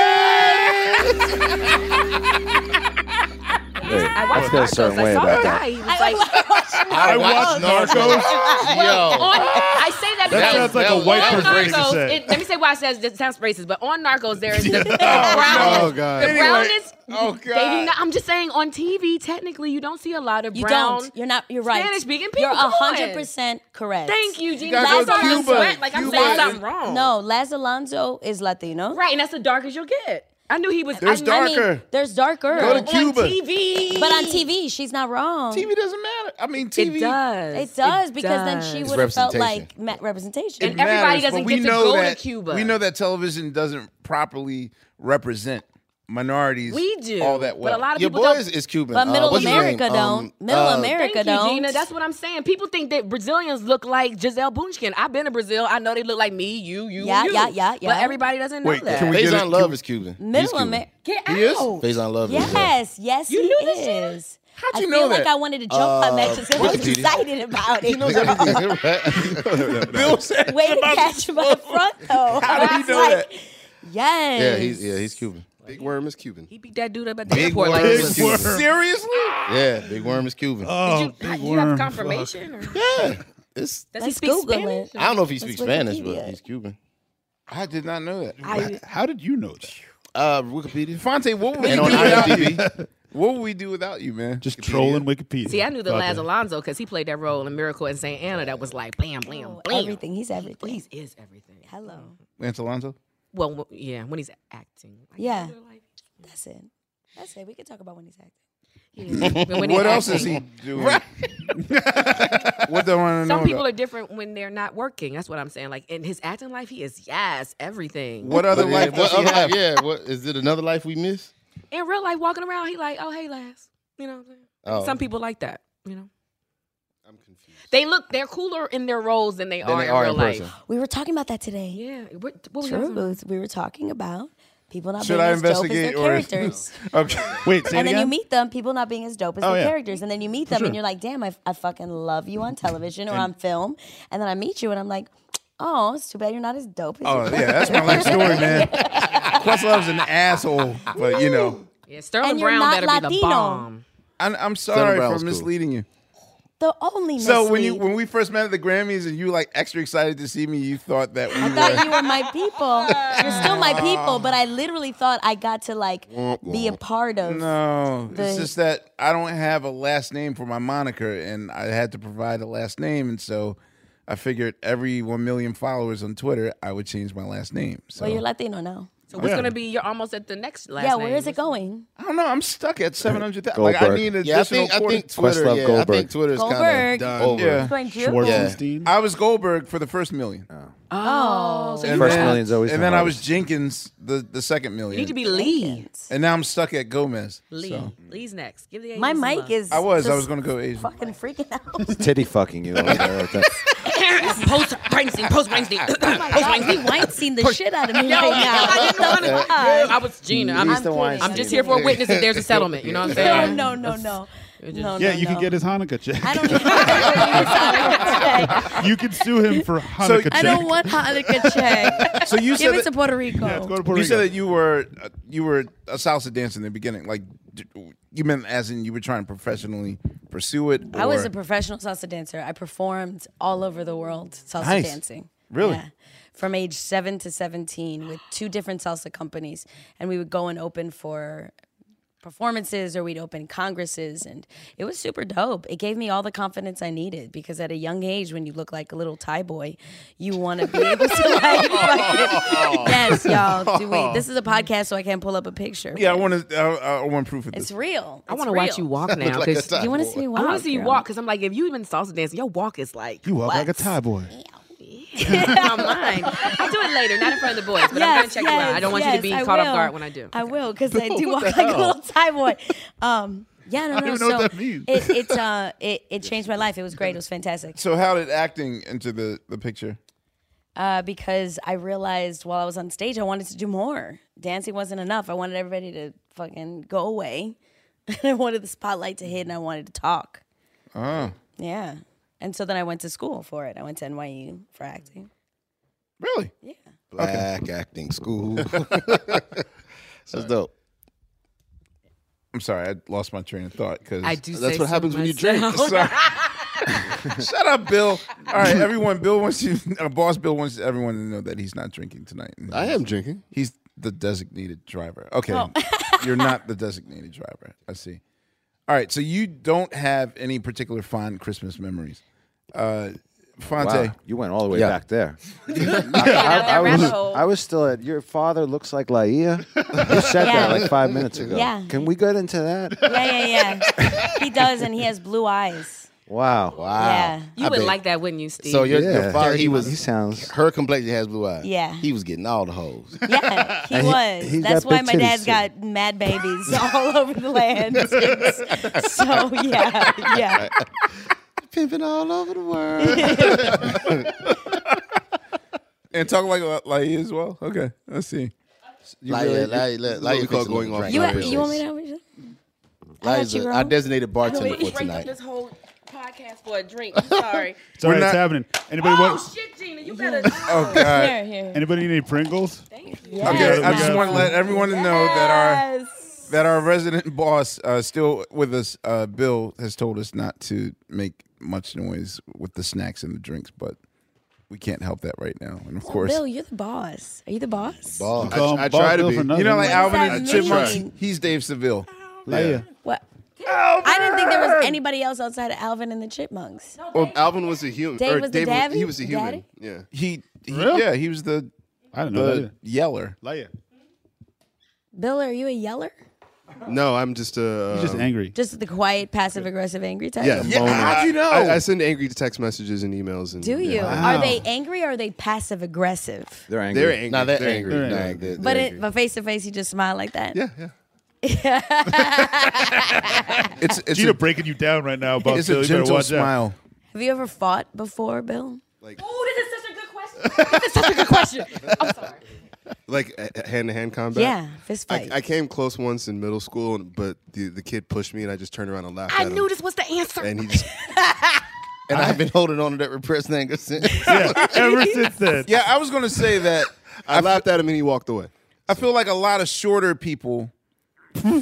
[SPEAKER 10] Wait, I
[SPEAKER 8] watched
[SPEAKER 10] feel a certain
[SPEAKER 8] Narcos.
[SPEAKER 10] way
[SPEAKER 8] I saw
[SPEAKER 10] about
[SPEAKER 8] a
[SPEAKER 10] that.
[SPEAKER 8] guy. He was like,
[SPEAKER 9] I watched Narcos. Yo.
[SPEAKER 8] on, I say that
[SPEAKER 6] That
[SPEAKER 8] because
[SPEAKER 6] sounds like a
[SPEAKER 9] That
[SPEAKER 6] white
[SPEAKER 9] was-
[SPEAKER 8] on
[SPEAKER 6] person thing to
[SPEAKER 8] Narcos,
[SPEAKER 6] say.
[SPEAKER 8] it, let me say why it says it sounds racist, but on Narcos there is the, the brown.
[SPEAKER 10] Oh, God.
[SPEAKER 8] The
[SPEAKER 1] Anyway.
[SPEAKER 8] brown is.
[SPEAKER 1] Oh,
[SPEAKER 8] they do
[SPEAKER 1] God.
[SPEAKER 8] not- I'm just saying on TV, technically you don't see a lot of
[SPEAKER 7] You
[SPEAKER 8] brown.
[SPEAKER 7] don't. You're not. You're right.
[SPEAKER 8] Spanish-speaking
[SPEAKER 7] You're
[SPEAKER 8] people, come on.
[SPEAKER 7] hundred percent correct.
[SPEAKER 8] Thank you, Gina.
[SPEAKER 1] gotta
[SPEAKER 8] That's
[SPEAKER 1] go
[SPEAKER 8] all I'm
[SPEAKER 1] Cuba.
[SPEAKER 8] sweat. Like I'm
[SPEAKER 1] Cuba
[SPEAKER 8] saying
[SPEAKER 1] is-
[SPEAKER 8] something wrong.
[SPEAKER 7] No, Laz Alonso is Latino.
[SPEAKER 8] Right, and that's the darkest you'll get. I knew he was.
[SPEAKER 1] There's
[SPEAKER 8] I,
[SPEAKER 7] I
[SPEAKER 1] dark-
[SPEAKER 7] mean,
[SPEAKER 1] Darker.
[SPEAKER 7] there's darker.
[SPEAKER 1] Go to
[SPEAKER 8] on
[SPEAKER 1] Cuba.
[SPEAKER 8] TV.
[SPEAKER 7] But on TV, she's not wrong.
[SPEAKER 1] TV doesn't matter. I mean, TV.
[SPEAKER 8] it does.
[SPEAKER 7] It does because then
[SPEAKER 8] does.
[SPEAKER 7] she
[SPEAKER 9] It's
[SPEAKER 7] would have felt
[SPEAKER 9] representation.
[SPEAKER 7] like met representation.
[SPEAKER 1] It
[SPEAKER 8] And everybody
[SPEAKER 1] matters,
[SPEAKER 8] doesn't
[SPEAKER 1] but we
[SPEAKER 8] get to
[SPEAKER 1] know
[SPEAKER 8] go to
[SPEAKER 1] that,
[SPEAKER 8] Cuba.
[SPEAKER 1] We know that television doesn't properly represent minorities.
[SPEAKER 8] We do.
[SPEAKER 1] all that well.
[SPEAKER 8] But a lot of
[SPEAKER 9] Your
[SPEAKER 8] people
[SPEAKER 9] boy
[SPEAKER 8] don't-
[SPEAKER 9] is, is Cuban.
[SPEAKER 7] but
[SPEAKER 9] Uh,
[SPEAKER 7] Middle
[SPEAKER 9] what's his name?
[SPEAKER 7] America don't.
[SPEAKER 9] Um,
[SPEAKER 7] Middle
[SPEAKER 9] uh,
[SPEAKER 7] America
[SPEAKER 8] Thank you,
[SPEAKER 7] don't.
[SPEAKER 8] Gina. That's what I'm saying. People think that Brazilians look like Giselle Bunchkin. I've been to Brazil. I know they look like me, you, you,
[SPEAKER 7] Yeah,
[SPEAKER 8] and you.
[SPEAKER 7] yeah, yeah, yeah.
[SPEAKER 8] But everybody doesn't
[SPEAKER 1] Wait,
[SPEAKER 8] know that.
[SPEAKER 1] can we- get it?
[SPEAKER 9] Faison Love is Cuban. He's
[SPEAKER 7] Middle
[SPEAKER 9] Cuban.
[SPEAKER 7] America.
[SPEAKER 8] Get
[SPEAKER 1] He is?
[SPEAKER 8] out.
[SPEAKER 9] Faison Love is. yeah.
[SPEAKER 7] Yes, yes,
[SPEAKER 8] You
[SPEAKER 7] he
[SPEAKER 8] knew this shit?
[SPEAKER 7] is.
[SPEAKER 1] How'd you
[SPEAKER 7] I
[SPEAKER 1] know
[SPEAKER 7] feel like
[SPEAKER 1] that?
[SPEAKER 7] I wanted to jump on
[SPEAKER 1] Uh,
[SPEAKER 7] that because I was
[SPEAKER 9] Wikipedia.
[SPEAKER 7] excited about it.
[SPEAKER 9] He knows everything.
[SPEAKER 1] Bill said
[SPEAKER 7] Way to catch my front though.
[SPEAKER 1] How did he know that?
[SPEAKER 7] Yes.
[SPEAKER 9] Yeah, he's yeah, he's Cuban. Big Worm is Cuban.
[SPEAKER 8] He beat that dude up at the
[SPEAKER 9] Big
[SPEAKER 8] airport. Like,
[SPEAKER 9] worm.
[SPEAKER 8] he was-
[SPEAKER 9] Big worm.
[SPEAKER 1] Seriously?
[SPEAKER 9] Yeah, Big Worm is Cuban.
[SPEAKER 6] Oh,
[SPEAKER 8] Did you,
[SPEAKER 6] big
[SPEAKER 8] you have
[SPEAKER 6] worm.
[SPEAKER 8] confirmation? Or does
[SPEAKER 9] yeah, it's
[SPEAKER 8] he
[SPEAKER 7] Let's
[SPEAKER 8] speak
[SPEAKER 7] Google
[SPEAKER 8] Spanish?
[SPEAKER 7] it.
[SPEAKER 9] I don't know if he speaks Spanish, but
[SPEAKER 7] Wikipedia.
[SPEAKER 9] he's Cuban.
[SPEAKER 1] I did not know that.
[SPEAKER 6] Fuck. How did you know that?
[SPEAKER 9] Uh, Wikipedia.
[SPEAKER 1] Fonte, what would we
[SPEAKER 9] And
[SPEAKER 1] do
[SPEAKER 9] on
[SPEAKER 1] without you?
[SPEAKER 9] IMDb,
[SPEAKER 1] What would we do without you, man?
[SPEAKER 6] Just trolling Wikipedia.
[SPEAKER 8] See, I knew the
[SPEAKER 6] Fuck
[SPEAKER 8] Laz
[SPEAKER 6] it.
[SPEAKER 8] Alonso because he played that role in Miracle in St. Anna that was like blam, blam, blam.
[SPEAKER 7] Oh, Everything. He's everything.
[SPEAKER 8] He is everything.
[SPEAKER 7] Hello.
[SPEAKER 1] Lance Alonso.
[SPEAKER 8] Well, w- yeah, when he's acting.
[SPEAKER 7] Yeah. That's it. That's it. We can talk about when he's acting.
[SPEAKER 1] What else is he doing? what do I want to know?
[SPEAKER 8] Some people
[SPEAKER 1] though?
[SPEAKER 8] are different when they're not working. That's what I'm saying. Like in his acting life, he is yes, everything.
[SPEAKER 1] what other life does
[SPEAKER 9] what
[SPEAKER 1] he
[SPEAKER 9] other life?
[SPEAKER 1] have?
[SPEAKER 9] Yeah, what is it? Another life we miss?
[SPEAKER 8] In real life, walking around, he like, oh hey, Laz. You know, what I'm saying?
[SPEAKER 9] Oh.
[SPEAKER 8] some people like that. You know,
[SPEAKER 9] I'm confused.
[SPEAKER 8] they look they're cooler in their roles than they
[SPEAKER 9] Than
[SPEAKER 8] are
[SPEAKER 9] they
[SPEAKER 8] in
[SPEAKER 9] are
[SPEAKER 8] real
[SPEAKER 9] in
[SPEAKER 8] life.
[SPEAKER 9] person.
[SPEAKER 7] We were talking about that today.
[SPEAKER 8] Yeah, what, what was
[SPEAKER 7] True,
[SPEAKER 8] yours?
[SPEAKER 7] Booth. We were talking about people not
[SPEAKER 1] Should
[SPEAKER 7] being
[SPEAKER 1] I
[SPEAKER 7] as dope as their
[SPEAKER 1] investigate or-
[SPEAKER 7] characters.
[SPEAKER 1] Okay.
[SPEAKER 6] Wait, say it
[SPEAKER 7] and then you
[SPEAKER 6] again?
[SPEAKER 7] meet them, people not being as dope as
[SPEAKER 6] Oh,
[SPEAKER 7] their
[SPEAKER 6] yeah.
[SPEAKER 7] characters. And then you meet them and you're like, damn, I, I fucking love you on television or on film. And then I meet you and I'm like, oh, it's too bad you're not as dope as
[SPEAKER 1] Oh
[SPEAKER 7] you
[SPEAKER 1] yeah, that's my life story, man. Questlove's an asshole, but you know,
[SPEAKER 8] Yeah, Sterling
[SPEAKER 7] And you're
[SPEAKER 8] Brown
[SPEAKER 7] not
[SPEAKER 8] better be the
[SPEAKER 7] Latino.
[SPEAKER 8] bomb.
[SPEAKER 1] I'm, I'm sorry
[SPEAKER 9] Brown
[SPEAKER 1] for
[SPEAKER 9] was cool.
[SPEAKER 1] misleading you.
[SPEAKER 7] The only
[SPEAKER 1] So when you
[SPEAKER 7] mislead-
[SPEAKER 1] when we first met at the Grammys and you like extra excited to see me, you thought that we
[SPEAKER 7] I
[SPEAKER 1] were.
[SPEAKER 7] thought you were my people. You're still my people, but I literally thought I got to like be a part of.
[SPEAKER 1] No, it's
[SPEAKER 7] The-
[SPEAKER 1] just that I don't have a last name for my moniker, and I had to provide a last name, and so I figured every one million followers on Twitter, I would change my last name. So
[SPEAKER 7] Well, you're Latino now.
[SPEAKER 8] So what's
[SPEAKER 6] Yeah.
[SPEAKER 8] gonna be? You're almost at the next last
[SPEAKER 7] yeah,
[SPEAKER 8] name.
[SPEAKER 7] where is it going?
[SPEAKER 1] I don't know. I'm stuck at seven hundred thousand. Like I
[SPEAKER 10] Goldberg.
[SPEAKER 1] need
[SPEAKER 9] Yeah, I
[SPEAKER 1] additional.
[SPEAKER 9] think I
[SPEAKER 1] quarter-
[SPEAKER 9] think Twitter.
[SPEAKER 10] Questlove
[SPEAKER 9] Yeah, I
[SPEAKER 10] Goldberg.
[SPEAKER 9] think Twitter's kind of
[SPEAKER 7] Goldberg.
[SPEAKER 9] done.
[SPEAKER 1] Over. Yeah.
[SPEAKER 7] It's going Jew.
[SPEAKER 6] Schwarzenstein.
[SPEAKER 1] I was Goldberg for the first million.
[SPEAKER 8] Oh, so
[SPEAKER 1] And
[SPEAKER 10] First million's always
[SPEAKER 1] And
[SPEAKER 10] the
[SPEAKER 1] then I was
[SPEAKER 10] hardest.
[SPEAKER 1] Jenkins the the second million.
[SPEAKER 8] you need to be Lee.
[SPEAKER 1] and now I'm stuck at Gomez.
[SPEAKER 8] Lee.
[SPEAKER 1] so.
[SPEAKER 8] Lee's next. Give the
[SPEAKER 7] My
[SPEAKER 8] Asians some
[SPEAKER 7] mic
[SPEAKER 8] love.
[SPEAKER 7] is.
[SPEAKER 1] I was. I
[SPEAKER 7] just
[SPEAKER 1] was gonna go Asian.
[SPEAKER 7] fucking freaking out.
[SPEAKER 10] Titty fucking you over there. with that.
[SPEAKER 8] post Weinstein. Post Weinstein. Post
[SPEAKER 7] Oh God,
[SPEAKER 8] Weinstein.
[SPEAKER 7] he Weinstein the shit out of me
[SPEAKER 8] No,
[SPEAKER 7] right now.
[SPEAKER 8] I didn't
[SPEAKER 7] What the
[SPEAKER 8] know.
[SPEAKER 7] fuck?
[SPEAKER 8] I was Gina. I'm,
[SPEAKER 7] the
[SPEAKER 8] I'm just here for a witness if there's a settlement. You know what I'm saying?
[SPEAKER 7] No, no, no, no. No,
[SPEAKER 4] yeah,
[SPEAKER 7] no,
[SPEAKER 4] you
[SPEAKER 7] no.
[SPEAKER 4] can get his Hanukkah check. I don't You can sue him for Hanukkah
[SPEAKER 7] So-
[SPEAKER 4] check.
[SPEAKER 7] I don't want Hanukkah check.
[SPEAKER 1] So you
[SPEAKER 7] give
[SPEAKER 1] said
[SPEAKER 7] it
[SPEAKER 1] that-
[SPEAKER 7] to Puerto Rico.
[SPEAKER 1] you said that you were uh, you were a salsa dancer in the beginning. Like d- you meant as in you were trying to professionally pursue it.
[SPEAKER 7] I was
[SPEAKER 1] or-
[SPEAKER 7] a professional salsa dancer. I performed all over the world salsa
[SPEAKER 1] Nice.
[SPEAKER 7] dancing.
[SPEAKER 1] Really?
[SPEAKER 7] Yeah. From age seven to 17 with two different salsa companies. And we would go and open for performances or we'd open congresses. And it was super dope. It gave me all the confidence I needed because at a young age, when you look like a little Thai boy, you want to be able to like. fucking- yes, y'all. Do we, this is a podcast, so I can't pull up a picture.
[SPEAKER 1] Yeah, I want to. I, I want proof of this.
[SPEAKER 7] It's real.
[SPEAKER 8] I
[SPEAKER 7] It's
[SPEAKER 8] want to
[SPEAKER 7] real.
[SPEAKER 8] watch you walk now.
[SPEAKER 1] like a
[SPEAKER 8] 'cause-
[SPEAKER 1] Thai You wanna boy. see me
[SPEAKER 8] I want
[SPEAKER 7] walk,
[SPEAKER 8] to see you
[SPEAKER 7] girl.
[SPEAKER 8] walk because I'm like, if you even salsa dancing, your walk is like
[SPEAKER 4] You walk
[SPEAKER 8] what?
[SPEAKER 4] like a Thai boy.
[SPEAKER 8] Not mine. I'll do it later, not in front of the boys, but I'm gonna
[SPEAKER 7] Yes,
[SPEAKER 8] check you out.
[SPEAKER 7] yes,
[SPEAKER 8] I don't want you
[SPEAKER 7] yes,
[SPEAKER 8] to be
[SPEAKER 7] I
[SPEAKER 8] caught
[SPEAKER 7] will.
[SPEAKER 8] off guard when I do.
[SPEAKER 7] I will because I do
[SPEAKER 4] What
[SPEAKER 7] walk
[SPEAKER 4] the
[SPEAKER 7] like a
[SPEAKER 4] hell?
[SPEAKER 7] little Thai boy. Um, yeah, no,
[SPEAKER 4] I
[SPEAKER 7] no.
[SPEAKER 4] don't
[SPEAKER 7] so
[SPEAKER 4] even know what that means.
[SPEAKER 7] It, it, uh, it it changed my life. It was great. It was fantastic.
[SPEAKER 1] So how did acting enter the the picture?
[SPEAKER 7] Uh, because I realized while I was on stage, I wanted to do more. Dancing wasn't enough. I wanted everybody to fucking go away. I wanted the spotlight to hit, and I wanted to talk.
[SPEAKER 9] uh.
[SPEAKER 1] Oh,
[SPEAKER 7] Yeah. And so then I went to school for it. I went to NYU for acting.
[SPEAKER 1] really?
[SPEAKER 9] Black acting school. That's dope.
[SPEAKER 1] I'm sorry, I lost my train of thought because
[SPEAKER 8] I do
[SPEAKER 9] That's
[SPEAKER 8] say
[SPEAKER 9] what
[SPEAKER 8] so
[SPEAKER 9] happens when you drink.
[SPEAKER 8] myself.
[SPEAKER 1] Sorry. Shut up, Bill. All right, everyone. Bill wants you. Uh, boss Bill wants everyone to know that he's not drinking tonight.
[SPEAKER 9] I am drinking.
[SPEAKER 1] He's the designated driver. Okay,
[SPEAKER 7] Oh.
[SPEAKER 1] you're not the designated driver. I see. All right, so you don't have any particular fond Christmas memories. Uh, Fonte,
[SPEAKER 10] Wow, you went all the way
[SPEAKER 9] Yeah.
[SPEAKER 10] back there.
[SPEAKER 3] that rabbit
[SPEAKER 10] was,
[SPEAKER 3] hole.
[SPEAKER 10] I was still at your father looks like Laia. You said
[SPEAKER 7] Yeah.
[SPEAKER 10] that like five minutes ago.
[SPEAKER 7] Yeah.
[SPEAKER 10] Can we get into that?
[SPEAKER 7] Yeah, yeah, yeah. he does, and he has blue eyes.
[SPEAKER 10] Wow.
[SPEAKER 9] Wow.
[SPEAKER 7] Yeah.
[SPEAKER 9] I
[SPEAKER 8] You would
[SPEAKER 9] bet.
[SPEAKER 8] like that, wouldn't you, Steve?
[SPEAKER 9] So your, your
[SPEAKER 10] Yeah.
[SPEAKER 9] father, he
[SPEAKER 10] He
[SPEAKER 9] was
[SPEAKER 10] sounds
[SPEAKER 9] her complexion has blue eyes.
[SPEAKER 7] Yeah.
[SPEAKER 9] He was getting all the hoes.
[SPEAKER 7] Yeah, he
[SPEAKER 10] And he-
[SPEAKER 7] was.
[SPEAKER 10] he's
[SPEAKER 7] That's
[SPEAKER 10] got
[SPEAKER 7] why
[SPEAKER 10] big
[SPEAKER 7] my
[SPEAKER 10] titties,
[SPEAKER 7] dad's
[SPEAKER 10] too.
[SPEAKER 7] got mad babies all over the land. so yeah, yeah.
[SPEAKER 9] Pimping all over the world.
[SPEAKER 1] and talk like like Laia as well. Okay, let's see. You
[SPEAKER 9] Like,
[SPEAKER 1] really-
[SPEAKER 9] yeah, like, like, like you call going off.
[SPEAKER 7] You you want me to? help you? I got you, girl.
[SPEAKER 9] I designated bartender
[SPEAKER 7] Wait,
[SPEAKER 9] for
[SPEAKER 7] break
[SPEAKER 9] tonight.
[SPEAKER 3] whole podcast for a drink. I'm sorry.
[SPEAKER 1] We're
[SPEAKER 4] Sorry, it's
[SPEAKER 1] not-
[SPEAKER 4] happening. Anybody want?
[SPEAKER 3] shit, Gina, you better.
[SPEAKER 1] Oh God.
[SPEAKER 7] Here, here.
[SPEAKER 4] Anybody need any Pringles?
[SPEAKER 7] Yes.
[SPEAKER 1] Okay, I
[SPEAKER 4] we
[SPEAKER 1] just
[SPEAKER 4] got-
[SPEAKER 1] want to let everyone know that our
[SPEAKER 7] Yes.
[SPEAKER 1] that our resident boss, uh, still with us, uh, Bill, has told us not to make much noise with the snacks and the drinks, but we can't help that right now. And of course,
[SPEAKER 7] Bill, you're the boss. Are you the boss?
[SPEAKER 9] Ball.
[SPEAKER 4] Call him
[SPEAKER 9] I, I
[SPEAKER 4] Ball
[SPEAKER 9] try to
[SPEAKER 4] Bill
[SPEAKER 9] be.
[SPEAKER 4] for nothing.
[SPEAKER 1] you know, like
[SPEAKER 7] What does
[SPEAKER 1] Alvin
[SPEAKER 7] that
[SPEAKER 1] and the Chipmunks,
[SPEAKER 7] mean?
[SPEAKER 1] he's Dave Seville.
[SPEAKER 4] Laia.
[SPEAKER 7] What? I didn't think there was anybody else outside of Alvin and the Chipmunks.
[SPEAKER 9] Alvin was a human.
[SPEAKER 7] Dave
[SPEAKER 9] or
[SPEAKER 7] was the daddy?
[SPEAKER 9] he was a human.
[SPEAKER 7] Daddy?
[SPEAKER 9] Yeah.
[SPEAKER 1] He, he
[SPEAKER 4] Really?
[SPEAKER 1] yeah, he was the
[SPEAKER 4] I don't know that
[SPEAKER 1] the
[SPEAKER 4] either.
[SPEAKER 1] yeller.
[SPEAKER 4] Laia.
[SPEAKER 7] Bill, are you a yeller?
[SPEAKER 6] No, I'm just a.
[SPEAKER 4] He's
[SPEAKER 7] um,
[SPEAKER 4] just angry.
[SPEAKER 7] Just the quiet, passive aggressive, angry type.
[SPEAKER 6] Yeah.
[SPEAKER 9] Yeah, how'd you know?
[SPEAKER 6] I, I send angry text messages and emails. And,
[SPEAKER 7] Do you?
[SPEAKER 6] Yeah.
[SPEAKER 7] Are they angry or are they passive aggressive?
[SPEAKER 10] They're angry.
[SPEAKER 6] They're angry.
[SPEAKER 9] Now they're
[SPEAKER 6] They're
[SPEAKER 9] angry.
[SPEAKER 4] angry.
[SPEAKER 9] Nah,
[SPEAKER 4] They're angry.
[SPEAKER 9] they're-
[SPEAKER 7] But
[SPEAKER 9] they're
[SPEAKER 7] it,
[SPEAKER 9] angry.
[SPEAKER 7] but face to face, you just smile like that.
[SPEAKER 6] Yeah, yeah.
[SPEAKER 1] It's it's
[SPEAKER 4] Gina
[SPEAKER 1] a,
[SPEAKER 4] breaking you down right now about
[SPEAKER 1] it's a gentle smile.
[SPEAKER 7] Have you ever fought before, Bill?
[SPEAKER 3] Ooh, this is such a good question. This is such a good question. I'm sorry.
[SPEAKER 6] Like hand to hand combat.
[SPEAKER 7] Yeah, fist
[SPEAKER 6] I,
[SPEAKER 7] fight.
[SPEAKER 6] I came close once in middle school, and- but the, the kid pushed me, and I just turned around and laughed
[SPEAKER 3] I
[SPEAKER 6] at
[SPEAKER 3] knew
[SPEAKER 6] him.
[SPEAKER 3] this was the answer.
[SPEAKER 6] And he just
[SPEAKER 9] and I've been holding on to that repressed anger since.
[SPEAKER 4] Yeah, ever since then.
[SPEAKER 1] Yeah, I was gonna say that.
[SPEAKER 6] I laughed at him, and he walked away.
[SPEAKER 1] I feel like a lot of shorter people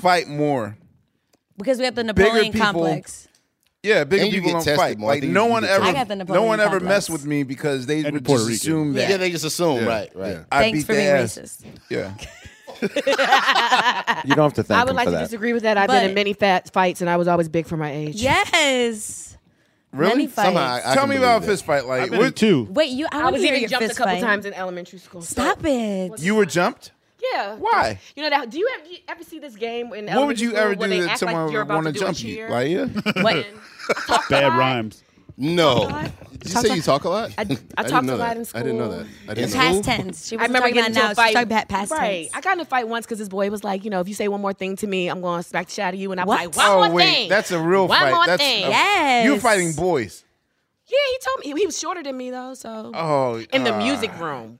[SPEAKER 1] fight more.
[SPEAKER 7] because we have the Napoleon
[SPEAKER 1] people-
[SPEAKER 7] complex.
[SPEAKER 1] Yeah, bigger
[SPEAKER 9] And you
[SPEAKER 1] people
[SPEAKER 9] get
[SPEAKER 1] don't
[SPEAKER 9] tested
[SPEAKER 1] fight.
[SPEAKER 9] more. I
[SPEAKER 1] Like
[SPEAKER 9] think
[SPEAKER 1] no
[SPEAKER 9] you
[SPEAKER 1] one
[SPEAKER 9] get
[SPEAKER 1] ever,
[SPEAKER 9] tested.
[SPEAKER 7] I got the
[SPEAKER 1] no
[SPEAKER 7] Napoleon
[SPEAKER 1] one ever
[SPEAKER 7] complex.
[SPEAKER 1] messed with me because they
[SPEAKER 4] And
[SPEAKER 1] would
[SPEAKER 4] Puerto
[SPEAKER 1] just
[SPEAKER 4] Rican.
[SPEAKER 1] assume that
[SPEAKER 9] yeah, they just assume. Right, right.
[SPEAKER 6] Yeah.
[SPEAKER 1] I
[SPEAKER 7] Thanks
[SPEAKER 1] beat
[SPEAKER 7] for
[SPEAKER 1] their
[SPEAKER 7] being
[SPEAKER 1] ass.
[SPEAKER 7] racist.
[SPEAKER 1] Yeah,
[SPEAKER 10] You don't have to thank
[SPEAKER 8] I would
[SPEAKER 10] him
[SPEAKER 8] like
[SPEAKER 10] for
[SPEAKER 8] to
[SPEAKER 10] that.
[SPEAKER 8] disagree with that. I've
[SPEAKER 7] But-
[SPEAKER 8] been in many fat fights, and I was always big for my age.
[SPEAKER 7] Yes. Many fights.
[SPEAKER 9] Somehow I- I
[SPEAKER 1] tell
[SPEAKER 9] can
[SPEAKER 1] me
[SPEAKER 9] believe
[SPEAKER 1] about
[SPEAKER 9] that.
[SPEAKER 1] a fist fight. Like
[SPEAKER 4] I've been in
[SPEAKER 1] what-
[SPEAKER 4] two.
[SPEAKER 7] Wait, you? I,
[SPEAKER 8] I
[SPEAKER 7] wanna
[SPEAKER 8] was
[SPEAKER 7] hear
[SPEAKER 8] even
[SPEAKER 7] your
[SPEAKER 8] jumped a
[SPEAKER 7] fist
[SPEAKER 8] couple
[SPEAKER 7] fight.
[SPEAKER 8] times in elementary school. so-
[SPEAKER 7] Stop it.
[SPEAKER 1] you were jumped.
[SPEAKER 8] Yeah.
[SPEAKER 1] Why?
[SPEAKER 8] You know that? Do you ever, you ever see this game in
[SPEAKER 1] What would
[SPEAKER 8] elementary
[SPEAKER 1] you
[SPEAKER 8] school
[SPEAKER 1] ever
[SPEAKER 8] where
[SPEAKER 1] do
[SPEAKER 8] they
[SPEAKER 1] that
[SPEAKER 8] act like
[SPEAKER 1] someone
[SPEAKER 8] you're
[SPEAKER 1] would
[SPEAKER 8] about
[SPEAKER 1] want
[SPEAKER 8] to
[SPEAKER 1] to
[SPEAKER 8] do a
[SPEAKER 1] jump you?
[SPEAKER 8] cheer?
[SPEAKER 1] Like yeah,
[SPEAKER 7] Wait,
[SPEAKER 4] Bad rhymes.
[SPEAKER 9] No. Did you say you talk a lot?
[SPEAKER 8] I, I
[SPEAKER 6] didn't
[SPEAKER 8] talked
[SPEAKER 6] know
[SPEAKER 8] a lot
[SPEAKER 6] that.
[SPEAKER 8] in school.
[SPEAKER 6] I didn't know that. I didn't
[SPEAKER 9] It's
[SPEAKER 6] know
[SPEAKER 9] half-
[SPEAKER 6] that.
[SPEAKER 7] past tense. She
[SPEAKER 8] I
[SPEAKER 7] was
[SPEAKER 8] remember
[SPEAKER 7] talking
[SPEAKER 8] getting into
[SPEAKER 7] about now.
[SPEAKER 8] a
[SPEAKER 7] She's
[SPEAKER 8] fight.
[SPEAKER 7] talking about past
[SPEAKER 8] right. I
[SPEAKER 7] tense.
[SPEAKER 8] got in a fight once because this boy was like, you know, if you say one more thing to me, I'm going to smack the shit out of you. And I was
[SPEAKER 7] What?
[SPEAKER 8] like, one
[SPEAKER 1] Oh,
[SPEAKER 8] more
[SPEAKER 1] wait,
[SPEAKER 8] thing.
[SPEAKER 1] that's a real
[SPEAKER 8] one
[SPEAKER 1] fight.
[SPEAKER 8] One more
[SPEAKER 1] That's-
[SPEAKER 8] thing.
[SPEAKER 1] uh,
[SPEAKER 8] yeah.
[SPEAKER 7] Yes.
[SPEAKER 1] you were fighting boys.
[SPEAKER 8] he told me. He, was shorter than me, though, so.
[SPEAKER 1] Oh,
[SPEAKER 8] in the
[SPEAKER 1] uh,
[SPEAKER 8] music room.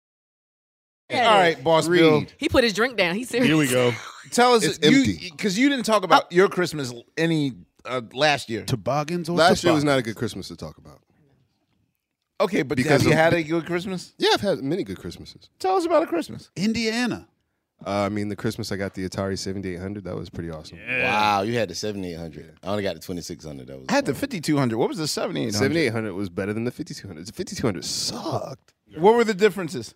[SPEAKER 1] All right, boss Bill.
[SPEAKER 3] He put his drink down. He's serious.
[SPEAKER 1] go. Tell us,
[SPEAKER 3] It's
[SPEAKER 1] because you, didn't talk about your Christmas any uh, last year.
[SPEAKER 4] Toboggans
[SPEAKER 1] or
[SPEAKER 4] Last
[SPEAKER 1] year
[SPEAKER 4] was
[SPEAKER 1] not
[SPEAKER 6] a good Christmas to talk about.
[SPEAKER 1] Okay, but have
[SPEAKER 6] Because
[SPEAKER 1] you
[SPEAKER 6] of-
[SPEAKER 1] had a good Christmas?
[SPEAKER 6] Yeah, I've had many good Christmases.
[SPEAKER 1] Tell us about a Christmas.
[SPEAKER 4] Indiana.
[SPEAKER 6] Uh, I mean, the Christmas I got the Atari 7800. That was pretty awesome.
[SPEAKER 9] Wow, Oh, you had the 7800. I only got the 2600. That was
[SPEAKER 1] I had the 5200. What was the 7800?
[SPEAKER 6] 7800 was better than the 5200. The 5200 sucked.
[SPEAKER 1] What were the differences?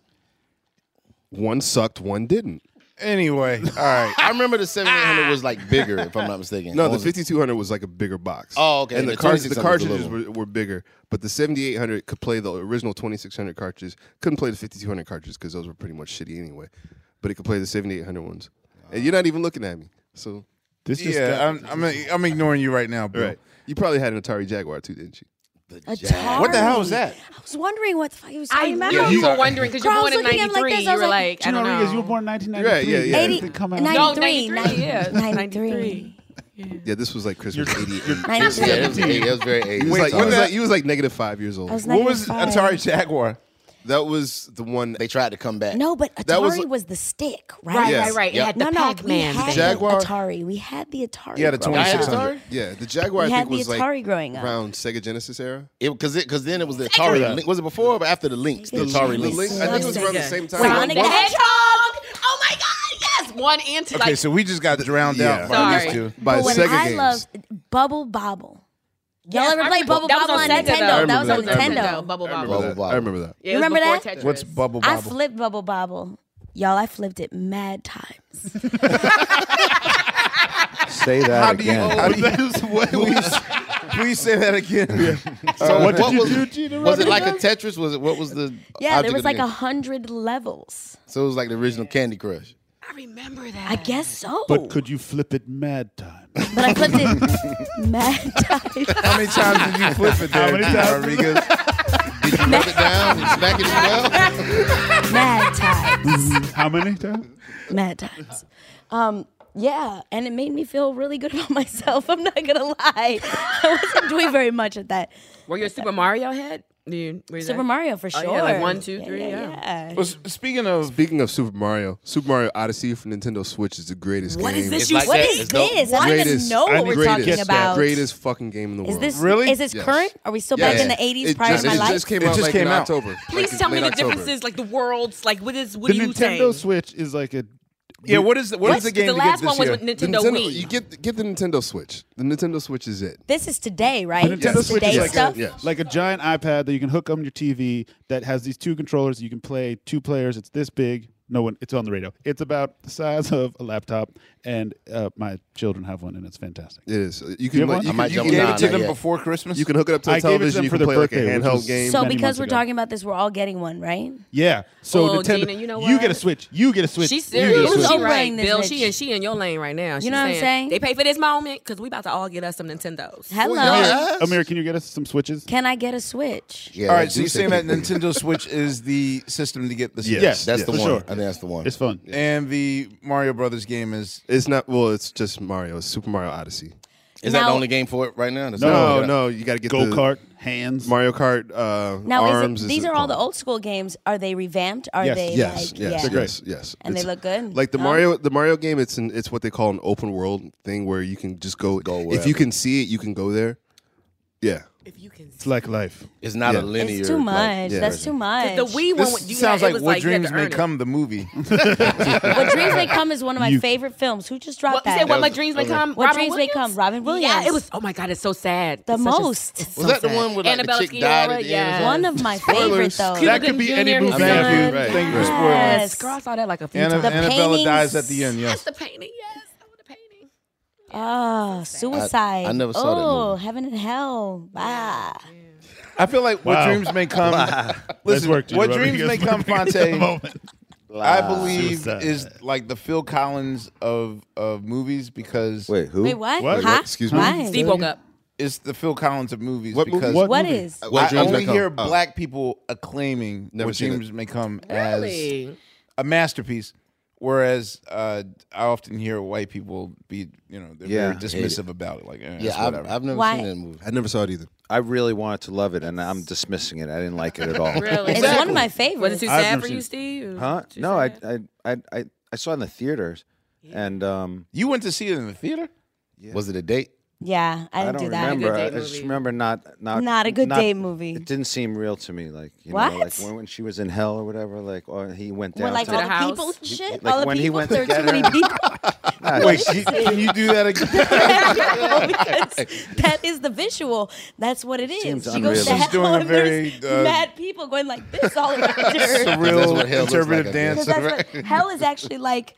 [SPEAKER 6] One sucked, one didn't.
[SPEAKER 1] Anyway, all right.
[SPEAKER 9] I remember the 7800 was like bigger, if I'm not mistaken.
[SPEAKER 6] No,
[SPEAKER 9] What
[SPEAKER 6] the
[SPEAKER 9] was it?
[SPEAKER 6] 5200 was like a bigger box.
[SPEAKER 9] Oh, okay.
[SPEAKER 6] And
[SPEAKER 9] The
[SPEAKER 6] the, car- the
[SPEAKER 9] 2600 was a
[SPEAKER 6] cartridges
[SPEAKER 9] little
[SPEAKER 6] were, were bigger, but the 7800 could play the original 2600 cartridges. Couldn't play the 5200 cartridges because those were pretty much shitty anyway. But it could play the 7800 ones. And you're not even looking at me. So
[SPEAKER 1] This just Yeah, got- I'm- this I'm- just- I'm ignoring you right now, bro.
[SPEAKER 6] Right. You probably had an Atari Jaguar too, didn't you?
[SPEAKER 7] Atari.
[SPEAKER 6] What the hell is that?
[SPEAKER 7] I was wondering what the fuck he was
[SPEAKER 3] I
[SPEAKER 7] talking about.
[SPEAKER 3] know you were wondering because you're
[SPEAKER 7] Girl, I
[SPEAKER 3] born
[SPEAKER 7] was
[SPEAKER 3] in
[SPEAKER 7] looking at him like
[SPEAKER 3] '93.
[SPEAKER 7] this, I
[SPEAKER 3] you
[SPEAKER 7] was
[SPEAKER 3] were
[SPEAKER 7] like,
[SPEAKER 3] like, I don't
[SPEAKER 4] Gina
[SPEAKER 3] know.
[SPEAKER 4] Rodriguez, you were born in 1993.
[SPEAKER 6] Yeah, yeah, yeah.
[SPEAKER 4] Did it come out?
[SPEAKER 3] No, 93. Yeah,
[SPEAKER 7] 93.
[SPEAKER 6] Yeah, this was like Christmas 88.
[SPEAKER 7] Nineteen Yeah,
[SPEAKER 9] that was eighty. That was very eighty.
[SPEAKER 6] He was,
[SPEAKER 9] Wait,
[SPEAKER 6] like, he
[SPEAKER 9] what
[SPEAKER 6] was
[SPEAKER 9] the-
[SPEAKER 6] like- he was like negative five years old.
[SPEAKER 7] I was What was negative five. Atari
[SPEAKER 1] Jaguar?
[SPEAKER 6] That was the one
[SPEAKER 9] they tried to come back.
[SPEAKER 7] No, but Atari
[SPEAKER 9] That
[SPEAKER 7] was,
[SPEAKER 9] was-
[SPEAKER 7] the stick, right?
[SPEAKER 9] Right, Yes. right, right. It
[SPEAKER 7] Yeah.
[SPEAKER 9] had
[SPEAKER 7] no,
[SPEAKER 9] the
[SPEAKER 7] no,
[SPEAKER 9] Pac-Man
[SPEAKER 7] we had
[SPEAKER 9] thing. Jaguar.
[SPEAKER 7] The Atari. We had the Atari.
[SPEAKER 9] Yeah, the
[SPEAKER 7] growing up.
[SPEAKER 9] 2600.
[SPEAKER 6] Yeah, the Jaguar
[SPEAKER 7] We
[SPEAKER 6] I
[SPEAKER 7] had
[SPEAKER 6] think
[SPEAKER 7] the
[SPEAKER 6] was
[SPEAKER 7] Atari
[SPEAKER 6] like
[SPEAKER 7] growing up.
[SPEAKER 6] around Sega Genesis era.
[SPEAKER 9] It because it because then it was the Atari.
[SPEAKER 6] Yeah.
[SPEAKER 9] Lynx. Was it before or after the Lynx? The Atari
[SPEAKER 6] The
[SPEAKER 9] Lynx.
[SPEAKER 6] Lynx- I think it was around the same time.
[SPEAKER 3] Sonic the Hedgehog. Oh my God! Yes, one and two.
[SPEAKER 1] Okay,
[SPEAKER 3] like,
[SPEAKER 1] so we just got drowned out by
[SPEAKER 3] Sorry.
[SPEAKER 1] these two.
[SPEAKER 7] But when I loved Bubble Bobble. Y'all
[SPEAKER 3] Yes,
[SPEAKER 7] ever
[SPEAKER 3] I
[SPEAKER 7] play
[SPEAKER 3] remember-
[SPEAKER 7] Bubble
[SPEAKER 3] that was
[SPEAKER 7] Bobble on
[SPEAKER 3] on Sega, though. I
[SPEAKER 7] Nintendo? That was
[SPEAKER 3] remember
[SPEAKER 7] on
[SPEAKER 3] that.
[SPEAKER 7] Nintendo.
[SPEAKER 3] Bubble
[SPEAKER 6] I
[SPEAKER 3] Bobble.
[SPEAKER 6] remember that. I remember that.
[SPEAKER 7] You remember that?
[SPEAKER 1] What's bubble
[SPEAKER 7] I
[SPEAKER 1] bobble?
[SPEAKER 7] flipped Bubble Bobble. Y'all, I flipped it mad times.
[SPEAKER 10] Say that
[SPEAKER 1] How do you-
[SPEAKER 10] again.
[SPEAKER 1] how do you- please, please say that again.
[SPEAKER 9] So what, did you was,
[SPEAKER 1] do,
[SPEAKER 9] do? Was it like a Tetris? Was it what was the?
[SPEAKER 7] Yeah, there
[SPEAKER 9] object
[SPEAKER 7] was
[SPEAKER 9] of the
[SPEAKER 7] like a
[SPEAKER 9] game?
[SPEAKER 7] hundred levels.
[SPEAKER 9] So it was like the original Candy Crush.
[SPEAKER 7] I guess so.
[SPEAKER 4] But could you flip it mad time?
[SPEAKER 7] Oh. But I flipped it mad times.
[SPEAKER 1] How many times did you flip it there,
[SPEAKER 4] How many times?
[SPEAKER 1] Rodriguez?
[SPEAKER 9] Did you rub it down and smack it as well?
[SPEAKER 7] mad times.
[SPEAKER 4] How many times?
[SPEAKER 7] mad times. Um, yeah, and it made me feel really good about myself. I'm not gonna lie, I wasn't doing very much at that.
[SPEAKER 8] Were you a Super Mario head? Do you- were you
[SPEAKER 7] Super
[SPEAKER 8] that?
[SPEAKER 7] Mario for
[SPEAKER 8] Oh,
[SPEAKER 7] sure.
[SPEAKER 8] yeah, like one, two, three, yeah.
[SPEAKER 6] Well, s- speaking of speaking of Super Mario, Super Mario Odyssey for Nintendo Switch is the greatest
[SPEAKER 7] What
[SPEAKER 6] game.
[SPEAKER 7] is this It's you like said? that. What is It's dope. this? I don't even know what I we're need to talking get that. about.
[SPEAKER 6] Greatest fucking game in the
[SPEAKER 7] Is
[SPEAKER 6] world.
[SPEAKER 7] this Is this current? Are we still back in the '80s
[SPEAKER 6] It
[SPEAKER 7] prior
[SPEAKER 6] just,
[SPEAKER 7] to my
[SPEAKER 6] it
[SPEAKER 7] life?
[SPEAKER 6] just came
[SPEAKER 4] It
[SPEAKER 6] out
[SPEAKER 4] just
[SPEAKER 6] like
[SPEAKER 4] came
[SPEAKER 6] in
[SPEAKER 4] out.
[SPEAKER 6] October.
[SPEAKER 3] Please
[SPEAKER 6] Like,
[SPEAKER 3] tell me
[SPEAKER 6] late
[SPEAKER 3] the
[SPEAKER 6] October.
[SPEAKER 3] differences, like the worlds, like what is what
[SPEAKER 4] the
[SPEAKER 3] do you
[SPEAKER 4] Nintendo
[SPEAKER 3] think?
[SPEAKER 4] Switch is like a.
[SPEAKER 1] Yeah, what is the, what is the game?
[SPEAKER 3] the
[SPEAKER 1] to get
[SPEAKER 3] last
[SPEAKER 1] this
[SPEAKER 3] one was
[SPEAKER 1] year?
[SPEAKER 3] with Nintendo Wii.
[SPEAKER 6] You get get the Nintendo Switch. The Nintendo Switch is it.
[SPEAKER 7] This is today, right?
[SPEAKER 4] The Nintendo
[SPEAKER 7] This is
[SPEAKER 4] Switch
[SPEAKER 7] today
[SPEAKER 4] is like
[SPEAKER 7] stuff.
[SPEAKER 4] a, like a giant iPad that you can hook on your TV that has these two controllers. You can play two players. It's this big. No one. It's on the radio. It's about the size of a laptop, and uh, my children have one, and it's fantastic.
[SPEAKER 6] It is. You
[SPEAKER 4] have
[SPEAKER 6] can.
[SPEAKER 4] one?
[SPEAKER 6] You, can, you gave it to them before Christmas. You can hook it up to
[SPEAKER 4] I
[SPEAKER 6] the
[SPEAKER 4] gave it to
[SPEAKER 6] television.
[SPEAKER 4] them
[SPEAKER 6] you
[SPEAKER 4] for
[SPEAKER 6] can
[SPEAKER 4] their
[SPEAKER 6] play like a
[SPEAKER 4] birthday, which
[SPEAKER 6] handheld
[SPEAKER 4] is
[SPEAKER 6] game.
[SPEAKER 7] So
[SPEAKER 4] many
[SPEAKER 7] because
[SPEAKER 4] months
[SPEAKER 7] we're
[SPEAKER 4] ago.
[SPEAKER 7] talking about this, we're all getting one, right?
[SPEAKER 4] Yeah. So
[SPEAKER 8] Oh,
[SPEAKER 4] Nintendo,
[SPEAKER 8] Gina,
[SPEAKER 4] you,
[SPEAKER 8] you know
[SPEAKER 4] get a
[SPEAKER 8] what?
[SPEAKER 4] Switch. You get a Switch.
[SPEAKER 8] She's
[SPEAKER 4] you get a
[SPEAKER 8] serious.
[SPEAKER 4] Switch.
[SPEAKER 8] She
[SPEAKER 7] overrating
[SPEAKER 8] right,
[SPEAKER 7] this
[SPEAKER 8] Bill.
[SPEAKER 7] bitch.
[SPEAKER 8] She is she in your lane right now. She's
[SPEAKER 7] know what I'm saying?
[SPEAKER 8] They pay for this moment because we about to all get us some Nintendos.
[SPEAKER 7] Hello.
[SPEAKER 4] Amir, Amir, can you get us some switches?
[SPEAKER 7] Can I get a Switch?
[SPEAKER 9] Yeah,
[SPEAKER 1] All
[SPEAKER 9] I
[SPEAKER 1] right, so
[SPEAKER 9] do
[SPEAKER 1] you're
[SPEAKER 9] say
[SPEAKER 1] saying that
[SPEAKER 9] keep it.
[SPEAKER 1] Nintendo Switch is the system to get the Switch.
[SPEAKER 9] Yes, that's the one. I think that's the one.
[SPEAKER 4] It's fun.
[SPEAKER 1] And the Mario Brothers game is
[SPEAKER 6] It's not. Well, it's just Mario. It's Super Mario Odyssey.
[SPEAKER 9] Is that the only game for it right now? That's not-
[SPEAKER 6] No, no, you got to get
[SPEAKER 4] Go
[SPEAKER 6] the-
[SPEAKER 4] kart, hands.
[SPEAKER 6] Mario Kart uh,
[SPEAKER 7] Now,
[SPEAKER 6] arms.
[SPEAKER 7] is it, these are all the old school games. Are they revamped? Are
[SPEAKER 6] Yes,
[SPEAKER 7] they
[SPEAKER 6] yes, yes,
[SPEAKER 7] like, yeah.
[SPEAKER 6] yes, yes, yes.
[SPEAKER 7] And they look good? Oh.
[SPEAKER 6] Like the
[SPEAKER 7] Huh?
[SPEAKER 6] Mario, the Mario game. It's an, it's what they call an open world thing where you can just go. go if
[SPEAKER 9] wherever.
[SPEAKER 6] you can see it, you can go there. Yeah,
[SPEAKER 8] If you can.
[SPEAKER 4] It's like life.
[SPEAKER 9] It's not
[SPEAKER 6] Yeah.
[SPEAKER 9] a
[SPEAKER 6] It's
[SPEAKER 9] linear.
[SPEAKER 7] It's too much. That's too much.
[SPEAKER 8] The Wii one.
[SPEAKER 1] This
[SPEAKER 8] you
[SPEAKER 1] sounds
[SPEAKER 8] had,
[SPEAKER 1] like
[SPEAKER 8] it was
[SPEAKER 1] What
[SPEAKER 8] like you had
[SPEAKER 1] Dreams
[SPEAKER 8] to
[SPEAKER 1] May
[SPEAKER 8] earn it.
[SPEAKER 1] Come, the movie.
[SPEAKER 7] What Dreams May Come is one of my
[SPEAKER 1] You-
[SPEAKER 7] favorite films. Who just dropped
[SPEAKER 8] What, you
[SPEAKER 7] that?
[SPEAKER 8] said what my dreams may
[SPEAKER 7] Okay.
[SPEAKER 8] come.
[SPEAKER 7] What
[SPEAKER 8] Robin
[SPEAKER 7] Dreams May
[SPEAKER 8] Williams?
[SPEAKER 7] Come, Robin Williams.
[SPEAKER 8] Yeah, it was. Oh my God, it's so sad.
[SPEAKER 7] the
[SPEAKER 8] It's such a-
[SPEAKER 7] most. it's
[SPEAKER 9] Was
[SPEAKER 7] so
[SPEAKER 9] that the
[SPEAKER 7] sad.
[SPEAKER 9] one where like,
[SPEAKER 8] Annabelle
[SPEAKER 9] the chick died
[SPEAKER 8] Sciorra,
[SPEAKER 9] at the end?
[SPEAKER 8] yeah.
[SPEAKER 9] or
[SPEAKER 7] One of my favorite though.
[SPEAKER 8] Cuba
[SPEAKER 4] That
[SPEAKER 8] Gooding
[SPEAKER 4] could be any
[SPEAKER 8] Jr.
[SPEAKER 4] movie.
[SPEAKER 8] is
[SPEAKER 6] Thank you,
[SPEAKER 8] son.
[SPEAKER 6] right,
[SPEAKER 1] Thank you for
[SPEAKER 6] right.
[SPEAKER 1] spoiling.
[SPEAKER 7] Yes.
[SPEAKER 8] Girl, I saw that like a few
[SPEAKER 1] Anna,
[SPEAKER 8] times.
[SPEAKER 7] The
[SPEAKER 1] Annabella dies at
[SPEAKER 7] paintings.
[SPEAKER 1] the end. Yes.
[SPEAKER 8] The painting, yes.
[SPEAKER 7] Ah, suicide.
[SPEAKER 9] I never saw that
[SPEAKER 7] oh, heaven and hell. Bah.
[SPEAKER 1] I feel like
[SPEAKER 4] Wow.
[SPEAKER 1] what dreams may come.
[SPEAKER 4] Let's
[SPEAKER 1] Listen,
[SPEAKER 4] work, Gina
[SPEAKER 1] what
[SPEAKER 4] Rodriguez.
[SPEAKER 1] dreams may come,
[SPEAKER 4] At the
[SPEAKER 1] Fonte.
[SPEAKER 4] moment.
[SPEAKER 1] I believe
[SPEAKER 4] Suicide.
[SPEAKER 1] is like the Phil Collins of of movies because
[SPEAKER 10] Wait, who?
[SPEAKER 7] Wait, what?
[SPEAKER 4] What?
[SPEAKER 7] Huh?
[SPEAKER 6] Excuse me?
[SPEAKER 7] Why?
[SPEAKER 8] Steve woke up.
[SPEAKER 1] it's the Phil Collins of movies
[SPEAKER 6] What movie?
[SPEAKER 1] because
[SPEAKER 4] What
[SPEAKER 7] What
[SPEAKER 4] movie?
[SPEAKER 7] is?
[SPEAKER 6] What
[SPEAKER 1] I
[SPEAKER 6] Dreams May
[SPEAKER 1] only
[SPEAKER 6] Come.
[SPEAKER 1] hear
[SPEAKER 6] Oh.
[SPEAKER 1] black people acclaiming
[SPEAKER 6] Never
[SPEAKER 1] what
[SPEAKER 6] seen
[SPEAKER 1] dreams may come as
[SPEAKER 8] Really?
[SPEAKER 1] a masterpiece, whereas uh, I often hear white people be you know they're
[SPEAKER 10] Yeah.
[SPEAKER 1] very dismissive about it. Like eh, it's
[SPEAKER 9] Yeah, I've,
[SPEAKER 1] whatever.
[SPEAKER 9] I've never
[SPEAKER 7] Why-
[SPEAKER 9] seen that movie.
[SPEAKER 6] I never saw it either.
[SPEAKER 10] I really wanted to love it, and I'm dismissing it. I didn't like it at all.
[SPEAKER 8] Really?
[SPEAKER 7] It's one of my
[SPEAKER 8] Was it
[SPEAKER 7] favorites.
[SPEAKER 8] too
[SPEAKER 4] I've
[SPEAKER 8] sad
[SPEAKER 4] never
[SPEAKER 8] for
[SPEAKER 4] seen
[SPEAKER 8] you,
[SPEAKER 4] it.
[SPEAKER 8] Steve?
[SPEAKER 10] Huh?
[SPEAKER 8] Too
[SPEAKER 10] No, I,
[SPEAKER 8] sad?
[SPEAKER 10] I, I, I, I saw it in the theaters, and um,
[SPEAKER 1] you went to see it in the theater.
[SPEAKER 9] Was it a date?
[SPEAKER 7] Yeah, I
[SPEAKER 10] I
[SPEAKER 7] didn't
[SPEAKER 10] don't
[SPEAKER 7] do that.
[SPEAKER 10] remember.
[SPEAKER 8] Good
[SPEAKER 10] I
[SPEAKER 8] date
[SPEAKER 10] just
[SPEAKER 8] movie.
[SPEAKER 10] remember not, not,
[SPEAKER 7] Not a good date movie.
[SPEAKER 10] It didn't seem real to me. Like, you know, like
[SPEAKER 7] What?
[SPEAKER 10] when, when she was in hell or whatever. Like, or he went down.
[SPEAKER 7] When like
[SPEAKER 10] to
[SPEAKER 7] all
[SPEAKER 8] the
[SPEAKER 7] the,
[SPEAKER 8] house.
[SPEAKER 7] people and shit,
[SPEAKER 10] Like,
[SPEAKER 7] all the
[SPEAKER 10] when he
[SPEAKER 7] people.
[SPEAKER 10] went
[SPEAKER 7] there
[SPEAKER 10] to
[SPEAKER 7] were too many
[SPEAKER 10] get her.
[SPEAKER 7] people.
[SPEAKER 10] Nah,
[SPEAKER 1] Wait, can, can you do that again? Oh.
[SPEAKER 7] because that is the visual. That's what it is.
[SPEAKER 10] Seems
[SPEAKER 7] she goes to
[SPEAKER 10] unrealistic.
[SPEAKER 7] hell
[SPEAKER 1] She's doing a
[SPEAKER 7] and there's
[SPEAKER 1] very, uh,
[SPEAKER 7] mad people going like this all around her.
[SPEAKER 9] That's
[SPEAKER 1] Surreal
[SPEAKER 9] what hell looks
[SPEAKER 1] interpretive
[SPEAKER 9] like, I guess.
[SPEAKER 1] dance.
[SPEAKER 7] Because that's what hell is actually like.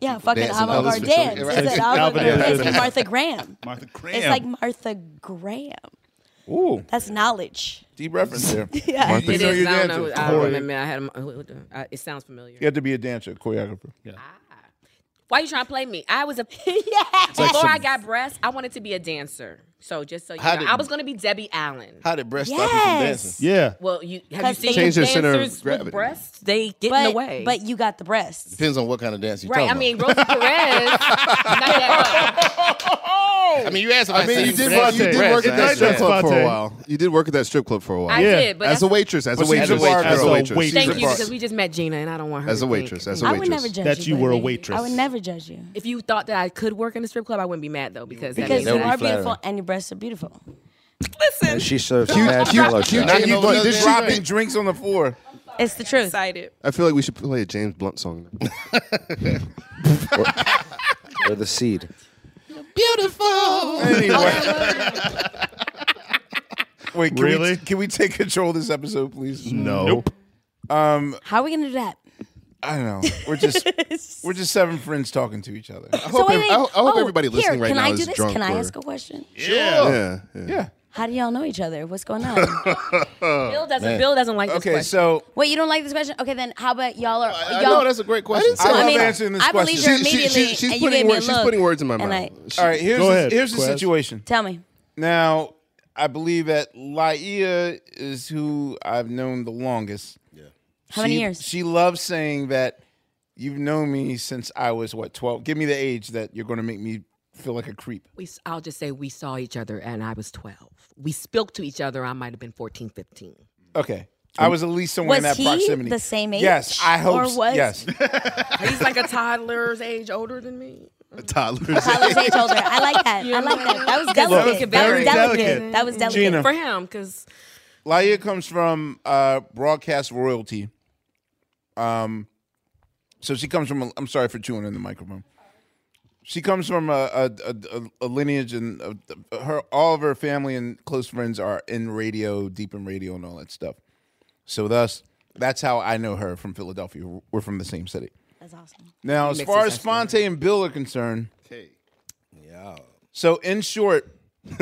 [SPEAKER 7] Yeah, fucking
[SPEAKER 9] Dancing
[SPEAKER 7] avant
[SPEAKER 9] Elvis
[SPEAKER 7] garde
[SPEAKER 9] Presley,
[SPEAKER 7] dance.
[SPEAKER 9] right?
[SPEAKER 7] It's an avant garde
[SPEAKER 4] Elvis
[SPEAKER 7] dance
[SPEAKER 4] Presley.
[SPEAKER 7] with Martha Graham.
[SPEAKER 4] Martha Graham.
[SPEAKER 7] It's like Martha Graham.
[SPEAKER 1] Ooh,
[SPEAKER 7] That's knowledge.
[SPEAKER 1] deep reference there.
[SPEAKER 7] Yeah.
[SPEAKER 1] Martha,
[SPEAKER 8] It
[SPEAKER 1] you know
[SPEAKER 8] is.
[SPEAKER 1] your
[SPEAKER 8] I don't
[SPEAKER 1] dancer.
[SPEAKER 8] know. I
[SPEAKER 1] Corey.
[SPEAKER 8] don't remember. I had. a- who- who- uh, It sounds familiar.
[SPEAKER 1] You have to be a dancer, choreographer.
[SPEAKER 8] Why you trying to play me? I was a before I got breasts. I wanted to be a dancer. So just so you know,
[SPEAKER 9] How did-
[SPEAKER 8] I was going to be Debbie Allen.
[SPEAKER 9] How did breast stop you from dancing?
[SPEAKER 7] Yes.
[SPEAKER 4] Yeah.
[SPEAKER 8] well, you have you
[SPEAKER 7] 'Cause
[SPEAKER 8] seen
[SPEAKER 7] they- Change
[SPEAKER 6] their center of
[SPEAKER 8] dancers
[SPEAKER 6] gravity.
[SPEAKER 8] with breasts? They get in the way.
[SPEAKER 7] But, but you got the breasts.
[SPEAKER 9] Depends on what kind of dance you're
[SPEAKER 8] right, I
[SPEAKER 9] talking
[SPEAKER 8] mean Rosie Perez. not that
[SPEAKER 9] about. I mean, you asked about
[SPEAKER 6] I mean, you
[SPEAKER 9] sex,
[SPEAKER 6] did,
[SPEAKER 9] but
[SPEAKER 6] work, you
[SPEAKER 9] that's
[SPEAKER 6] did work at
[SPEAKER 9] breast,
[SPEAKER 6] that
[SPEAKER 9] that's
[SPEAKER 6] strip
[SPEAKER 9] ass.
[SPEAKER 6] club for
[SPEAKER 4] Fonte.
[SPEAKER 6] a while. You did work at that strip club for a while.
[SPEAKER 8] I
[SPEAKER 4] Yeah.
[SPEAKER 8] did, but
[SPEAKER 6] as a
[SPEAKER 8] that's-
[SPEAKER 6] waitress, as a
[SPEAKER 1] But she's
[SPEAKER 6] waitress,
[SPEAKER 1] a bar
[SPEAKER 6] as
[SPEAKER 1] girl.
[SPEAKER 6] a
[SPEAKER 4] As a
[SPEAKER 6] waitress,
[SPEAKER 8] Thank
[SPEAKER 4] waitress.
[SPEAKER 8] you because we just met Gina and I don't want her
[SPEAKER 6] as a
[SPEAKER 8] to
[SPEAKER 6] waitress,
[SPEAKER 8] think.
[SPEAKER 6] as a
[SPEAKER 7] I would
[SPEAKER 6] waitress.
[SPEAKER 7] never judge
[SPEAKER 4] That you were a
[SPEAKER 7] baby.
[SPEAKER 4] waitress.
[SPEAKER 7] I would never judge you.
[SPEAKER 8] If you thought that I could work in a strip club, I wouldn't be mad though because that
[SPEAKER 7] Because
[SPEAKER 8] is-
[SPEAKER 7] you
[SPEAKER 9] would be
[SPEAKER 7] are
[SPEAKER 9] flattering.
[SPEAKER 7] beautiful and your breasts are beautiful.
[SPEAKER 8] listen,
[SPEAKER 10] and she serves mad yellow shots.
[SPEAKER 6] Now you
[SPEAKER 9] Another
[SPEAKER 6] look-
[SPEAKER 9] thing.
[SPEAKER 6] this
[SPEAKER 9] Drop
[SPEAKER 6] shit-
[SPEAKER 1] Dropping drinks on the floor.
[SPEAKER 7] It's the truth.
[SPEAKER 8] excited.
[SPEAKER 6] I feel like we should play a James Blunt song.
[SPEAKER 10] or the seed.
[SPEAKER 9] Beautiful.
[SPEAKER 1] Anyway. Wait, can,
[SPEAKER 4] Really?
[SPEAKER 1] we, can we take control of this episode, please?
[SPEAKER 4] No. Nope.
[SPEAKER 1] Um,
[SPEAKER 7] How are we gonna do that?
[SPEAKER 1] I don't know. We're just we're just seven friends talking to each other.
[SPEAKER 6] I hope,
[SPEAKER 7] wait,
[SPEAKER 6] ev-
[SPEAKER 7] wait.
[SPEAKER 6] I hope- I hope
[SPEAKER 7] Oh,
[SPEAKER 6] everybody
[SPEAKER 7] here,
[SPEAKER 6] listening right
[SPEAKER 7] can
[SPEAKER 6] now
[SPEAKER 7] I do
[SPEAKER 6] is
[SPEAKER 7] this?
[SPEAKER 6] drunk.
[SPEAKER 7] Can I
[SPEAKER 6] or-
[SPEAKER 7] ask a question?
[SPEAKER 6] Yeah, yeah.
[SPEAKER 1] Yeah.
[SPEAKER 7] How do y'all know each other? What's going on?
[SPEAKER 8] Bill doesn't. Bill doesn't like this
[SPEAKER 1] Okay,
[SPEAKER 8] question.
[SPEAKER 1] so
[SPEAKER 7] Wait, you don't like this question? Okay, then how about y'all are
[SPEAKER 9] I
[SPEAKER 7] y'all?
[SPEAKER 9] know that's a great question.
[SPEAKER 1] I
[SPEAKER 7] I
[SPEAKER 1] love
[SPEAKER 7] mean,
[SPEAKER 1] answering this
[SPEAKER 7] I
[SPEAKER 1] question.
[SPEAKER 7] believe you're
[SPEAKER 6] She- she-
[SPEAKER 7] immediately,
[SPEAKER 6] she- she's
[SPEAKER 7] and you
[SPEAKER 6] putting
[SPEAKER 7] gave me a
[SPEAKER 6] words- she's
[SPEAKER 7] look,
[SPEAKER 6] putting words in my
[SPEAKER 7] and
[SPEAKER 6] mouth.
[SPEAKER 7] I-
[SPEAKER 1] all right, here's
[SPEAKER 4] Go
[SPEAKER 1] the-
[SPEAKER 4] ahead,
[SPEAKER 1] here's
[SPEAKER 4] Quest.
[SPEAKER 1] the situation.
[SPEAKER 7] tell me,
[SPEAKER 1] Now, I believe that Laia is who I've known the longest. Yeah.
[SPEAKER 7] How many years?
[SPEAKER 1] She loves saying that you've known me since I was what, 12? Give me the age that you're going to make me feel like a creep.
[SPEAKER 8] we, s- I'll just say we saw each other and I was 12. We spoke to each other. I might have been 14, 15.
[SPEAKER 1] Okay.
[SPEAKER 6] Mm.
[SPEAKER 1] I was at least somewhere
[SPEAKER 7] was
[SPEAKER 1] in that
[SPEAKER 7] he
[SPEAKER 1] proximity.
[SPEAKER 7] the same age?
[SPEAKER 1] Yes, I hope.
[SPEAKER 7] Or
[SPEAKER 1] s-
[SPEAKER 7] was-
[SPEAKER 1] yes,
[SPEAKER 8] He's like a toddler's age older than me.
[SPEAKER 6] Toddlers.
[SPEAKER 7] Tyler's age older. I like that. I like that. That was delicate. that
[SPEAKER 8] very
[SPEAKER 7] was delicate.
[SPEAKER 4] delicate.
[SPEAKER 7] That was delicate.
[SPEAKER 1] Gina.
[SPEAKER 8] For him, because
[SPEAKER 1] Laia comes from uh, broadcast royalty. Um, so she comes from. A, I'm sorry for chewing in the microphone. She comes from a, a, a, a lineage, and uh her all of her family and close friends are in radio, deep in radio, and all that stuff. So thus, That's how I know her from Philadelphia. We're from the same city.
[SPEAKER 7] That's awesome.
[SPEAKER 1] Now,
[SPEAKER 7] He
[SPEAKER 1] as
[SPEAKER 7] makes
[SPEAKER 1] far
[SPEAKER 7] us
[SPEAKER 1] as Fonte and Bill are concerned,
[SPEAKER 9] Okay.
[SPEAKER 1] yeah. So in short,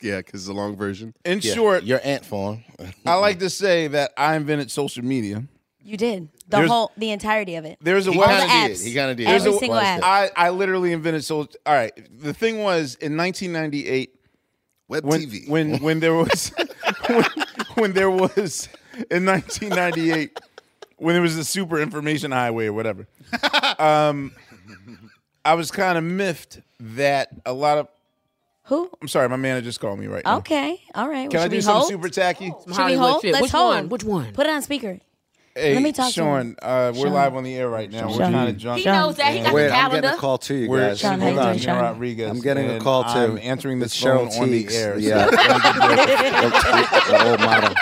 [SPEAKER 9] Yeah, because it's a long version.
[SPEAKER 1] in short,
[SPEAKER 9] your ant farm.
[SPEAKER 1] I like to say that I invented social media.
[SPEAKER 7] You did the
[SPEAKER 1] There's-
[SPEAKER 7] whole, the entirety of it.
[SPEAKER 1] There's a
[SPEAKER 7] All
[SPEAKER 1] web-
[SPEAKER 7] the apps.
[SPEAKER 1] There's
[SPEAKER 7] Every
[SPEAKER 1] a-
[SPEAKER 7] single app.
[SPEAKER 1] I, I literally invented so. All right. The thing was in 1998.
[SPEAKER 9] Web
[SPEAKER 1] when, TV. When when there was when, when there was in 1998 when there was the super information highway or whatever. Um, I was kind of miffed that a lot of
[SPEAKER 7] who.
[SPEAKER 1] I'm sorry, my manager's calling me right now.
[SPEAKER 7] Okay, all right.
[SPEAKER 1] Can
[SPEAKER 7] well,
[SPEAKER 1] I
[SPEAKER 7] should
[SPEAKER 1] do
[SPEAKER 7] we
[SPEAKER 1] something
[SPEAKER 7] hold?
[SPEAKER 1] super tacky?
[SPEAKER 7] Should we hold? Let's
[SPEAKER 8] Which
[SPEAKER 7] hold.
[SPEAKER 8] one? Which one?
[SPEAKER 7] Put it on speaker.
[SPEAKER 1] Hey,
[SPEAKER 7] Let me talk to
[SPEAKER 1] Sean,
[SPEAKER 7] him.
[SPEAKER 1] uh, we're
[SPEAKER 7] Sean.
[SPEAKER 1] live on the air right now. We're
[SPEAKER 7] Sean.
[SPEAKER 1] kind of drunk.
[SPEAKER 7] He knows that. He got the
[SPEAKER 10] Wait, I'm getting
[SPEAKER 7] calendar.
[SPEAKER 10] a call too, you
[SPEAKER 1] We're
[SPEAKER 10] guys.
[SPEAKER 1] Sean,
[SPEAKER 10] Hold
[SPEAKER 1] how you
[SPEAKER 10] on.
[SPEAKER 1] doing, Sean? Rodriguez,
[SPEAKER 10] I'm getting a
[SPEAKER 1] and
[SPEAKER 10] call too.
[SPEAKER 1] I'm answering this
[SPEAKER 10] It's Cheryl
[SPEAKER 1] phone on the
[SPEAKER 10] Teagues.
[SPEAKER 1] air, so-
[SPEAKER 10] Yeah, the,
[SPEAKER 9] Oh,
[SPEAKER 10] the old model.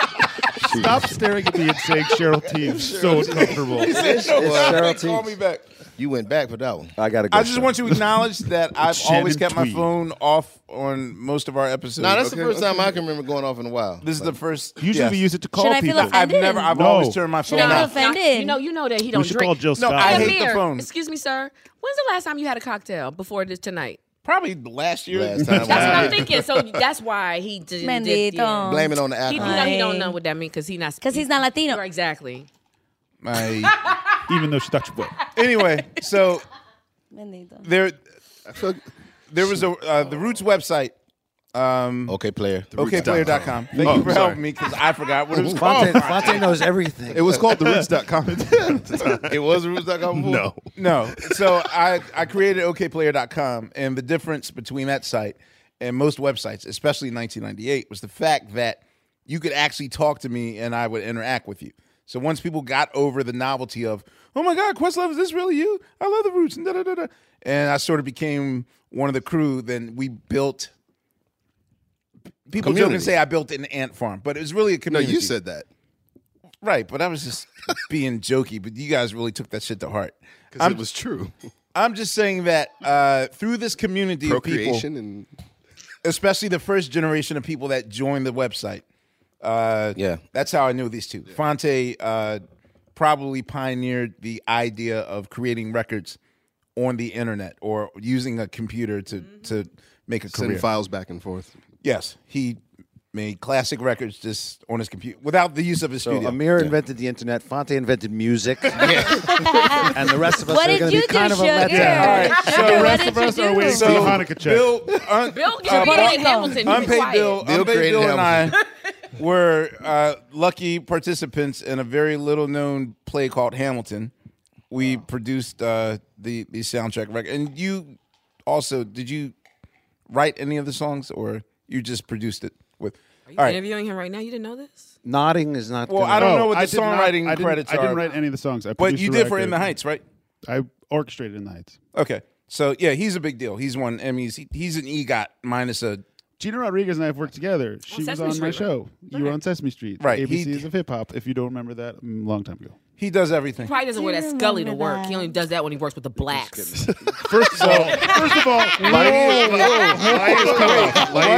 [SPEAKER 4] Stop staring at me and saying Cheryl T. is so uncomfortable.
[SPEAKER 1] He said, "No, Rodriguez, call me back.
[SPEAKER 9] You went back for that one.
[SPEAKER 10] I gotta
[SPEAKER 1] I just want to acknowledge that I've
[SPEAKER 9] Shannon
[SPEAKER 1] always kept my
[SPEAKER 9] Tweed.
[SPEAKER 1] phone off on most of our episodes.
[SPEAKER 9] Nah, that's the
[SPEAKER 1] Okay,
[SPEAKER 9] first
[SPEAKER 1] okay.
[SPEAKER 9] time I can remember going off in a while.
[SPEAKER 1] This is the first.
[SPEAKER 4] Usually we use it to call
[SPEAKER 1] Should I feel people. I've offended? never- I've always turned my Should phone I feel off.
[SPEAKER 3] offended? You know, you know that he don't
[SPEAKER 4] should
[SPEAKER 3] drink.
[SPEAKER 4] call Jill No, Scott. I hate the
[SPEAKER 3] Amir,
[SPEAKER 4] phone.
[SPEAKER 3] Excuse me, sir. When's the last time you had a cocktail before this tonight?
[SPEAKER 1] Probably last year.
[SPEAKER 9] Last time.
[SPEAKER 3] That's what I'm thinking. So that's why he did. did yeah.
[SPEAKER 7] Bendito. Blame it on the
[SPEAKER 3] He, you know,
[SPEAKER 7] alcohol.
[SPEAKER 3] he don't know what that means because he not because
[SPEAKER 7] he's not Latino.
[SPEAKER 3] Exactly.
[SPEAKER 4] Even though she thought you were.
[SPEAKER 1] anyway, so
[SPEAKER 7] Bendito.
[SPEAKER 1] there, there was a uh, the Roots website. Um,
[SPEAKER 9] okay, player.
[SPEAKER 1] OKPlayer.com. Thank
[SPEAKER 9] Oh,
[SPEAKER 1] you for
[SPEAKER 9] sorry.
[SPEAKER 1] helping me because I forgot what it was
[SPEAKER 10] Fonte,
[SPEAKER 1] called.
[SPEAKER 10] Fonte knows everything.
[SPEAKER 1] It was called theroots.com.
[SPEAKER 9] it was roots.com. before?
[SPEAKER 1] No. No. So I, I created okplayer.com, and the difference between that site and most websites, especially in 1998, was the fact that you could actually talk to me and I would interact with you. So once people got over the novelty of, oh my God, Questlove, is this really you? I love the roots. And, da, da, da, da. and I sort of became one of the crew. Then we built. People joke and
[SPEAKER 9] Community.
[SPEAKER 1] say I built an ant farm, but it was really a
[SPEAKER 9] No,
[SPEAKER 1] community.
[SPEAKER 9] you said that.
[SPEAKER 1] Right, but I was just being jokey, but you guys really took that shit to heart.
[SPEAKER 9] 'Cause
[SPEAKER 1] I'm-
[SPEAKER 9] it was true.
[SPEAKER 1] I'm just saying that uh, through this community of people,
[SPEAKER 9] Procreation and
[SPEAKER 1] especially the first generation of people that joined the website, uh,
[SPEAKER 9] Yeah.
[SPEAKER 1] that's how I knew these two. Fonte uh, probably pioneered the idea of creating records on the internet or using a computer to
[SPEAKER 10] Mm-hmm.
[SPEAKER 1] to make a
[SPEAKER 9] send
[SPEAKER 1] career.
[SPEAKER 9] files back and forth.
[SPEAKER 1] Yes, he made classic records just on his computer without the use of his
[SPEAKER 10] So
[SPEAKER 1] studio.
[SPEAKER 10] Amir invented the internet. Fonte invented music. and the rest of us
[SPEAKER 1] What
[SPEAKER 10] are
[SPEAKER 1] did
[SPEAKER 10] going to
[SPEAKER 1] you
[SPEAKER 10] be
[SPEAKER 1] do,
[SPEAKER 10] kind of a
[SPEAKER 1] Sugar?
[SPEAKER 10] letdown.
[SPEAKER 1] All right, so
[SPEAKER 10] the
[SPEAKER 1] rest of us are waiting for the Hanukkah check. Bill, un-
[SPEAKER 3] Bill
[SPEAKER 1] uh,
[SPEAKER 3] created
[SPEAKER 1] Bill-
[SPEAKER 3] Hamilton. You be
[SPEAKER 1] Unpaid
[SPEAKER 3] quiet.
[SPEAKER 1] Bill,
[SPEAKER 9] Bill
[SPEAKER 1] unpaid
[SPEAKER 9] created
[SPEAKER 1] Bill and I were uh, lucky participants in a very little known play called Hamilton. We produced uh, the the soundtrack record, and you also did you write any of the songs, or you just produced it with?
[SPEAKER 3] Are you
[SPEAKER 1] All right,
[SPEAKER 3] interviewing him right now? You didn't know this?
[SPEAKER 10] Nodding is not.
[SPEAKER 1] Well,
[SPEAKER 10] gonna-
[SPEAKER 1] I don't know what
[SPEAKER 4] Oh, I
[SPEAKER 1] the
[SPEAKER 4] did not-
[SPEAKER 1] songwriting
[SPEAKER 4] I didn't-
[SPEAKER 1] credits
[SPEAKER 4] I didn't
[SPEAKER 1] are.
[SPEAKER 4] write any of the songs. I
[SPEAKER 1] but
[SPEAKER 4] produced
[SPEAKER 1] you
[SPEAKER 4] the
[SPEAKER 1] did for
[SPEAKER 4] record.
[SPEAKER 1] In the Heights, right?
[SPEAKER 4] I orchestrated In the Heights.
[SPEAKER 1] Okay, so yeah, he's a big deal. He's won Emmys. He, he's an EGOT minus a
[SPEAKER 4] Gina Rodriguez and I have worked together. She was
[SPEAKER 1] Sesame
[SPEAKER 4] on my
[SPEAKER 1] Street, right?
[SPEAKER 4] show. You were on Sesame Street.
[SPEAKER 1] Right,
[SPEAKER 4] ABCs
[SPEAKER 1] he-
[SPEAKER 4] of Hip Hop, if you don't remember that, a long time ago.
[SPEAKER 1] He does
[SPEAKER 3] He
[SPEAKER 1] everything.
[SPEAKER 3] probably doesn't wear that Scully to work. He only does that when he works with the blacks.
[SPEAKER 4] First of all, first of all,
[SPEAKER 6] Light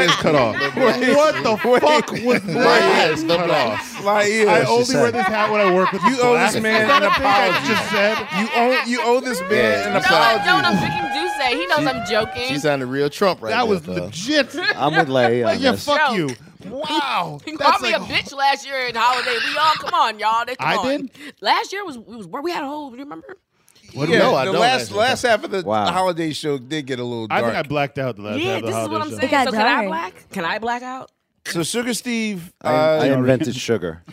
[SPEAKER 6] is cut off.
[SPEAKER 4] Oh, What the fuck
[SPEAKER 6] Light
[SPEAKER 4] was that?
[SPEAKER 6] is cut off.
[SPEAKER 1] Light
[SPEAKER 4] I only wear this hat when I work with
[SPEAKER 1] You
[SPEAKER 4] the
[SPEAKER 6] oh,
[SPEAKER 1] owe this
[SPEAKER 4] blacks.
[SPEAKER 1] man
[SPEAKER 4] Is that
[SPEAKER 1] an
[SPEAKER 4] a thing I
[SPEAKER 1] apology.
[SPEAKER 4] just said.
[SPEAKER 1] You owe you owe this man an
[SPEAKER 9] Yeah. No,
[SPEAKER 3] no, I
[SPEAKER 1] apology.
[SPEAKER 3] don't. I'm freaking do say. He knows I'm joking.
[SPEAKER 9] She sounded real Trump right
[SPEAKER 4] That
[SPEAKER 9] there,
[SPEAKER 4] was
[SPEAKER 9] though.
[SPEAKER 4] legit.
[SPEAKER 10] I'm with Larry on
[SPEAKER 4] Yeah,
[SPEAKER 10] this.
[SPEAKER 4] fuck you. Wow.
[SPEAKER 3] He
[SPEAKER 4] That's
[SPEAKER 3] called me
[SPEAKER 4] like-
[SPEAKER 3] a bitch last year in holiday. We all come on, y'all. They, come
[SPEAKER 4] I
[SPEAKER 3] on. Last year was we was we had a whole. Remember?
[SPEAKER 9] What do
[SPEAKER 1] yeah,
[SPEAKER 9] we- No, I
[SPEAKER 1] the
[SPEAKER 9] don't
[SPEAKER 1] last
[SPEAKER 9] actually.
[SPEAKER 1] last half of the,
[SPEAKER 10] Wow.
[SPEAKER 1] the holiday show did get a little
[SPEAKER 4] I
[SPEAKER 1] dark.
[SPEAKER 4] think I blacked out the last
[SPEAKER 3] yeah,
[SPEAKER 4] half of the
[SPEAKER 3] this is what I'm
[SPEAKER 4] holiday
[SPEAKER 3] saying.
[SPEAKER 4] show.
[SPEAKER 3] So can I
[SPEAKER 7] dark.
[SPEAKER 3] black? Can I black out?
[SPEAKER 1] so Sugar Steve, uh,
[SPEAKER 10] I, I invented sugar.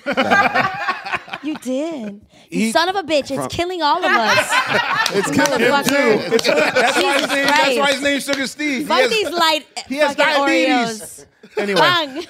[SPEAKER 7] You did. You son of a bitch. It's killing all of us.
[SPEAKER 9] It's
[SPEAKER 7] killing him Motherfucker.
[SPEAKER 1] that's, why his
[SPEAKER 7] Jesus
[SPEAKER 1] name, that's
[SPEAKER 7] Christ.
[SPEAKER 1] why his name's Sugar Steve.
[SPEAKER 7] Fuck
[SPEAKER 1] he has,
[SPEAKER 7] these light
[SPEAKER 1] he has
[SPEAKER 7] fucking
[SPEAKER 1] diabetes.
[SPEAKER 7] Oreos.
[SPEAKER 1] Anyway,
[SPEAKER 7] Bang.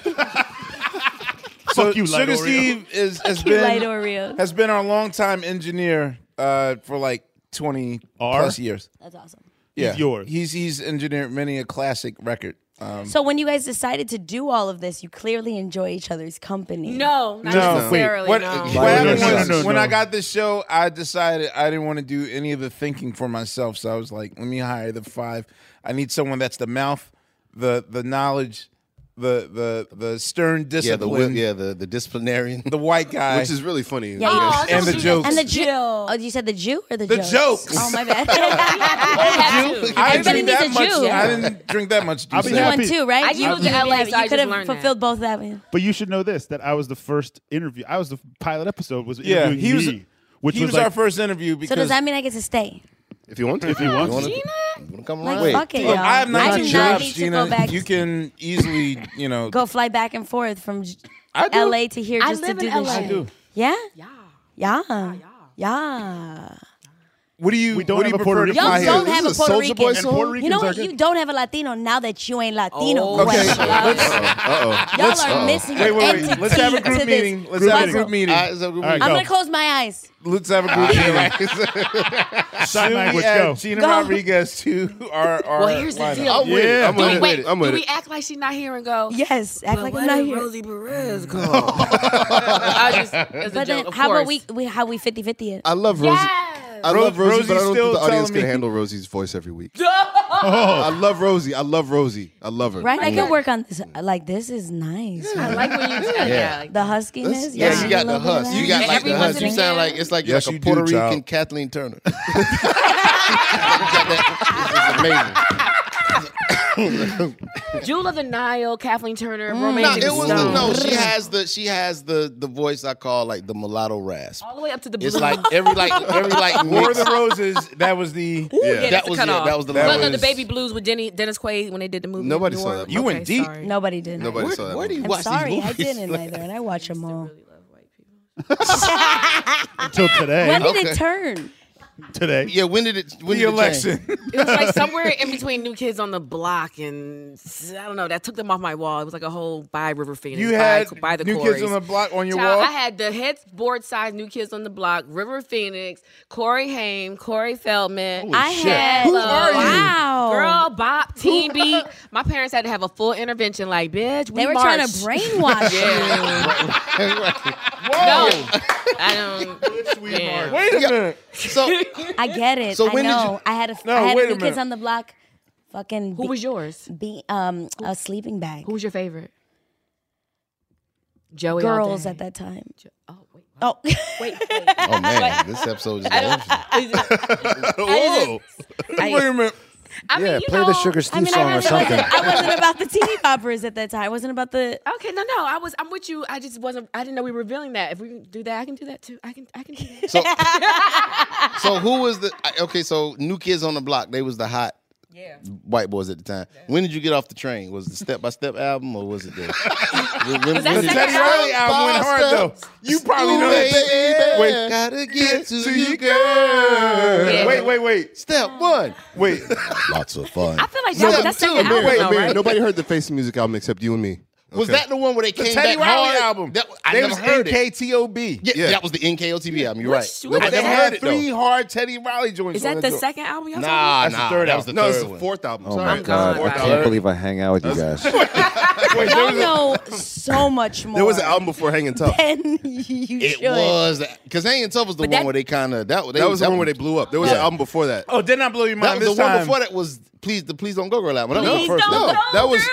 [SPEAKER 1] so
[SPEAKER 4] Fuck you, Light
[SPEAKER 1] Sugar
[SPEAKER 4] Oreo.
[SPEAKER 1] Steve is, has
[SPEAKER 7] you, Light
[SPEAKER 1] been
[SPEAKER 7] Oreos.
[SPEAKER 1] has been our longtime engineer uh, for like twenty
[SPEAKER 4] R?
[SPEAKER 1] plus years.
[SPEAKER 7] That's awesome.
[SPEAKER 1] Yeah,
[SPEAKER 4] yours.
[SPEAKER 1] He's he's engineered many a classic record. Um,
[SPEAKER 7] So when you guys decided to do all of this, you clearly enjoy each other's company.
[SPEAKER 3] No, not
[SPEAKER 1] No.
[SPEAKER 3] necessarily.
[SPEAKER 1] What,
[SPEAKER 3] no.
[SPEAKER 1] what
[SPEAKER 10] Why
[SPEAKER 1] happened
[SPEAKER 10] would you
[SPEAKER 1] was
[SPEAKER 4] say no?
[SPEAKER 1] when
[SPEAKER 4] No,
[SPEAKER 1] I
[SPEAKER 4] no.
[SPEAKER 1] got this show, I decided I didn't want to do any of the thinking for myself. So I was like, let me hire the five. I need someone that's the mouth, the the knowledge, the the the stern discipline.
[SPEAKER 9] wi- yeah, the, the disciplinarian,
[SPEAKER 1] the white guy,
[SPEAKER 9] Which is really funny.
[SPEAKER 7] Yeah, you-
[SPEAKER 1] and the jokes.
[SPEAKER 7] And the Jew. Oh, you said the Jew or the
[SPEAKER 1] The
[SPEAKER 7] jokes?
[SPEAKER 1] jokes.
[SPEAKER 7] Oh, my bad. Jew.
[SPEAKER 1] I didn't drink that much.
[SPEAKER 7] Jew.
[SPEAKER 1] I didn't drink that much.
[SPEAKER 4] I'll be
[SPEAKER 1] juice.
[SPEAKER 4] happy.
[SPEAKER 7] One too, right?
[SPEAKER 4] I
[SPEAKER 7] you
[SPEAKER 4] moved to
[SPEAKER 7] you-
[SPEAKER 4] LA,
[SPEAKER 7] yeah,
[SPEAKER 4] so
[SPEAKER 7] you
[SPEAKER 4] I
[SPEAKER 7] could
[SPEAKER 4] just
[SPEAKER 7] have
[SPEAKER 4] learned
[SPEAKER 7] fulfilled both that way.
[SPEAKER 4] But you should know this: that I was the first interview. I was the pilot episode was
[SPEAKER 1] Yeah,
[SPEAKER 4] interviewing
[SPEAKER 1] he was-
[SPEAKER 4] me, which
[SPEAKER 1] he was
[SPEAKER 4] like-
[SPEAKER 1] our first interview
[SPEAKER 7] So does that mean I get to stay?
[SPEAKER 9] If you want to,
[SPEAKER 4] if you want
[SPEAKER 7] Gina?
[SPEAKER 4] to,
[SPEAKER 9] come
[SPEAKER 7] Like, fuck it,
[SPEAKER 1] Look,
[SPEAKER 7] y'all.
[SPEAKER 1] I am
[SPEAKER 7] I
[SPEAKER 1] not
[SPEAKER 7] do
[SPEAKER 1] your
[SPEAKER 7] not
[SPEAKER 1] job,
[SPEAKER 7] need to
[SPEAKER 1] Gina.
[SPEAKER 7] go back
[SPEAKER 1] You can easily, you know,
[SPEAKER 7] Go fly back and forth from J-
[SPEAKER 1] Oh. I do.
[SPEAKER 7] LA to here
[SPEAKER 8] I
[SPEAKER 7] just
[SPEAKER 8] live
[SPEAKER 7] to do
[SPEAKER 8] in
[SPEAKER 7] this
[SPEAKER 8] LA.
[SPEAKER 7] shit.
[SPEAKER 8] I do.
[SPEAKER 7] Yeah? Yeah. Yeah. Yeah.
[SPEAKER 1] What do you?
[SPEAKER 4] We don't
[SPEAKER 1] what do
[SPEAKER 4] have
[SPEAKER 1] you
[SPEAKER 4] a Puerto
[SPEAKER 1] prefer to
[SPEAKER 4] Rican
[SPEAKER 7] Y'all
[SPEAKER 1] fly here?
[SPEAKER 7] don't have a Puerto Rican.
[SPEAKER 4] And Puerto
[SPEAKER 7] you know
[SPEAKER 4] Ricans
[SPEAKER 7] what?
[SPEAKER 4] are
[SPEAKER 7] You don't have a Latino now that you ain't Latino.
[SPEAKER 6] Oh.
[SPEAKER 1] Okay,
[SPEAKER 7] question.
[SPEAKER 9] Uh-oh.
[SPEAKER 7] Y'all are missing
[SPEAKER 1] Wait, wait, wait.
[SPEAKER 7] entity
[SPEAKER 1] Let's have a
[SPEAKER 7] to
[SPEAKER 1] group
[SPEAKER 7] this
[SPEAKER 1] meeting. Let's
[SPEAKER 7] puzzle.
[SPEAKER 1] have a group meeting.
[SPEAKER 9] All right, so group
[SPEAKER 4] All right,
[SPEAKER 7] I'm
[SPEAKER 4] go.
[SPEAKER 7] gonna close my eyes.
[SPEAKER 1] Let's have a group meeting.
[SPEAKER 4] Sign
[SPEAKER 1] Should we
[SPEAKER 4] language,
[SPEAKER 1] add
[SPEAKER 4] go.
[SPEAKER 1] Gina
[SPEAKER 7] Go.
[SPEAKER 1] Rodriguez to our our
[SPEAKER 8] Well, here's the
[SPEAKER 1] lineup?
[SPEAKER 8] deal.
[SPEAKER 9] I'm with it. I'm with
[SPEAKER 8] do,
[SPEAKER 9] it.
[SPEAKER 8] wait,
[SPEAKER 9] I'm with
[SPEAKER 8] do
[SPEAKER 9] it.
[SPEAKER 8] we act like she's not here and go?
[SPEAKER 7] Yes, act
[SPEAKER 8] "But
[SPEAKER 7] like
[SPEAKER 8] where
[SPEAKER 7] I'm not
[SPEAKER 8] did
[SPEAKER 7] here.
[SPEAKER 8] Rosie Perez go. I just, it's a joke,
[SPEAKER 7] But then,
[SPEAKER 8] of
[SPEAKER 7] how
[SPEAKER 8] course.
[SPEAKER 7] about we, we how we 50-50 it?
[SPEAKER 9] I love Rosie.
[SPEAKER 8] Yes.
[SPEAKER 9] I
[SPEAKER 1] Ro-
[SPEAKER 9] love Rosie, but I
[SPEAKER 1] Rosie's
[SPEAKER 9] don't think
[SPEAKER 1] still
[SPEAKER 9] the audience
[SPEAKER 1] telling
[SPEAKER 9] can
[SPEAKER 1] me-
[SPEAKER 9] handle Rosie's voice every week.
[SPEAKER 6] Oh.
[SPEAKER 9] I love Rosie. I love Rosie. I love her.
[SPEAKER 7] Right, I can work on this. Like this is nice.
[SPEAKER 8] I like when you do that. Yeah.
[SPEAKER 7] The huskiness,
[SPEAKER 9] yeah,
[SPEAKER 7] yeah.
[SPEAKER 9] you got the husk. You got like the
[SPEAKER 8] Everyone's
[SPEAKER 9] husk. You
[SPEAKER 8] in
[SPEAKER 9] sound
[SPEAKER 8] there.
[SPEAKER 9] like it's like
[SPEAKER 1] Yes,
[SPEAKER 9] you're
[SPEAKER 1] you
[SPEAKER 9] like a
[SPEAKER 1] do,
[SPEAKER 9] Puerto
[SPEAKER 1] child.
[SPEAKER 9] Rican Kathleen Turner. You got that- It's amazing.
[SPEAKER 8] Jewel of the Nile, Kathleen Turner,
[SPEAKER 7] Mm.
[SPEAKER 8] Romaine
[SPEAKER 9] no,
[SPEAKER 8] Dickinson.
[SPEAKER 9] it was the, no. She has the she has the the voice I call like the mulatto rasp.
[SPEAKER 8] all the way up to the.
[SPEAKER 9] It's
[SPEAKER 8] blue.
[SPEAKER 9] like every like every like
[SPEAKER 1] War of
[SPEAKER 9] mix.
[SPEAKER 1] the Roses. That was the.
[SPEAKER 8] yeah, that's
[SPEAKER 9] that
[SPEAKER 8] a
[SPEAKER 9] was
[SPEAKER 8] cutoff.
[SPEAKER 9] yeah, that was the
[SPEAKER 1] That
[SPEAKER 8] Well,
[SPEAKER 9] last.
[SPEAKER 8] no, the
[SPEAKER 1] was-
[SPEAKER 8] baby blues with Denny, Dennis Quaid when they did the movie.
[SPEAKER 9] Nobody
[SPEAKER 8] New
[SPEAKER 9] saw that
[SPEAKER 8] Orleans.
[SPEAKER 9] movie.
[SPEAKER 1] You went
[SPEAKER 8] Okay,
[SPEAKER 1] deep.
[SPEAKER 8] sorry.
[SPEAKER 7] Nobody did.
[SPEAKER 9] Nobody saw that. where do you
[SPEAKER 7] I'm
[SPEAKER 9] watch these
[SPEAKER 7] sorry, I
[SPEAKER 9] movies?
[SPEAKER 7] didn't either, and I watch them all.
[SPEAKER 4] until today.
[SPEAKER 7] When did
[SPEAKER 9] Okay.
[SPEAKER 7] it turn?
[SPEAKER 4] today,
[SPEAKER 9] Yeah, when did it? When
[SPEAKER 1] The
[SPEAKER 9] did it change?
[SPEAKER 1] election.
[SPEAKER 8] It was like somewhere in between New Kids on the Block and I don't know. That took them off my wall. It was like a whole by River Phoenix.
[SPEAKER 1] You
[SPEAKER 8] by-
[SPEAKER 1] had
[SPEAKER 8] by, the
[SPEAKER 1] New
[SPEAKER 8] Corys.
[SPEAKER 1] Kids on the Block on your
[SPEAKER 8] Child,
[SPEAKER 1] wall.
[SPEAKER 8] I had the headboard size New Kids on the Block, River Phoenix, Corey Haim, Corey Feldman.
[SPEAKER 7] I had.
[SPEAKER 8] Who are you?
[SPEAKER 7] Wow.
[SPEAKER 8] Girl, Bop, Team Beat. My parents had to have a full intervention. Like, bitch, we
[SPEAKER 7] They were
[SPEAKER 8] marched.
[SPEAKER 7] trying to brainwash you.
[SPEAKER 8] No, I don't. yeah.
[SPEAKER 1] Wait a minute.
[SPEAKER 9] So
[SPEAKER 7] I get it.
[SPEAKER 9] So
[SPEAKER 7] I
[SPEAKER 9] when did
[SPEAKER 7] know.
[SPEAKER 9] you-
[SPEAKER 7] I had a, f-
[SPEAKER 1] No,
[SPEAKER 7] I had
[SPEAKER 1] wait a
[SPEAKER 7] new kids
[SPEAKER 1] minute.
[SPEAKER 7] on the block. Fucking
[SPEAKER 8] Who
[SPEAKER 7] be,
[SPEAKER 8] was yours?
[SPEAKER 7] be, um a sleeping bag.
[SPEAKER 8] Who was your favorite? Joey. all
[SPEAKER 7] Girls
[SPEAKER 8] day.
[SPEAKER 7] at that time.
[SPEAKER 8] Oh wait.
[SPEAKER 7] Oh,
[SPEAKER 8] Wait, wait.
[SPEAKER 9] oh man, this episode just.
[SPEAKER 8] Whoa. I,
[SPEAKER 1] Wait a minute.
[SPEAKER 8] I mean,
[SPEAKER 10] yeah,
[SPEAKER 8] you
[SPEAKER 10] play
[SPEAKER 8] know,
[SPEAKER 10] the Sugar Steve
[SPEAKER 7] mean, I
[SPEAKER 10] song or
[SPEAKER 7] really
[SPEAKER 10] something.
[SPEAKER 7] wasn't. I wasn't about the TV poppers at that time. I wasn't about the.
[SPEAKER 8] Okay, no, no, I was, I'm with you. I just wasn't, I didn't know we were revealing that. If we can do that, I can do that too. I can, I can do that.
[SPEAKER 9] So, so who was the I- okay? So new kids on the block. They was the hot
[SPEAKER 8] Yeah.
[SPEAKER 9] white boys at the time. When did you get off the train? Was it the Step by Step album or was it the? when, when, when
[SPEAKER 8] that
[SPEAKER 9] did-
[SPEAKER 8] Step
[SPEAKER 1] Teddy Riley album went hard though. You probably know
[SPEAKER 9] Ooh,
[SPEAKER 1] that.
[SPEAKER 9] baby,
[SPEAKER 1] Wait,
[SPEAKER 9] gotta get
[SPEAKER 1] to
[SPEAKER 9] to
[SPEAKER 1] you,
[SPEAKER 9] you,
[SPEAKER 1] girl.
[SPEAKER 8] Yeah.
[SPEAKER 1] Wait, wait, wait,
[SPEAKER 9] Step one.
[SPEAKER 1] wait.
[SPEAKER 6] Lots of fun.
[SPEAKER 8] I feel like that, was that's
[SPEAKER 9] two,
[SPEAKER 8] second
[SPEAKER 9] man,
[SPEAKER 8] album,
[SPEAKER 9] wait,
[SPEAKER 8] though,
[SPEAKER 9] man,
[SPEAKER 8] right?
[SPEAKER 6] Nobody heard the Face Music album except you and me.
[SPEAKER 9] Was
[SPEAKER 6] Okay.
[SPEAKER 9] that the one where they
[SPEAKER 1] The
[SPEAKER 9] came
[SPEAKER 1] Teddy
[SPEAKER 9] back
[SPEAKER 1] Riley
[SPEAKER 9] hard?
[SPEAKER 1] album.
[SPEAKER 9] That, I
[SPEAKER 1] They
[SPEAKER 9] never
[SPEAKER 1] was
[SPEAKER 9] heard it.
[SPEAKER 1] KTOB.
[SPEAKER 9] Yeah,
[SPEAKER 6] Yeah.
[SPEAKER 9] that was the NKOTB album. You're
[SPEAKER 8] Which-
[SPEAKER 9] right.
[SPEAKER 8] which
[SPEAKER 1] They
[SPEAKER 9] Nobody
[SPEAKER 8] They
[SPEAKER 9] ever
[SPEAKER 1] had
[SPEAKER 9] it,
[SPEAKER 1] three
[SPEAKER 9] though.
[SPEAKER 1] hard Teddy Riley joints.
[SPEAKER 8] Is that
[SPEAKER 1] on
[SPEAKER 8] the
[SPEAKER 1] tour.
[SPEAKER 8] second album y'all talking
[SPEAKER 9] Nah,
[SPEAKER 1] That's the
[SPEAKER 9] nah,
[SPEAKER 1] third
[SPEAKER 9] that was the
[SPEAKER 1] album. No,
[SPEAKER 9] third
[SPEAKER 1] it's the
[SPEAKER 9] one.
[SPEAKER 6] fourth album?
[SPEAKER 10] Oh
[SPEAKER 6] Sorry.
[SPEAKER 10] my
[SPEAKER 8] I'm
[SPEAKER 10] god,
[SPEAKER 8] gone.
[SPEAKER 10] I
[SPEAKER 8] Sorry.
[SPEAKER 10] can't believe I hang out with you guys.
[SPEAKER 1] Wait, there
[SPEAKER 7] Y'all
[SPEAKER 1] was a-
[SPEAKER 7] know so much more.
[SPEAKER 6] There was an album before Hanging Tough.
[SPEAKER 7] Then you
[SPEAKER 9] It
[SPEAKER 7] should.
[SPEAKER 9] was because Hanging Tough was the one
[SPEAKER 8] that-
[SPEAKER 9] where they kind of that,
[SPEAKER 6] That was the one where they blew up. There was an album before that.
[SPEAKER 1] Oh, didn't I blow your
[SPEAKER 9] That
[SPEAKER 1] mind
[SPEAKER 9] was the
[SPEAKER 1] this time?
[SPEAKER 9] one before that was please the please don't go girl album. That was
[SPEAKER 8] about?
[SPEAKER 9] the
[SPEAKER 8] Please
[SPEAKER 9] first
[SPEAKER 8] don't
[SPEAKER 9] one.
[SPEAKER 8] go,
[SPEAKER 6] that was-
[SPEAKER 8] girl.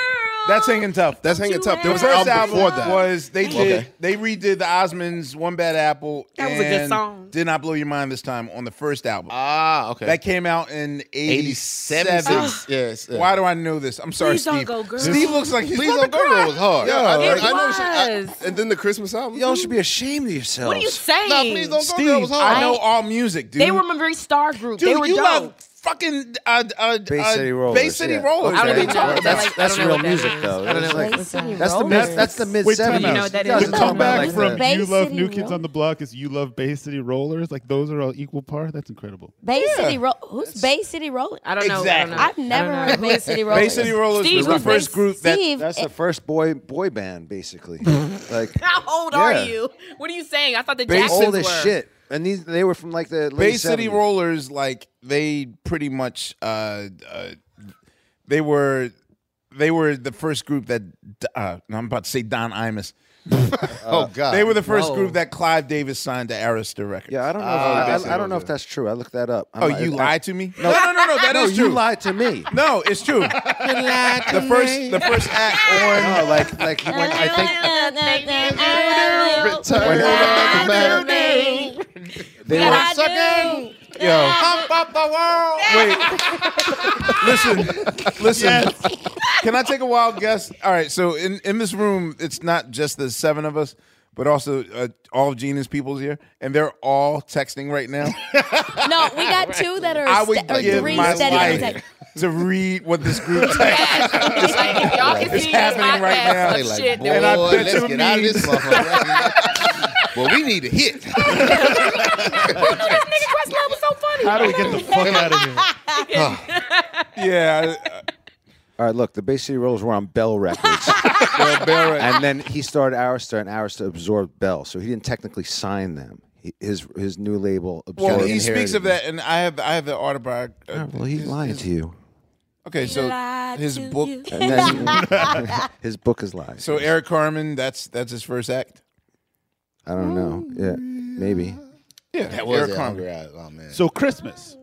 [SPEAKER 1] That's hanging tough.
[SPEAKER 6] That's Hanging
[SPEAKER 8] You
[SPEAKER 6] Tough. There was an
[SPEAKER 8] ass.
[SPEAKER 6] album
[SPEAKER 1] First
[SPEAKER 6] before that.
[SPEAKER 1] was they did
[SPEAKER 9] Okay.
[SPEAKER 1] they redid the Osmonds One Bad Apple.
[SPEAKER 8] That was a good
[SPEAKER 1] and
[SPEAKER 8] song.
[SPEAKER 1] Did not blow your mind this time on the first album.
[SPEAKER 9] Ah, okay.
[SPEAKER 1] that came out in eighty
[SPEAKER 9] 87.
[SPEAKER 1] seven.
[SPEAKER 9] yes. yeah.
[SPEAKER 1] Why do I know this? I'm sorry,
[SPEAKER 8] Ah. Please don't
[SPEAKER 1] Steve.
[SPEAKER 8] go, girl.
[SPEAKER 1] Steve looks like he's
[SPEAKER 9] please
[SPEAKER 1] about
[SPEAKER 9] don't
[SPEAKER 1] to
[SPEAKER 9] go
[SPEAKER 1] cry.
[SPEAKER 9] girl was hard.
[SPEAKER 6] Yeah,
[SPEAKER 9] I,
[SPEAKER 6] it
[SPEAKER 9] I know she- I-
[SPEAKER 8] was.
[SPEAKER 6] And then the Christmas album.
[SPEAKER 10] Y'all should be ashamed of yourselves.
[SPEAKER 8] What are you saying?
[SPEAKER 9] Nah, please don't go girl was
[SPEAKER 1] Steve,
[SPEAKER 9] hard.
[SPEAKER 1] I know all music, dude.
[SPEAKER 8] They were a very star group.
[SPEAKER 1] dude.
[SPEAKER 8] they were
[SPEAKER 1] you
[SPEAKER 8] dope.
[SPEAKER 1] love fucking uh, uh,
[SPEAKER 10] Bay
[SPEAKER 1] uh,
[SPEAKER 10] City Rollers.
[SPEAKER 1] Bay City
[SPEAKER 10] yeah.
[SPEAKER 1] Rollers.
[SPEAKER 8] I don't
[SPEAKER 1] man.
[SPEAKER 8] even know what that-
[SPEAKER 10] That's,
[SPEAKER 8] like, I
[SPEAKER 10] that's
[SPEAKER 8] don't know
[SPEAKER 10] real
[SPEAKER 8] what that
[SPEAKER 10] music,
[SPEAKER 8] is.
[SPEAKER 10] though.
[SPEAKER 7] I don't
[SPEAKER 10] It's
[SPEAKER 7] know what
[SPEAKER 10] like-
[SPEAKER 7] that is.
[SPEAKER 10] that's the mid. That's the mid
[SPEAKER 4] Wait, time
[SPEAKER 10] seventies.
[SPEAKER 4] out.
[SPEAKER 8] You know that
[SPEAKER 4] the
[SPEAKER 8] is-
[SPEAKER 4] comeback from
[SPEAKER 7] Bay
[SPEAKER 4] "You Love
[SPEAKER 7] City
[SPEAKER 4] New Kids
[SPEAKER 7] Roll-
[SPEAKER 4] on the Block" is "You Love Bay City Rollers." Like those are all equal par. That's incredible.
[SPEAKER 7] Bay City Roll. Who's Bay City Rolling?
[SPEAKER 8] I don't know.
[SPEAKER 1] Exactly.
[SPEAKER 8] I
[SPEAKER 7] I've
[SPEAKER 8] don't know.
[SPEAKER 7] never
[SPEAKER 8] I
[SPEAKER 7] heard
[SPEAKER 8] don't
[SPEAKER 7] of
[SPEAKER 8] know.
[SPEAKER 7] Bay City Rollers.
[SPEAKER 1] Bay City Rollers
[SPEAKER 8] Steve
[SPEAKER 1] was the
[SPEAKER 8] was Bay
[SPEAKER 1] first group that
[SPEAKER 7] Steve,
[SPEAKER 10] That's the
[SPEAKER 7] it-
[SPEAKER 10] first boy boy band, basically. like
[SPEAKER 8] How old are
[SPEAKER 10] Yeah.
[SPEAKER 8] you? What are you saying? I thought the
[SPEAKER 1] Bay-
[SPEAKER 8] Jacksons
[SPEAKER 1] Jackson
[SPEAKER 10] old
[SPEAKER 8] were.
[SPEAKER 10] as shit, and these they were from like the late
[SPEAKER 1] Bay City
[SPEAKER 10] 70s.
[SPEAKER 1] Rollers, like they pretty much, uh, uh, they were, they were the first group that. Uh, no, I'm about to say Don Imus.
[SPEAKER 9] oh God,
[SPEAKER 1] They were the first group that Clive Davis signed to Arista Records. Yeah, I
[SPEAKER 8] Ah,
[SPEAKER 10] don't know if I- I, I don't know if that's true. I looked that up. I'm
[SPEAKER 1] Oh,
[SPEAKER 10] not-
[SPEAKER 1] you
[SPEAKER 10] I-
[SPEAKER 1] lied to me? No, no, no, no, that
[SPEAKER 10] no,
[SPEAKER 1] is
[SPEAKER 10] you
[SPEAKER 1] true.
[SPEAKER 10] lied to me.
[SPEAKER 1] No, it's true. the first, the first act on.
[SPEAKER 10] No, like, like when I think
[SPEAKER 6] Return of the man.
[SPEAKER 10] They
[SPEAKER 6] Yeah,
[SPEAKER 10] were-
[SPEAKER 6] I do.
[SPEAKER 10] Yo.
[SPEAKER 6] Pump up the world.
[SPEAKER 1] Listen, listen. Can I take a wild guess? All right, so in, in this room, it's not just the seven of us, but also uh, all of Gina's people's here, and they're all texting right now.
[SPEAKER 7] No, we got two that are,
[SPEAKER 1] I would
[SPEAKER 7] sta- or
[SPEAKER 1] give
[SPEAKER 7] three
[SPEAKER 1] my
[SPEAKER 7] steady on
[SPEAKER 1] life
[SPEAKER 7] tech.
[SPEAKER 1] to read what this group text is,
[SPEAKER 6] y'all can
[SPEAKER 1] is
[SPEAKER 6] see this
[SPEAKER 1] happening right
[SPEAKER 6] podcast
[SPEAKER 1] now.
[SPEAKER 6] of They like, shit,
[SPEAKER 9] boy,
[SPEAKER 1] and I bet
[SPEAKER 9] let's
[SPEAKER 1] you
[SPEAKER 9] get out of
[SPEAKER 1] me-
[SPEAKER 9] this motherfucker. well, we need a hit.
[SPEAKER 6] nigga Questlove was so funny.
[SPEAKER 4] How do we get the fuck out of here?
[SPEAKER 1] Oh. yeah.
[SPEAKER 10] All right, look, the Bay City Rollers were on Bell Records. And then he started Arista, and Arista absorbed Bell, so he didn't technically sign them. He, his his new label absorbed.
[SPEAKER 1] Well, he
[SPEAKER 10] inherited
[SPEAKER 1] speaks of
[SPEAKER 10] them.
[SPEAKER 1] that, and I have I have the autobiography.
[SPEAKER 10] Yeah, well, he's lying to you.
[SPEAKER 1] Okay, so his book.
[SPEAKER 10] And then- his book is lies.
[SPEAKER 1] so Eric Carmen, that's that's his first act.
[SPEAKER 10] I don't know. Yeah, maybe.
[SPEAKER 1] Yeah,
[SPEAKER 9] That was
[SPEAKER 1] Eric
[SPEAKER 9] it.
[SPEAKER 1] Carmen.
[SPEAKER 9] Hungry Eyes. Oh man.
[SPEAKER 4] So Christmas.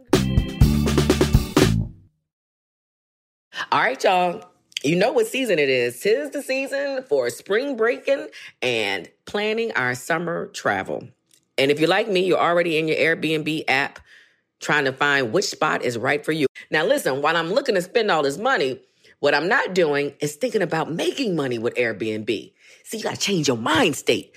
[SPEAKER 8] All right, y'all. You know what season it is. Tis the season for spring breaking and planning our summer travel. And if you're like me, you're already in your Airbnb app trying to find which spot is right for you. Now, listen, while I'm looking to spend all this money, what I'm not doing is thinking about making money with Airbnb. See, you got to change your mind state.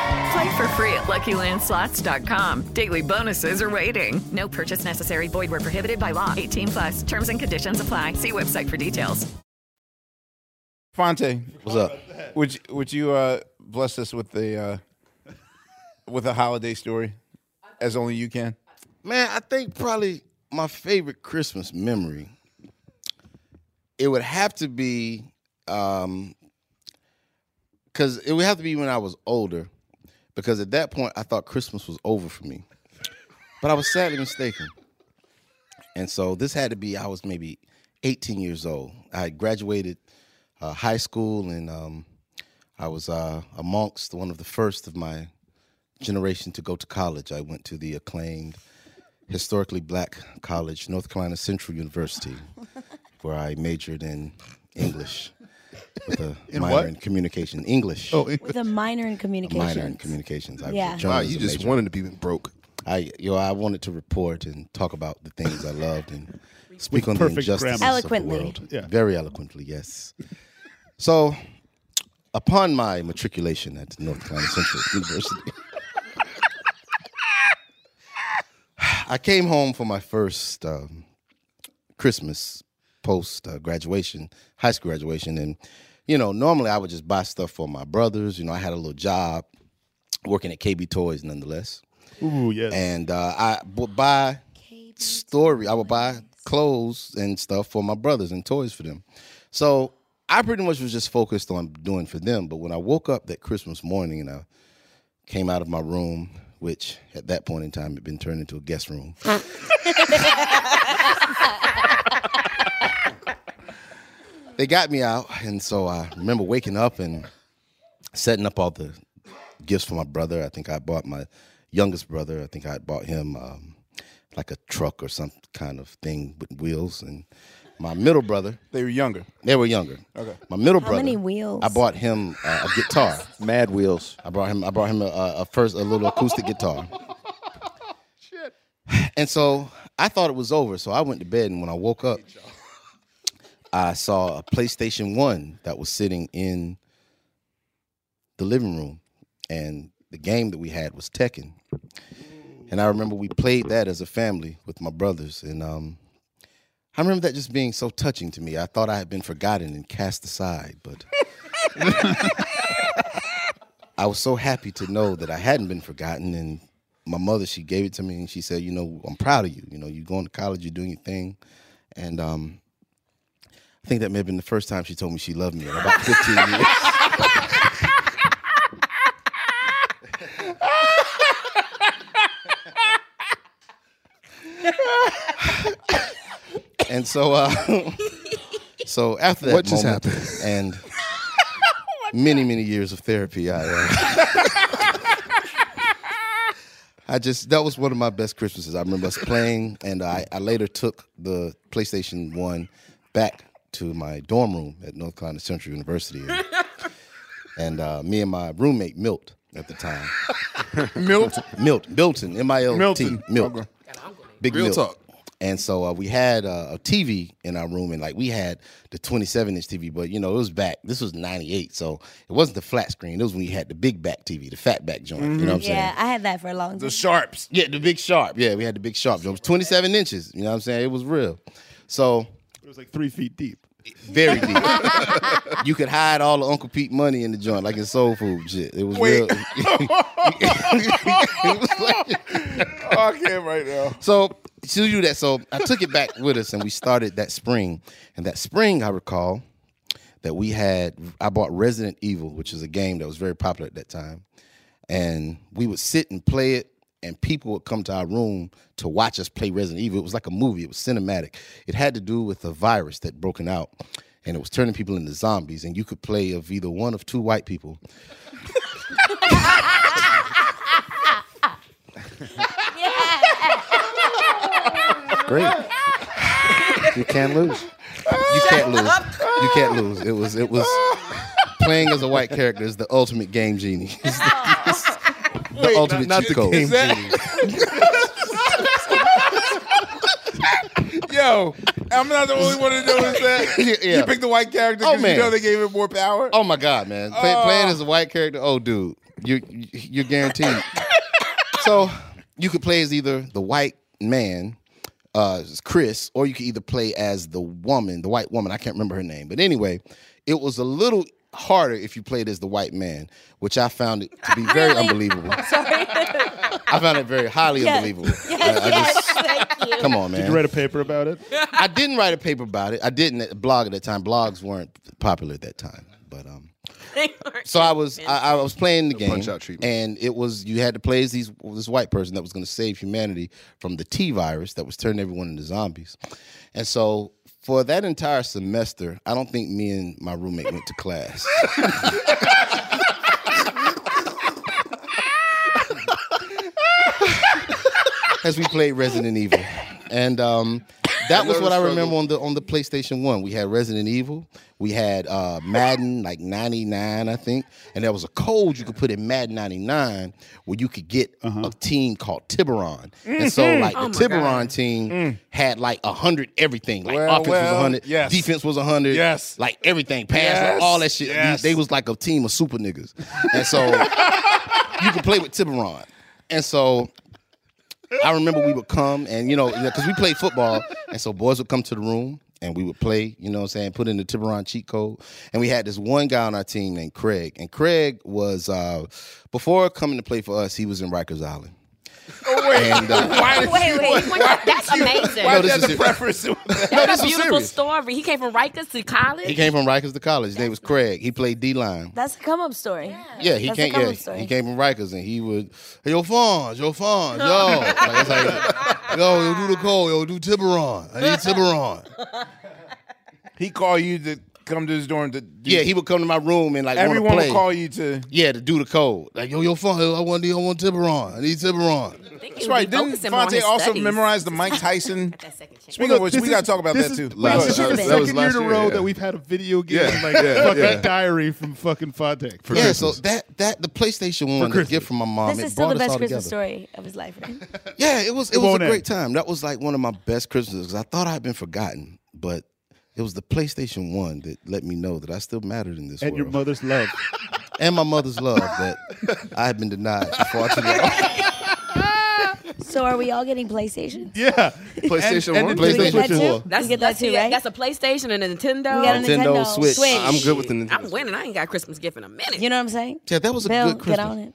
[SPEAKER 12] Play for free at LuckyLandSlots.com. Daily bonuses are waiting. No purchase necessary. Void were prohibited by law. 18 plus. Terms and conditions apply. See website for details.
[SPEAKER 1] Fonte,
[SPEAKER 9] what's up?
[SPEAKER 1] Would you, would you uh, bless us with the uh, with a holiday story, as only you can?
[SPEAKER 9] Man, I think probably my favorite Christmas memory. It would have to be, um, because it would have to be when I was older, because at that point I thought Christmas was over for me, but I was sadly mistaken. And so this had to be I was maybe 18 years old. I had graduated uh, high school, and um, I was uh, amongst one of the first of my generation to go to college. I went to the acclaimed, historically black college, North Carolina Central University, where I majored in English with a
[SPEAKER 7] In
[SPEAKER 9] minor
[SPEAKER 7] what?
[SPEAKER 9] in communication. English. Oh,
[SPEAKER 7] With a minor in
[SPEAKER 9] a
[SPEAKER 7] communication.
[SPEAKER 9] minor in communications. I
[SPEAKER 7] Yeah.
[SPEAKER 9] was a
[SPEAKER 7] Wow, you
[SPEAKER 9] journalism
[SPEAKER 7] just
[SPEAKER 9] major. wanted to be broke. I yo, I wanted to report and talk about the things I loved and speak on the
[SPEAKER 4] perfect
[SPEAKER 9] injustices
[SPEAKER 4] grammar.
[SPEAKER 9] of
[SPEAKER 4] Eloquently.
[SPEAKER 9] the world.
[SPEAKER 4] Yeah.
[SPEAKER 9] Very eloquently, yes. So, upon my matriculation at North Carolina Central University, I came home for my first um, Christmas post uh, graduation, high school graduation, and you know, normally I would just buy stuff for my brothers. You know, I had a little job working at KB Toys, nonetheless.
[SPEAKER 4] Ooh, yes.
[SPEAKER 9] And uh, I would buy story. I would buy clothes and stuff for my brothers and toys for them. So I pretty much was just focused on doing for them. But when I woke up that Christmas morning and I came out of my room, which at that point in time had been turned into a guest room, they got me out. And so I remember waking up and setting up all the gifts for my brother. I think I bought my youngest brother. I think I bought him um, like a truck or some kind of thing with wheels. And my middle brother,
[SPEAKER 1] they were younger.
[SPEAKER 9] They were younger.
[SPEAKER 1] Okay.
[SPEAKER 9] My middle
[SPEAKER 7] How
[SPEAKER 9] brother.
[SPEAKER 7] many wheels?
[SPEAKER 9] I bought him uh, a guitar. Mad wheels. I brought him. I brought him a, a first a little acoustic guitar. And so I thought it was over. So I went to bed, and when I woke up, I saw a PlayStation One that was sitting in the living room, and the game that we had was Tekken. And I remember we played that as a family with my brothers, and um, I remember that just being so touching to me. I thought I had been forgotten and cast aside, but I was so happy to know that I hadn't been forgotten. And my mother, she gave it to me and she said, You know, I'm proud of you. You know, you're going to college, you're doing your thing. And um, I think that may have been the first time she told me she loved me in about 15 years. And so, uh, so after that
[SPEAKER 6] What just
[SPEAKER 9] moment and many, many years of therapy, I, uh, I just that was one of my best Christmases. I remember us playing, and I, I later took the PlayStation One back to my dorm room at North Carolina Central University, and, uh, me and my roommate Milt at the time, Milt, Milt, Milton, M I L T,
[SPEAKER 1] Milton.
[SPEAKER 9] Milt, Big
[SPEAKER 1] Real
[SPEAKER 9] Milt.
[SPEAKER 1] talk.
[SPEAKER 9] And so uh, we had uh, a TV in our room, and like we had the 27 inch TV, but you know, it was back. This was 98, so it wasn't the flat screen. It was when you had the big back TV, the fat back joint. You know what I'm saying?
[SPEAKER 7] Mm-hmm. yeah, I had that for a long time.
[SPEAKER 9] sharps. Yeah, the big sharp. Yeah, we had the big sharp. It was 27 inches. You know what I'm saying? It was real. So it was like three feet deep. Very deep. you could hide all the Uncle Pete money in the joint, like in soul food shit. It was
[SPEAKER 6] Wait.
[SPEAKER 9] real.
[SPEAKER 1] oh, I can't right now.
[SPEAKER 9] So she knew that. So I took it back with us, and we started that spring. And that spring, I recall that we had I bought Resident Evil, which is a game that was very popular at that time. And we would sit and play it, and people would come to our room to watch us play Resident Evil. It was like a movie. It was cinematic. It had to do with a virus that broken out. And it was turning people into zombies, and you could play of either one of two white people. Great. You can't lose. You can't lose. You can't lose. It was it was playing as a white character is the ultimate game genie. It's the, it's the
[SPEAKER 6] Wait,
[SPEAKER 9] ultimate
[SPEAKER 6] not- not the
[SPEAKER 9] cheat code.
[SPEAKER 6] game
[SPEAKER 1] Yo, I'm not the only one to notice that.
[SPEAKER 9] Yeah.
[SPEAKER 1] You picked the white character
[SPEAKER 9] Oh,
[SPEAKER 1] because
[SPEAKER 9] man.
[SPEAKER 1] you know they gave it more power.
[SPEAKER 9] Oh my god, man! Play,
[SPEAKER 6] Uh,
[SPEAKER 1] Oh.
[SPEAKER 9] Playing as a white character, oh dude, you you- you're guaranteed. so you could play as either the white man, uh, Chris, or you could either play as the woman, the white woman. I can't remember her name, but anyway, it was a little harder if you played as the white man, which I found it to be very unbelievable.
[SPEAKER 6] Sorry.
[SPEAKER 9] I found it very highly
[SPEAKER 6] Yeah.
[SPEAKER 9] unbelievable.
[SPEAKER 6] Yes,
[SPEAKER 9] I- I
[SPEAKER 6] yes,
[SPEAKER 9] just-
[SPEAKER 6] thank you.
[SPEAKER 9] Come on, man.
[SPEAKER 4] Did you write a paper about it?
[SPEAKER 9] I didn't write a paper about it. I didn't at- blog at that time. Blogs weren't popular at that time, but um, so I was I, I was playing the game, and it was you had to play as these this white person that was going to save humanity from the T virus that was turning everyone into zombies, and so for that entire semester, I don't think me and my roommate went to class. as we played Resident Evil, and um, that
[SPEAKER 6] I
[SPEAKER 9] was
[SPEAKER 6] know
[SPEAKER 9] what
[SPEAKER 6] the
[SPEAKER 9] I
[SPEAKER 6] struggle.
[SPEAKER 9] remember on the on the PlayStation One. We had Resident Evil, we had uh, Madden like '99, I think, and there was a code you could put in Madden '99 where you could get
[SPEAKER 6] Uh-huh.
[SPEAKER 9] a team called Tiburon, and so
[SPEAKER 6] Mhm.
[SPEAKER 9] like
[SPEAKER 6] Oh, my
[SPEAKER 9] the Tiburon team had like hundred everything, like
[SPEAKER 6] Mm. Well,
[SPEAKER 9] offense was
[SPEAKER 6] well,
[SPEAKER 9] hundred,
[SPEAKER 6] yes.
[SPEAKER 9] defense was hundred, yes, like everything, pass,
[SPEAKER 6] Yes,
[SPEAKER 9] all that shit.
[SPEAKER 6] yes.
[SPEAKER 9] They, they was like a team of super niggas, and so you could play with Tiburon. And so I remember we would come and, you know, because we played football. And so boys would come to the room and we would play, you know what I'm saying, put in the Tiburon cheat code. And we had this one guy on our team named Craig. And Craig was, uh, before coming to play for us, he was in Rikers Island.
[SPEAKER 1] Oh, wait.
[SPEAKER 9] And, uh,
[SPEAKER 1] why did
[SPEAKER 3] Wait,
[SPEAKER 1] you,
[SPEAKER 3] wait,
[SPEAKER 1] why
[SPEAKER 3] that's
[SPEAKER 1] did you-
[SPEAKER 3] amazing.
[SPEAKER 1] Why
[SPEAKER 9] No,
[SPEAKER 1] did
[SPEAKER 9] this
[SPEAKER 1] you have the
[SPEAKER 9] is-
[SPEAKER 1] preference?
[SPEAKER 3] That's
[SPEAKER 9] No, this
[SPEAKER 3] a
[SPEAKER 9] was
[SPEAKER 3] beautiful
[SPEAKER 9] serious.
[SPEAKER 3] story. He came from Rikers to college.
[SPEAKER 9] He came from Rikers to college. His name was Craig. He played D line.
[SPEAKER 7] That's a come up story.
[SPEAKER 9] Yeah, he
[SPEAKER 7] That's a
[SPEAKER 9] came.
[SPEAKER 7] come
[SPEAKER 9] Yeah,
[SPEAKER 7] up story.
[SPEAKER 9] he came from Rikers, and he would, hey, yo, Fonz, yo, Fonz, yo, like, that's how he- yo, yo, do the call, yo, do Tiburon. I need Tiburon.
[SPEAKER 1] He called you the come to his dorm to. do-
[SPEAKER 9] Yeah, he would come to my room and like wanna
[SPEAKER 1] Everyone
[SPEAKER 9] play.
[SPEAKER 1] will call you to.
[SPEAKER 9] Yeah, to do the code. Like yo, yo, phone. I want, I want Tiburon. I need Tiburon.
[SPEAKER 1] That's right. Didn't
[SPEAKER 9] focusing more on
[SPEAKER 1] Fonte
[SPEAKER 9] his
[SPEAKER 1] also
[SPEAKER 9] studies.
[SPEAKER 1] memorize the Mike Tyson? Speaking
[SPEAKER 4] Well,
[SPEAKER 1] of which,
[SPEAKER 4] this
[SPEAKER 1] we
[SPEAKER 4] is-
[SPEAKER 1] got to talk about
[SPEAKER 4] this
[SPEAKER 1] that
[SPEAKER 4] is-
[SPEAKER 1] too.
[SPEAKER 4] wait, this is the second year in a row
[SPEAKER 9] yeah.
[SPEAKER 4] that we've had a video game
[SPEAKER 9] Yeah.
[SPEAKER 4] like
[SPEAKER 9] Yeah,
[SPEAKER 4] fucking
[SPEAKER 9] yeah.
[SPEAKER 4] diary from fucking Fontek.
[SPEAKER 9] yeah, so that that the PlayStation one, the
[SPEAKER 4] Christmas.
[SPEAKER 9] gift from my mom,
[SPEAKER 7] this
[SPEAKER 9] it
[SPEAKER 7] is still
[SPEAKER 9] brought
[SPEAKER 7] the
[SPEAKER 9] us all
[SPEAKER 7] best Christmas
[SPEAKER 9] together.
[SPEAKER 7] story of his life, right?
[SPEAKER 9] Yeah, it was it,
[SPEAKER 7] It
[SPEAKER 9] was a
[SPEAKER 7] won't
[SPEAKER 9] great
[SPEAKER 7] end.
[SPEAKER 9] time. That was like one of my best Christmases 'cause I thought I'd been forgotten, but it was the PlayStation One that let me know that I still mattered in this
[SPEAKER 4] And
[SPEAKER 9] world.
[SPEAKER 4] your mother's love,
[SPEAKER 9] and my mother's love that I had been denied for far too long.
[SPEAKER 7] so are we all getting PlayStation?
[SPEAKER 4] Yeah,
[SPEAKER 9] PlayStation
[SPEAKER 7] and
[SPEAKER 9] One,
[SPEAKER 7] the
[SPEAKER 9] PlayStation
[SPEAKER 7] Nintendo
[SPEAKER 9] Four.
[SPEAKER 7] Switch. We get that too, right?
[SPEAKER 2] That's a PlayStation and a Nintendo.
[SPEAKER 7] We got a Nintendo Nintendo Switch. Switch.
[SPEAKER 9] I'm good with the Nintendo
[SPEAKER 2] I'm winning. I ain't got Christmas gift in a minute.
[SPEAKER 7] You know what I'm saying?
[SPEAKER 9] Yeah, that was a
[SPEAKER 7] Bill,
[SPEAKER 9] good Christmas.
[SPEAKER 7] Get on it.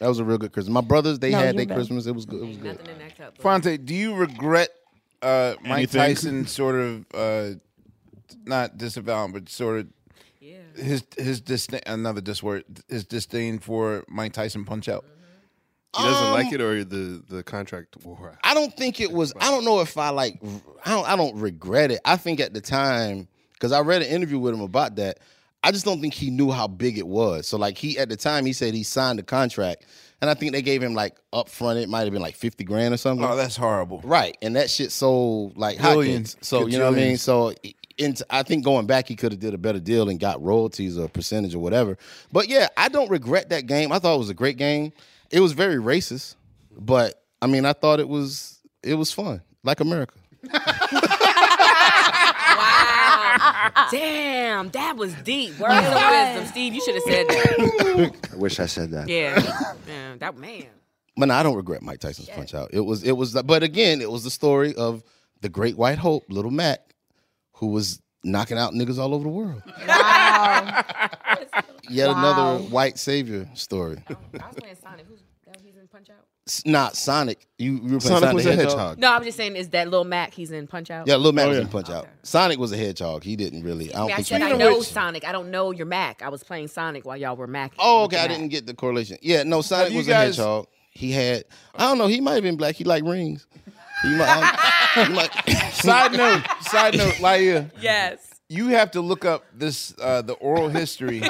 [SPEAKER 9] That was a real good Christmas. My brothers, they
[SPEAKER 7] No,
[SPEAKER 9] had
[SPEAKER 7] you're
[SPEAKER 9] their
[SPEAKER 7] better.
[SPEAKER 9] Christmas. It was good. It was good.
[SPEAKER 1] Fonte, do you regret uh, Mike
[SPEAKER 9] Anything?
[SPEAKER 1] Tyson sort of uh, not disavowing, but sort of his his disdain? Another dis word, his disdain for Mike Tyson punch out.
[SPEAKER 2] Mm-hmm.
[SPEAKER 6] He doesn't
[SPEAKER 9] Um,
[SPEAKER 6] like it or the, the contract war.
[SPEAKER 9] I don't think it was. I don't know if I like. I don't. I don't regret it. I think at the time, because I read an interview with him about that. I just don't think he knew how big it was. So like he at the time he said he signed the contract, and I think they gave him like upfront. It might have been like fifty grand or something.
[SPEAKER 1] Oh, that's horrible.
[SPEAKER 9] Right, and that shit sold like
[SPEAKER 1] Billions,
[SPEAKER 9] hotcakes. So you know what I mean.
[SPEAKER 1] gajillions.
[SPEAKER 9] So. And I think going back, he could have did a better deal and got royalties or a percentage or whatever. But yeah, I don't regret that game. I thought it was a great game. It was very racist, but I mean, I thought it was it was fun, like America.
[SPEAKER 2] Ah, Damn, that was deep. Words of wisdom, Steve. You should have said that.
[SPEAKER 10] I wish I said that.
[SPEAKER 2] yeah, yeah, that man.
[SPEAKER 9] But no, I don't regret Mike Tyson's punch out. It was it was, but again, it was the story of the Great White Hope, Little Mac, who was knocking out niggas all over the world. Yet another white savior story.
[SPEAKER 2] Oh, I was playing Sonic. Who's that? He's in Punch Out.
[SPEAKER 9] S- Not Sonic. You, you were playing
[SPEAKER 6] Sonic
[SPEAKER 9] Sonic,
[SPEAKER 6] was
[SPEAKER 9] the
[SPEAKER 6] a
[SPEAKER 9] Hedgehog.
[SPEAKER 2] No, I'm just saying, is that Lil Mac? He's in Punch Out.
[SPEAKER 9] Yeah, Little Mac
[SPEAKER 2] Oh,
[SPEAKER 9] was
[SPEAKER 2] yeah.
[SPEAKER 9] in Punch Out. Sonic was a hedgehog. He didn't really. I
[SPEAKER 2] I,
[SPEAKER 9] don't
[SPEAKER 2] mean, I
[SPEAKER 9] think.
[SPEAKER 2] said
[SPEAKER 9] he-
[SPEAKER 2] I know Sonic. I don't know your Mac. I was playing Sonic while y'all were Mac.
[SPEAKER 9] Oh, okay. I didn't get the correlation. Yeah, no, Sonic
[SPEAKER 2] you
[SPEAKER 9] was
[SPEAKER 2] guys-
[SPEAKER 9] a hedgehog. He had, I don't know, he might have been black. He liked rings. He might, he might-
[SPEAKER 1] Side note, side note, Laia.
[SPEAKER 2] Yes.
[SPEAKER 1] You have to look up this uh, the oral history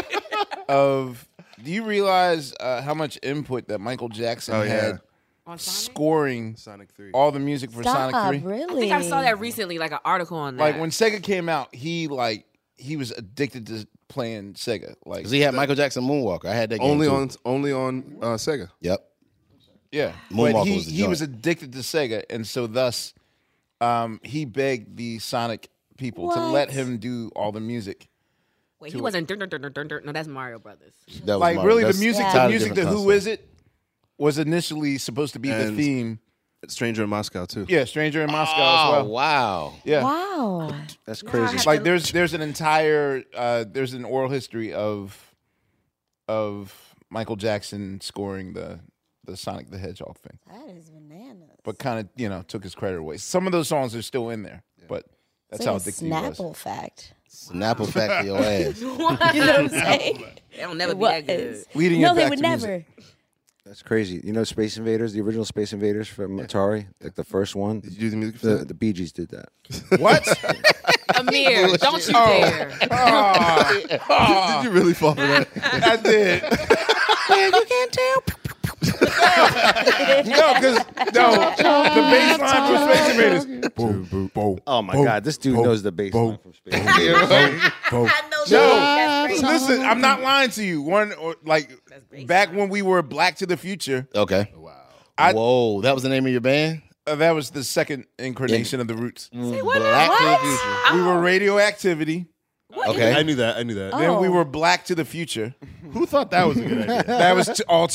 [SPEAKER 1] of. Do you realize uh, how much input that Michael Jackson
[SPEAKER 6] Oh, yeah.
[SPEAKER 1] had scoring Sonic Three, all the music for Sonic Three?
[SPEAKER 2] I think I saw that recently, like an article on that.
[SPEAKER 1] Like when Sega came out, he like he was addicted to playing Sega. Like
[SPEAKER 9] 'Cause he had Michael Jackson Moonwalker. I had that game
[SPEAKER 6] only
[SPEAKER 9] too.
[SPEAKER 6] on only on uh, Sega.
[SPEAKER 9] Yep.
[SPEAKER 1] Yeah,
[SPEAKER 9] Moonwalker
[SPEAKER 1] but he,
[SPEAKER 9] was the
[SPEAKER 1] he
[SPEAKER 9] joint.
[SPEAKER 1] was addicted to Sega, and so thus, um, he begged the Sonic people to
[SPEAKER 2] What?
[SPEAKER 1] let him do all the music.
[SPEAKER 2] Wait,
[SPEAKER 1] to
[SPEAKER 2] he
[SPEAKER 1] it.
[SPEAKER 2] wasn't. Dun, dun, dun, dun, dun, dun. No, that's Mario Brothers.
[SPEAKER 9] That was
[SPEAKER 1] like
[SPEAKER 9] Mario.
[SPEAKER 1] really
[SPEAKER 9] That's
[SPEAKER 1] the music, the
[SPEAKER 9] entirely
[SPEAKER 1] music, the
[SPEAKER 9] different
[SPEAKER 1] Who Is It was initially supposed to be
[SPEAKER 6] And
[SPEAKER 1] the theme.
[SPEAKER 6] Stranger in Moscow too.
[SPEAKER 1] Yeah, Stranger in Moscow
[SPEAKER 6] Oh,
[SPEAKER 1] as well.
[SPEAKER 9] Wow.
[SPEAKER 1] Yeah.
[SPEAKER 7] Wow.
[SPEAKER 10] That's
[SPEAKER 6] crazy.
[SPEAKER 1] Like there's there's an entire uh, there's an oral history of of Michael Jackson scoring the the Sonic the Hedgehog thing.
[SPEAKER 7] That is bananas.
[SPEAKER 1] but kind of you know took his credit away. Some of those songs are still in there, but that's
[SPEAKER 7] It's
[SPEAKER 1] how
[SPEAKER 7] like a
[SPEAKER 1] addicted he was.
[SPEAKER 7] Snapple fact.
[SPEAKER 9] Snapple fact to your ass.
[SPEAKER 7] you know what I'm saying?
[SPEAKER 2] They'll never
[SPEAKER 7] It
[SPEAKER 2] be that good.
[SPEAKER 7] was.
[SPEAKER 10] Leading
[SPEAKER 7] no,
[SPEAKER 10] it
[SPEAKER 7] they
[SPEAKER 10] back
[SPEAKER 7] would
[SPEAKER 10] to
[SPEAKER 7] never.
[SPEAKER 10] music. That's crazy. You know Space Invaders, the original Space Invaders from Atari, like the first one. Did you do the music for the, The Bee Gees did that.
[SPEAKER 2] Amir, don't you
[SPEAKER 6] Oh.
[SPEAKER 2] dare.
[SPEAKER 1] Oh,
[SPEAKER 6] did you really fall for that?
[SPEAKER 1] I did.
[SPEAKER 6] you can't tell.
[SPEAKER 1] no, because no, the baseline for Space Invaders.
[SPEAKER 10] Oh my God, this dude knows the bass line from Space
[SPEAKER 1] Invaders. No,
[SPEAKER 6] That's crazy.
[SPEAKER 1] listen, I'm not lying to you. One or like back when we were Black to the Future,
[SPEAKER 9] Okay. Wow. Whoa, that was the name of your band?
[SPEAKER 1] uh, that was the second incarnation of the Roots.
[SPEAKER 9] what? Black to the What? Future.
[SPEAKER 1] We were Radioactivity.
[SPEAKER 9] Okay.
[SPEAKER 6] I knew that. I knew that.
[SPEAKER 1] Then we were Black to the Future.
[SPEAKER 4] Who thought that was a good idea?
[SPEAKER 1] that was t- all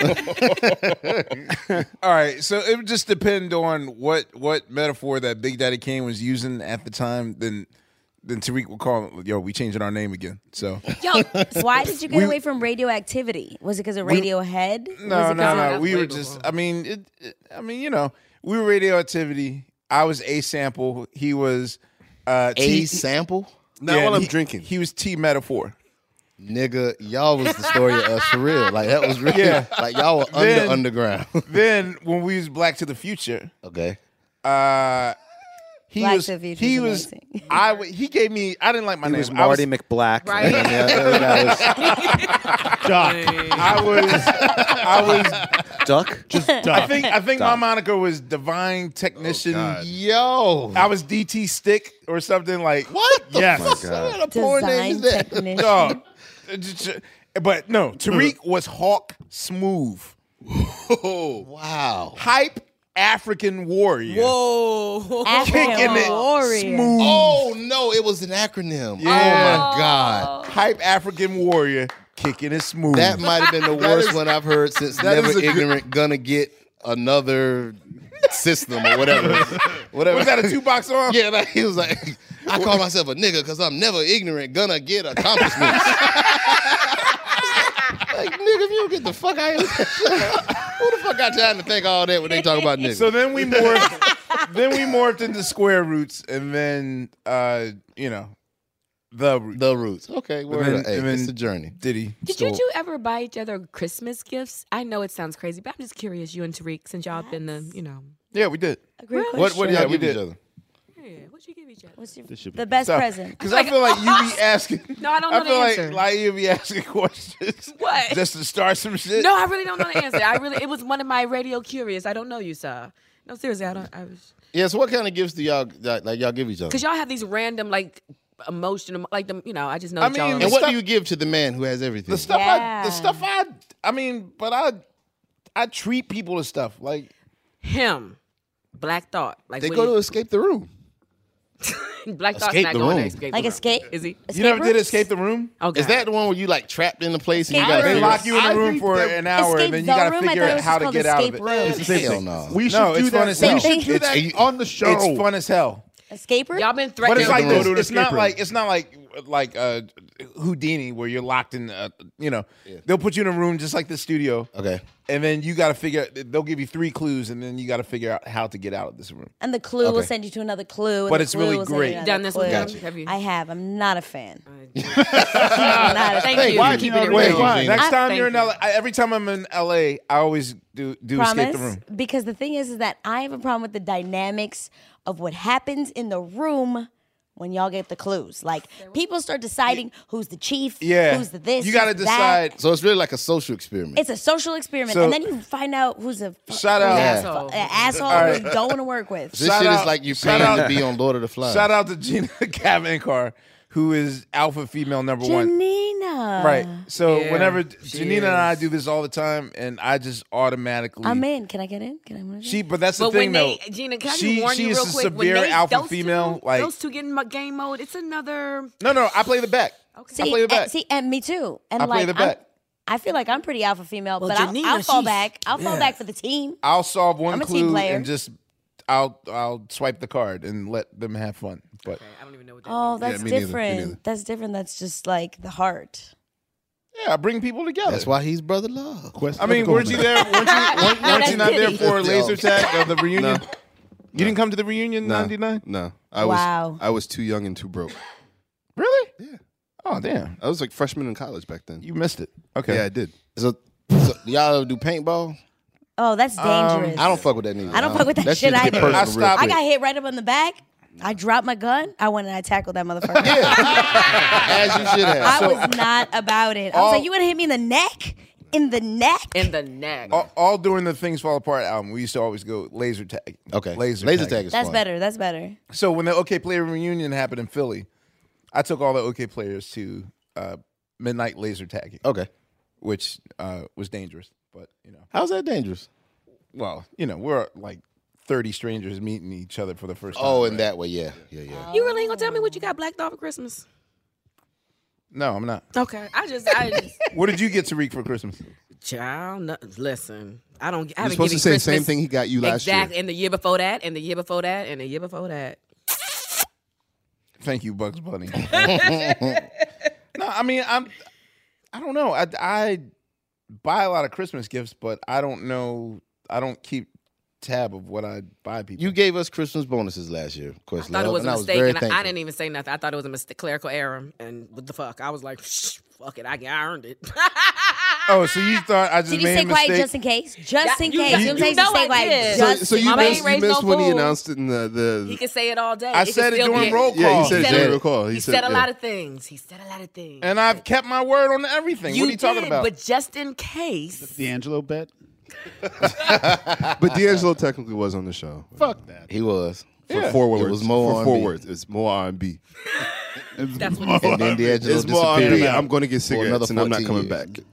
[SPEAKER 1] Tariq. all right, so it would just depend on what what metaphor that Big Daddy Kane was using at the time. Then then Tariq would call, him, "Yo, we changing our name again." So
[SPEAKER 7] Yo, why did you get
[SPEAKER 1] We-
[SPEAKER 7] away from radioactivity? Was it because of Radiohead? Was
[SPEAKER 1] no,
[SPEAKER 7] it 'cause
[SPEAKER 1] no,
[SPEAKER 7] of-
[SPEAKER 1] no. We were just. I mean, it, it- I mean, you know, we were radioactivity. I was a sample. He was uh,
[SPEAKER 6] E
[SPEAKER 9] A sample.
[SPEAKER 6] Not while I'm
[SPEAKER 1] drinking. He was T metaphor.
[SPEAKER 9] Nigga, y'all was the story of us for real. Like that was real.
[SPEAKER 1] Yeah.
[SPEAKER 9] Like y'all were under
[SPEAKER 1] Then-
[SPEAKER 9] underground.
[SPEAKER 1] then when we was Black to the Future,
[SPEAKER 9] okay.
[SPEAKER 1] uh, He
[SPEAKER 7] Black
[SPEAKER 1] was.
[SPEAKER 7] David
[SPEAKER 1] he
[SPEAKER 7] was
[SPEAKER 1] was. I. w- He gave me. I didn't like my
[SPEAKER 10] He
[SPEAKER 1] name.
[SPEAKER 10] was
[SPEAKER 1] I
[SPEAKER 10] Marty McBlack.
[SPEAKER 1] Right.
[SPEAKER 10] And then the other guy was
[SPEAKER 1] I was. I was
[SPEAKER 10] Duck. Just
[SPEAKER 1] I think I think my moniker was Divine
[SPEAKER 13] Oh,
[SPEAKER 1] Technician. Yo, I was DT Stick or something like what?
[SPEAKER 13] the Yes. fuck kind of porn name is that?
[SPEAKER 1] Design
[SPEAKER 13] Technician.
[SPEAKER 1] Dog. But no, Tariq was Hawk Smooth. wow, hype African warrior.
[SPEAKER 9] Whoa.
[SPEAKER 1] African Kicking it warrior. smooth.
[SPEAKER 9] Oh, no, it was an acronym. Oh, my God.
[SPEAKER 1] Hype African warrior kicking it smooth.
[SPEAKER 9] That might have been the
[SPEAKER 1] That
[SPEAKER 9] worst
[SPEAKER 1] is-
[SPEAKER 9] one I've heard since
[SPEAKER 1] that
[SPEAKER 9] Never
[SPEAKER 1] is a good-
[SPEAKER 9] Ignorant Gonna Get Another System or whatever. whatever.
[SPEAKER 1] Was that a two box on?
[SPEAKER 9] Yeah, like, he was like, I call myself a nigga because I'm never ignorant, gonna get accomplishments. like, nigga, if you don't get the fuck out of here. Who the fuck got time to think all that when they talk about niggas?
[SPEAKER 1] So then we morphed. then we morphed into square roots, and then uh, you know, the roots.
[SPEAKER 9] the roots. Okay, word up. Hey, it's a journey.
[SPEAKER 1] Diddy.
[SPEAKER 8] Did
[SPEAKER 1] stole-
[SPEAKER 8] you two ever buy each other Christmas gifts? I know it sounds crazy, but I'm just curious. You and Tariq, since y'all been the, you know,
[SPEAKER 1] Yeah, we did.
[SPEAKER 8] great
[SPEAKER 1] What? What?
[SPEAKER 8] question.
[SPEAKER 1] Yeah, we
[SPEAKER 9] Give each
[SPEAKER 1] did.
[SPEAKER 9] other.
[SPEAKER 7] What's your
[SPEAKER 1] This should be-
[SPEAKER 7] the best
[SPEAKER 1] So-
[SPEAKER 7] present?
[SPEAKER 1] 'cause I feel like you be asking.
[SPEAKER 8] No, I don't know
[SPEAKER 1] feel
[SPEAKER 8] the
[SPEAKER 1] like,
[SPEAKER 8] answer.
[SPEAKER 1] Like you be asking questions.
[SPEAKER 8] What?
[SPEAKER 1] Just to start some shit.
[SPEAKER 8] No, I really don't know the answer. I really, it was one of my radio curious. I don't know you, sir. No, seriously, I don't. I was
[SPEAKER 9] Yeah, so what kind of gifts do y'all like, like y'all give each other?
[SPEAKER 8] because y'all have these random like emotional, like the, you know, I just know.
[SPEAKER 9] I
[SPEAKER 8] that
[SPEAKER 9] mean,
[SPEAKER 8] y'all
[SPEAKER 9] and what do you give to the man who has everything?
[SPEAKER 1] The stuff I. The stuff I. I mean, but I. I treat people to stuff like
[SPEAKER 8] him? Black Thought. Like
[SPEAKER 9] They
[SPEAKER 8] what
[SPEAKER 9] go
[SPEAKER 8] do
[SPEAKER 9] to escape the room.
[SPEAKER 8] you, Black Thought's
[SPEAKER 9] Escape
[SPEAKER 8] not
[SPEAKER 9] the
[SPEAKER 8] going to
[SPEAKER 9] Room.
[SPEAKER 8] escape.
[SPEAKER 9] Like
[SPEAKER 8] the room.
[SPEAKER 9] Escape-
[SPEAKER 8] Is he?
[SPEAKER 9] You never did
[SPEAKER 1] escape the room?
[SPEAKER 8] Okay.
[SPEAKER 9] Is that the one where you like trapped in the place and you
[SPEAKER 1] Escape
[SPEAKER 9] gotta
[SPEAKER 1] They
[SPEAKER 9] figure
[SPEAKER 1] lock you in
[SPEAKER 9] I
[SPEAKER 1] a room
[SPEAKER 9] think
[SPEAKER 1] for
[SPEAKER 9] that-
[SPEAKER 1] an hour and then you gotta figure out how to get out of it.
[SPEAKER 9] Hell no.
[SPEAKER 1] We should do that. We should do that
[SPEAKER 14] on the
[SPEAKER 1] show. It's fun as hell.
[SPEAKER 7] Escape room.
[SPEAKER 8] Y'all been
[SPEAKER 1] But
[SPEAKER 8] threatening.
[SPEAKER 1] it's like
[SPEAKER 8] him.
[SPEAKER 1] this. It's not like it's not like like uh, Houdini where you're locked in. Uh, you know, they'll put you in a room just like the studio.
[SPEAKER 9] Okay.
[SPEAKER 1] And then you got to figure. They'll give you three clues, and then you got to figure out how to get out of this room.
[SPEAKER 7] And the clue will
[SPEAKER 1] Okay.
[SPEAKER 7] send you to another clue. and
[SPEAKER 1] But
[SPEAKER 7] the
[SPEAKER 1] it's
[SPEAKER 7] clue
[SPEAKER 1] really
[SPEAKER 7] will send you
[SPEAKER 1] great.
[SPEAKER 7] another
[SPEAKER 1] Done this
[SPEAKER 7] clue.
[SPEAKER 1] with them?
[SPEAKER 8] Have you?
[SPEAKER 7] I have. I'm not a fan.
[SPEAKER 8] Thank you.
[SPEAKER 1] Why?
[SPEAKER 8] Keeping it
[SPEAKER 1] Wait,
[SPEAKER 8] real.
[SPEAKER 1] why? Next
[SPEAKER 7] I-
[SPEAKER 1] time
[SPEAKER 7] Thank
[SPEAKER 1] you're in LA, I- every time I'm in LA, I always do do escape the room.
[SPEAKER 7] Because the thing is, is that I have a problem with the dynamics of what happens in the room when y'all get the clues. Like people start deciding who's the chief, who's the this.
[SPEAKER 9] You gotta
[SPEAKER 7] who's that.
[SPEAKER 9] decide. So it's really like a social experiment.
[SPEAKER 7] It's a social experiment,
[SPEAKER 9] So-
[SPEAKER 7] and then you find out who's a fu-
[SPEAKER 9] Shout
[SPEAKER 7] who's
[SPEAKER 9] out.
[SPEAKER 7] a
[SPEAKER 9] Asshole.
[SPEAKER 7] fu- an asshole
[SPEAKER 9] All
[SPEAKER 7] who
[SPEAKER 9] right.
[SPEAKER 7] you don't want to work with.
[SPEAKER 9] This shit is like you
[SPEAKER 1] shout
[SPEAKER 9] paying
[SPEAKER 1] out-
[SPEAKER 9] to be on Lord of the Flies.
[SPEAKER 1] Shout out to Gina Kavankar, who is alpha female number one.
[SPEAKER 7] Janina.
[SPEAKER 1] Right. So
[SPEAKER 7] Yeah,
[SPEAKER 1] whenever
[SPEAKER 7] she
[SPEAKER 1] Janina and I do this all the time, and I just automatically
[SPEAKER 7] I'm in. Can I get in? Can I? wanna-
[SPEAKER 1] she. But that's the
[SPEAKER 8] But
[SPEAKER 1] thing,
[SPEAKER 8] when they,
[SPEAKER 1] though.
[SPEAKER 8] Gina, can I
[SPEAKER 1] she
[SPEAKER 8] just warn
[SPEAKER 1] she
[SPEAKER 8] you
[SPEAKER 1] is
[SPEAKER 8] real
[SPEAKER 1] a
[SPEAKER 8] quick?
[SPEAKER 1] severe
[SPEAKER 8] when they,
[SPEAKER 1] alpha
[SPEAKER 8] those
[SPEAKER 1] female.
[SPEAKER 8] two,
[SPEAKER 1] like
[SPEAKER 8] those two get in my game mode, it's another.
[SPEAKER 1] no, no, I play the back.
[SPEAKER 7] See,
[SPEAKER 1] I play the
[SPEAKER 7] and-
[SPEAKER 1] back.
[SPEAKER 7] see, and me too. And
[SPEAKER 1] I play
[SPEAKER 7] like,
[SPEAKER 1] the
[SPEAKER 7] I'm-
[SPEAKER 1] back.
[SPEAKER 7] I feel like I'm pretty alpha female,
[SPEAKER 8] Well,
[SPEAKER 7] but I'll,
[SPEAKER 8] Janina,
[SPEAKER 7] I'll fall
[SPEAKER 8] she's-
[SPEAKER 7] back. I'll fall
[SPEAKER 1] yeah.
[SPEAKER 7] back for the team.
[SPEAKER 1] I'll solve one
[SPEAKER 7] I'm a team
[SPEAKER 1] clue
[SPEAKER 7] player.
[SPEAKER 1] and just I'll I'll swipe the card and let them have fun. But I don't even know.
[SPEAKER 7] Oh,
[SPEAKER 1] Yeah,
[SPEAKER 7] that's
[SPEAKER 1] me neither, me
[SPEAKER 7] different.
[SPEAKER 1] neither.
[SPEAKER 7] That's different. That's just like the heart.
[SPEAKER 1] Yeah, I bring people together.
[SPEAKER 9] That's why he's brother love.
[SPEAKER 1] I mean, weren't you there? Weren't you, weren't,
[SPEAKER 7] No,
[SPEAKER 1] weren't
[SPEAKER 7] that's
[SPEAKER 1] you not there
[SPEAKER 7] Diddy.
[SPEAKER 1] for
[SPEAKER 9] No.
[SPEAKER 15] Oh.
[SPEAKER 1] laser tag of the reunion?
[SPEAKER 6] No.
[SPEAKER 1] You didn't come to the reunion in '99.
[SPEAKER 6] No, I was
[SPEAKER 7] Wow.
[SPEAKER 6] I was too young and too broke.
[SPEAKER 1] Really? Yeah. Oh damn.
[SPEAKER 6] I was like freshman in college back then.
[SPEAKER 1] You missed it. Okay.
[SPEAKER 6] Yeah, I did.
[SPEAKER 9] So, so y'all ever do paintball?
[SPEAKER 7] Oh, that's
[SPEAKER 1] Um,
[SPEAKER 7] dangerous.
[SPEAKER 9] I don't fuck with that neither.
[SPEAKER 7] I don't fuck with that, shit.
[SPEAKER 9] shit
[SPEAKER 7] I
[SPEAKER 9] get personal
[SPEAKER 7] I,
[SPEAKER 9] real quick.
[SPEAKER 7] got hit right up on the back. I dropped my gun. I went and I tackled that motherfucker.
[SPEAKER 9] As you should have.
[SPEAKER 7] I
[SPEAKER 9] So-
[SPEAKER 7] was not about it. I was like, you want to hit me in the neck? In the neck?
[SPEAKER 8] In the neck.
[SPEAKER 1] All, all during the Things Fall Apart album, we used to always go laser tag.
[SPEAKER 9] Okay.
[SPEAKER 1] Laser
[SPEAKER 9] Laser
[SPEAKER 1] tag
[SPEAKER 9] tag is
[SPEAKER 7] That's better. That's better.
[SPEAKER 1] So when the OK Player reunion happened in Philly, I took all the OK Players to uh, midnight laser tagging.
[SPEAKER 9] Okay.
[SPEAKER 1] Which uh, was dangerous, but you know.
[SPEAKER 9] How's that dangerous?
[SPEAKER 1] Well, you know, we're like thirty strangers meeting each other for the first time.
[SPEAKER 9] Oh, in
[SPEAKER 1] right?
[SPEAKER 9] that way, yeah, yeah, yeah.
[SPEAKER 8] You really ain't gonna tell me what you got blacked off for Christmas?
[SPEAKER 1] No, I'm not.
[SPEAKER 8] Okay, I just, I just.
[SPEAKER 1] What did you get Tariq for Christmas?
[SPEAKER 8] Child, no, listen. I don't. I
[SPEAKER 6] You're
[SPEAKER 8] haven't
[SPEAKER 6] supposed
[SPEAKER 8] given
[SPEAKER 6] to say the
[SPEAKER 8] Christmas-
[SPEAKER 6] same thing he got you last year.
[SPEAKER 8] exactly, and the year before that, and the year before that, and the year before that.
[SPEAKER 1] Thank you, Bugs Bunny. no, I mean, I'm. I don't know. I, I buy a lot of Christmas gifts, but I don't know. I don't keep tab of what I buy people.
[SPEAKER 9] You gave us Christmas bonuses last year, of course.
[SPEAKER 8] I thought it
[SPEAKER 9] love,
[SPEAKER 8] was
[SPEAKER 9] and
[SPEAKER 8] a
[SPEAKER 9] I was
[SPEAKER 8] mistake,
[SPEAKER 9] very
[SPEAKER 8] and I- I,
[SPEAKER 9] thankful.
[SPEAKER 8] didn't even say nothing. I thought it was a mist- clerical error, and what the fuck? I was like, Shh, fuck it, I I earned it.
[SPEAKER 1] Oh, so you thought I just
[SPEAKER 7] Did you
[SPEAKER 1] made
[SPEAKER 7] stay
[SPEAKER 1] a
[SPEAKER 7] quiet
[SPEAKER 1] mistake?
[SPEAKER 7] just in case? Just
[SPEAKER 2] Yeah,
[SPEAKER 7] in
[SPEAKER 2] you-
[SPEAKER 7] case. You, know what I'm
[SPEAKER 2] you
[SPEAKER 7] saying? Just
[SPEAKER 2] know
[SPEAKER 7] stay
[SPEAKER 2] I
[SPEAKER 7] quiet.
[SPEAKER 2] did.
[SPEAKER 15] So,
[SPEAKER 7] Just
[SPEAKER 15] so
[SPEAKER 7] in
[SPEAKER 15] you
[SPEAKER 7] case.
[SPEAKER 15] missed, you missed when he announced it in the.
[SPEAKER 2] He
[SPEAKER 15] the
[SPEAKER 2] can say it all day.
[SPEAKER 1] I
[SPEAKER 2] could
[SPEAKER 1] said it
[SPEAKER 2] still
[SPEAKER 1] during
[SPEAKER 2] be-
[SPEAKER 1] roll
[SPEAKER 15] yeah, he
[SPEAKER 1] call.
[SPEAKER 15] said
[SPEAKER 1] He
[SPEAKER 2] said
[SPEAKER 15] during
[SPEAKER 2] it.
[SPEAKER 15] roll call.
[SPEAKER 2] He, said, a
[SPEAKER 15] yeah.
[SPEAKER 2] lot of things. He said a lot of things.
[SPEAKER 1] and I've kept my word on everything. what are you talking
[SPEAKER 2] did,
[SPEAKER 1] about?
[SPEAKER 2] But just in case,
[SPEAKER 4] D'Angelo bet.
[SPEAKER 15] but D'Angelo technically was on the show.
[SPEAKER 4] Fuck that.
[SPEAKER 9] He was.
[SPEAKER 15] For
[SPEAKER 9] Yeah.
[SPEAKER 15] four words.
[SPEAKER 9] It was more
[SPEAKER 15] For
[SPEAKER 9] R&B.
[SPEAKER 15] four words. It's more R&B.
[SPEAKER 2] That's what
[SPEAKER 15] and then D'Angelo
[SPEAKER 9] It's more R&B.
[SPEAKER 15] disappeared. I'm going to
[SPEAKER 9] For
[SPEAKER 15] get
[SPEAKER 9] another
[SPEAKER 15] cigarettes and I'm not
[SPEAKER 9] 14
[SPEAKER 15] coming
[SPEAKER 9] years.
[SPEAKER 15] back.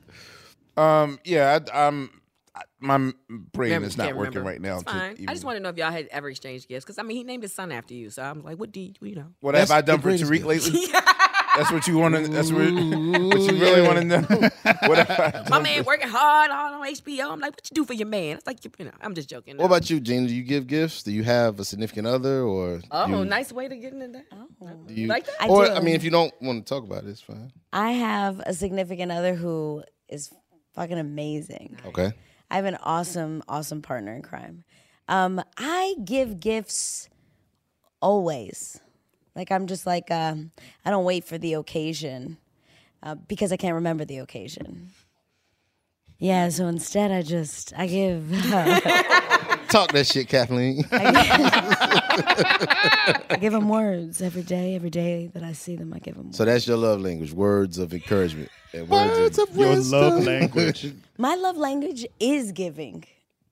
[SPEAKER 1] Um, yeah, I, I'm. I, my brain
[SPEAKER 2] Remember-
[SPEAKER 1] is not
[SPEAKER 2] can't
[SPEAKER 1] working
[SPEAKER 2] remember.
[SPEAKER 1] right now.
[SPEAKER 2] It's
[SPEAKER 1] to
[SPEAKER 2] fine. I
[SPEAKER 1] even-
[SPEAKER 2] just want to know if y'all had ever exchanged gifts because I mean he named his son after you, so I'm like, what do you, you know?
[SPEAKER 1] what
[SPEAKER 2] That's
[SPEAKER 1] have I done
[SPEAKER 2] the
[SPEAKER 1] for
[SPEAKER 2] greatest
[SPEAKER 1] Tariq lately? that's what you want to. That's what, what you really
[SPEAKER 2] yeah.
[SPEAKER 1] want to know. what have I
[SPEAKER 2] My man working hard on HBO. I'm like, what you do for your man? It's like you know. I'm just joking.
[SPEAKER 9] What about you, Gina? Do you give gifts? Do you have a significant other, or
[SPEAKER 2] Oh,
[SPEAKER 9] you,
[SPEAKER 2] nice way to get into that. Oh,
[SPEAKER 9] do you-
[SPEAKER 2] like that?
[SPEAKER 7] I
[SPEAKER 9] or
[SPEAKER 7] do.
[SPEAKER 9] I mean, if you don't want to talk about it, it's fine.
[SPEAKER 7] I have a significant other who is fucking amazing.
[SPEAKER 9] Okay.
[SPEAKER 7] I have an awesome, awesome partner in crime. Um, I give gifts always. Like I'm just like um, I don't wait for the occasion uh, because I can't remember the occasion. Yeah, so instead I just I give.
[SPEAKER 9] Talk that shit, Kathleen.
[SPEAKER 7] I give them words every day. Every day that I see them, I give them.
[SPEAKER 9] so that's your love language: words of encouragement. and words of
[SPEAKER 7] Your love wisdom.
[SPEAKER 9] language.
[SPEAKER 7] My love language is giving.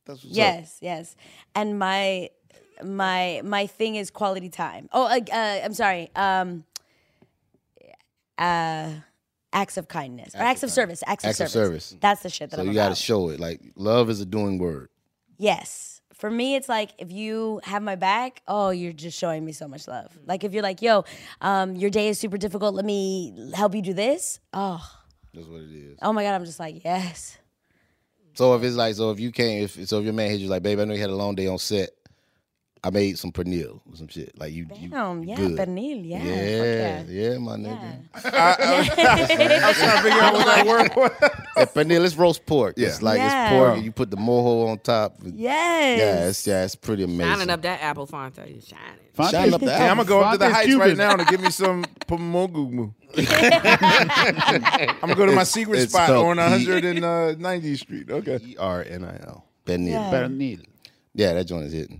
[SPEAKER 9] up.
[SPEAKER 7] yes, yes. And my my my thing is quality time. Oh, uh, uh, I'm sorry. Um, uh, acts of kindness or acts of service. Acts,
[SPEAKER 9] Acts
[SPEAKER 7] of,
[SPEAKER 9] of
[SPEAKER 7] service.
[SPEAKER 9] service.
[SPEAKER 7] That's the shit that
[SPEAKER 9] So
[SPEAKER 7] I'm
[SPEAKER 9] you
[SPEAKER 7] about.
[SPEAKER 9] got to show it. Like love is a doing word.
[SPEAKER 7] Yes. For me, it's like if you have my back, oh, you're just showing me so much love. Like if you're like, yo, um, your day is super difficult. Let me help you do this. Oh,
[SPEAKER 9] That's what it is.
[SPEAKER 7] oh my God. I'm just like, yes.
[SPEAKER 9] So if it's like, so if you can't, if so, if your man hits you like, babe, I know you had a long day on set. I made some pernil or some shit. Like you, you
[SPEAKER 7] Damn, yeah,
[SPEAKER 9] good.
[SPEAKER 7] pernil, yeah, fuck
[SPEAKER 9] yeah, yeah, my nigga.
[SPEAKER 1] I was trying to figure out what that word
[SPEAKER 9] Yeah, pernil, it's roast pork. It's like
[SPEAKER 2] Yeah.
[SPEAKER 9] it's pork. And you put the mojo on top.
[SPEAKER 7] Yes.
[SPEAKER 9] Yeah, it's yeah, it's pretty amazing.
[SPEAKER 2] Shining up that apple font. Shining.
[SPEAKER 9] Fonte's- Shining up the
[SPEAKER 1] Yeah, I'm gonna go up to the
[SPEAKER 9] Fonte's
[SPEAKER 1] heights
[SPEAKER 9] Cuban.
[SPEAKER 1] right now to give me some pomogumu. I'm gonna go to my
[SPEAKER 15] It's-
[SPEAKER 1] secret
[SPEAKER 15] it's
[SPEAKER 1] spot
[SPEAKER 15] spelled
[SPEAKER 1] on
[SPEAKER 15] P-
[SPEAKER 6] uh,
[SPEAKER 1] 190th Street. Okay.
[SPEAKER 9] E R N I L. Pernil.
[SPEAKER 1] Yeah.
[SPEAKER 9] Pernil. Yeah, that joint is hitting.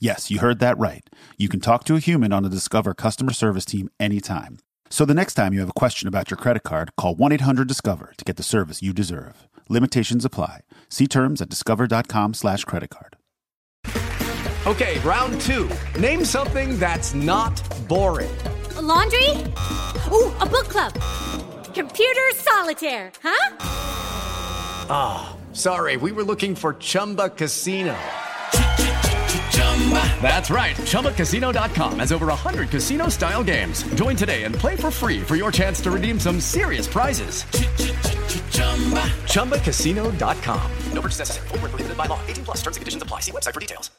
[SPEAKER 11] Yes, you heard that right. You can talk to a human on the Discover customer service team anytime. So the next time you have a question about your credit card, call 1 800 Discover to get the service you deserve. Limitations apply. See terms at discover.com slash credit card.
[SPEAKER 16] Okay, round two. Name something that's not boring.
[SPEAKER 17] laundry? Ooh, a book club. Computer solitaire, huh?
[SPEAKER 16] Ah, sorry, we were looking for Chumba Casino. That's right, ChumbaCasino.com has over 100 casino style games. Join today and play for free for your chance to redeem some serious prizes. ChumbaCasino.com. No purchase necessary, forward prohibited by law, 18 plus terms and conditions apply. See website for details.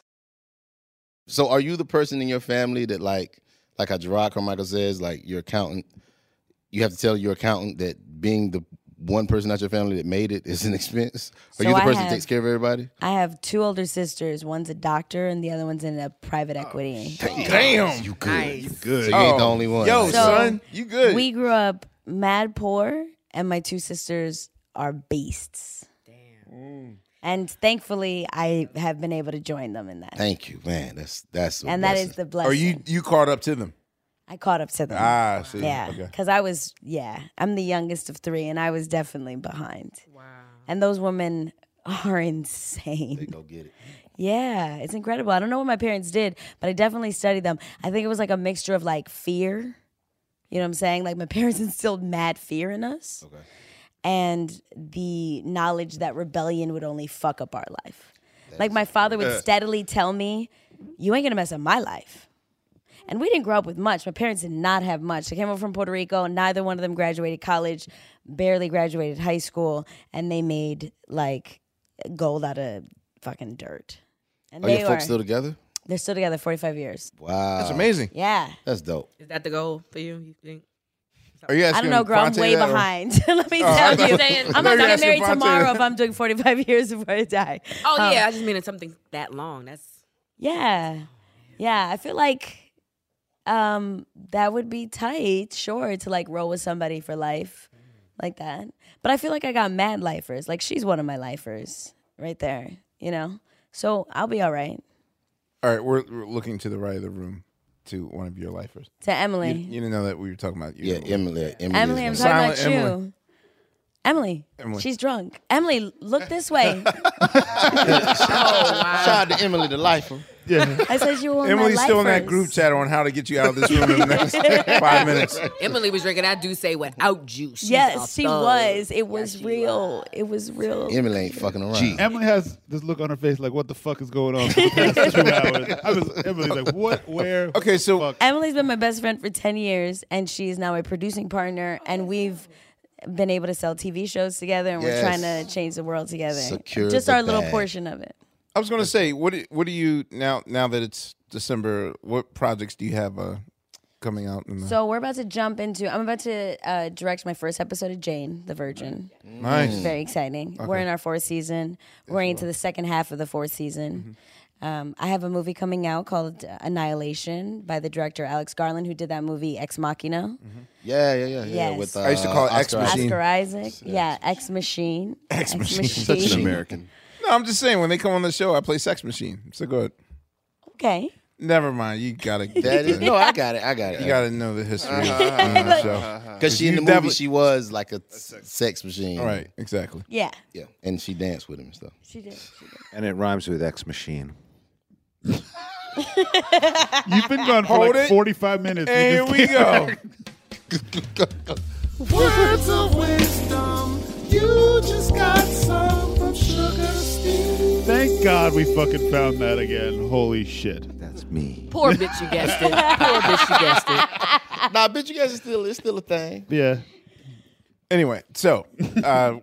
[SPEAKER 9] So are you the person in your family that like like how Gerard Carmichael says, like your accountant, you have to tell your accountant that being the one person out your family that made it is an expense? Are
[SPEAKER 7] So
[SPEAKER 9] you the
[SPEAKER 7] I
[SPEAKER 9] person
[SPEAKER 7] have-
[SPEAKER 9] that takes care of everybody?
[SPEAKER 7] I have two older sisters. One's a doctor, and the other one's in a private equity.
[SPEAKER 9] Damn. You good. You good.
[SPEAKER 5] Oh.
[SPEAKER 9] So you ain't the only one.
[SPEAKER 7] So, We grew up mad poor, and my two sisters are beasts.
[SPEAKER 9] Mm.
[SPEAKER 7] Damn. And thankfully, I have been able to join them in that.
[SPEAKER 9] Thank you, man. That's that's a
[SPEAKER 7] And that
[SPEAKER 9] blessing.
[SPEAKER 7] is the blessing.
[SPEAKER 1] Or you you caught up to them?
[SPEAKER 7] I caught up to them.
[SPEAKER 1] Ah, I see.
[SPEAKER 7] Yeah,
[SPEAKER 1] Okay.
[SPEAKER 7] because I was yeah, I'm the youngest of three, and I was definitely behind. Wow. And those women are insane. They go get it. Yeah, it's incredible. I don't know what my parents did, but I definitely studied them. I think it was like a mixture of like fear. You know what I'm saying? Like my parents instilled mad fear in us. Okay. And the knowledge that rebellion would only fuck up our life. like my father would
[SPEAKER 13] Ugh.
[SPEAKER 7] steadily tell me, "You ain't gonna mess up my life." And we didn't grow up with much. My parents did not have much. They came over from Puerto Rico. Neither one of them graduated college, barely graduated high school, and they made like gold out of fucking dirt. And
[SPEAKER 9] Are
[SPEAKER 7] they
[SPEAKER 9] your folks
[SPEAKER 7] were-
[SPEAKER 9] still together?
[SPEAKER 7] They're still together 45 years.
[SPEAKER 9] Wow.
[SPEAKER 1] That's amazing.
[SPEAKER 7] Yeah.
[SPEAKER 9] That's dope.
[SPEAKER 8] Is that the goal for you? You think?
[SPEAKER 9] Are you
[SPEAKER 7] I don't know, girl. I'm way behind. Let me
[SPEAKER 8] Oh, I
[SPEAKER 7] tell
[SPEAKER 8] thought-
[SPEAKER 7] you.
[SPEAKER 8] Saying- I
[SPEAKER 7] I'm
[SPEAKER 8] thought
[SPEAKER 7] going
[SPEAKER 8] you
[SPEAKER 7] to
[SPEAKER 8] were
[SPEAKER 7] get
[SPEAKER 8] asking
[SPEAKER 7] married
[SPEAKER 8] Fonte.
[SPEAKER 7] tomorrow if I'm doing 45 years before I die.
[SPEAKER 8] Oh
[SPEAKER 7] Um,
[SPEAKER 8] yeah, I just mean it's something that long. That's
[SPEAKER 7] Yeah. Yeah. I feel like um that would be tight, sure, to like roll with somebody for life like that. But I feel like I got mad lifers. Like she's one of my lifers right there, you know? So I'll be all right.
[SPEAKER 1] All right, we're, we're looking to the right of the room to one of your lifers.
[SPEAKER 7] To Emily.
[SPEAKER 1] You, you didn't know that we were talking about you.
[SPEAKER 9] Yeah, Emily.
[SPEAKER 7] Emily, I'm talking
[SPEAKER 1] Silent
[SPEAKER 7] about you.
[SPEAKER 1] Emily.
[SPEAKER 7] Emily,
[SPEAKER 1] Emily.
[SPEAKER 7] she's drunk. Emily, look this way.
[SPEAKER 9] Shout out to Emily the lifer.
[SPEAKER 1] Yeah.
[SPEAKER 7] I said you were one of my
[SPEAKER 1] Emily's still in that
[SPEAKER 7] lifers.
[SPEAKER 1] group chat on how to get you out of this room in the next five minutes.
[SPEAKER 8] Emily was drinking. I do say without juice. She's a
[SPEAKER 7] Yes, she
[SPEAKER 8] thug.
[SPEAKER 7] was. It was real. It was real.
[SPEAKER 9] Emily ain't fucking around.
[SPEAKER 4] Gee. Emily has this look on her face like, what the fuck is going on for the past two hours? I was, Emily's like, what, where?
[SPEAKER 1] Okay, so
[SPEAKER 7] Emily's been my best friend for 10 years, and she's now a producing partner, and we've been able to sell TV shows together, and
[SPEAKER 1] Yes.
[SPEAKER 7] we're trying to change the world together.
[SPEAKER 1] Secure
[SPEAKER 7] Just
[SPEAKER 1] the
[SPEAKER 7] our little
[SPEAKER 1] bag.
[SPEAKER 7] portion of it.
[SPEAKER 1] I was going to say, what do- what do you now now that it's December? What projects do you have uh, coming out? In the,
[SPEAKER 7] So we're about to jump into. I'm about to uh, direct my first episode of Jane the Virgin.
[SPEAKER 1] Mm. Nice.
[SPEAKER 7] It's very exciting. We're
[SPEAKER 1] Okay.
[SPEAKER 7] in our fourth season. we're into the second half of the fourth season.
[SPEAKER 1] Mm-hmm.
[SPEAKER 7] Um, I have a movie coming out called Annihilation by the director Alex Garland, who did that movie Ex Machina.
[SPEAKER 9] Yeah, yeah, yeah, yeah.
[SPEAKER 7] Yes.
[SPEAKER 9] With, uh,
[SPEAKER 1] I used to call it
[SPEAKER 9] Oscar
[SPEAKER 1] Ex
[SPEAKER 9] Isaac.
[SPEAKER 1] Machine.
[SPEAKER 7] Oscar Isaac. Yeah, Ex Machine.
[SPEAKER 1] Ex Machine.
[SPEAKER 7] Machine.
[SPEAKER 1] no, I'm just saying when they come on the show, I play Sex Machine. So go ahead.
[SPEAKER 7] Okay.
[SPEAKER 1] Never mind. You gotta.
[SPEAKER 9] That is- no, I got it, I got it.
[SPEAKER 1] You gotta know the history. of
[SPEAKER 9] Uh-huh,
[SPEAKER 1] the show.
[SPEAKER 9] uh-huh. 'Cause she in
[SPEAKER 1] You
[SPEAKER 9] the movie,
[SPEAKER 1] definitely-
[SPEAKER 9] she was like a sex machine.
[SPEAKER 1] Right, exactly.
[SPEAKER 7] Yeah.
[SPEAKER 9] Yeah. And she danced with him and stuff.
[SPEAKER 7] She did.
[SPEAKER 10] And it rhymes with X Machine.
[SPEAKER 4] You've been gone for
[SPEAKER 10] Hold
[SPEAKER 4] like
[SPEAKER 10] it.
[SPEAKER 4] 45 minutes. You
[SPEAKER 10] And
[SPEAKER 4] just
[SPEAKER 10] here we
[SPEAKER 4] came
[SPEAKER 10] go.
[SPEAKER 4] back.
[SPEAKER 6] Words of wisdom. You just got some from Sugar Steve.
[SPEAKER 4] Thank God we fucking found that again. Holy shit.
[SPEAKER 10] That's me.
[SPEAKER 8] Poor bitch, you guessed it. Poor bitch, you guessed it.
[SPEAKER 9] nah, bitch, you guys are still it's still a thing.
[SPEAKER 4] Yeah.
[SPEAKER 1] Anyway, so uh,
[SPEAKER 7] So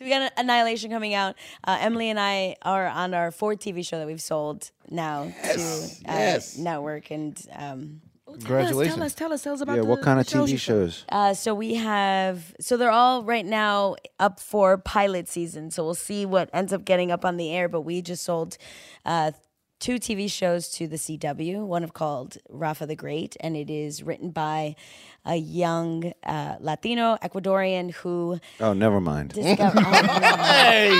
[SPEAKER 7] we got Annihilation coming out. Uh, Emily and I are on our fourth TV show that we've sold now to uh,
[SPEAKER 8] yes.
[SPEAKER 7] network and. Um,
[SPEAKER 10] Congratulations.
[SPEAKER 8] Tell us, tell us, tell us about
[SPEAKER 10] yeah,
[SPEAKER 7] the-
[SPEAKER 10] what kind of
[SPEAKER 7] the shows
[SPEAKER 10] TV
[SPEAKER 7] you-
[SPEAKER 10] shows?
[SPEAKER 7] Uh, so we have, so they're all right now up for pilot season. So we'll see what ends up getting up on the air. But we just sold uh, two TV shows to the CW. One of called Rafa the Great, and it is written by a young uh, Latino Ecuadorian who
[SPEAKER 10] Oh, never mind.
[SPEAKER 7] discovered.
[SPEAKER 9] hey,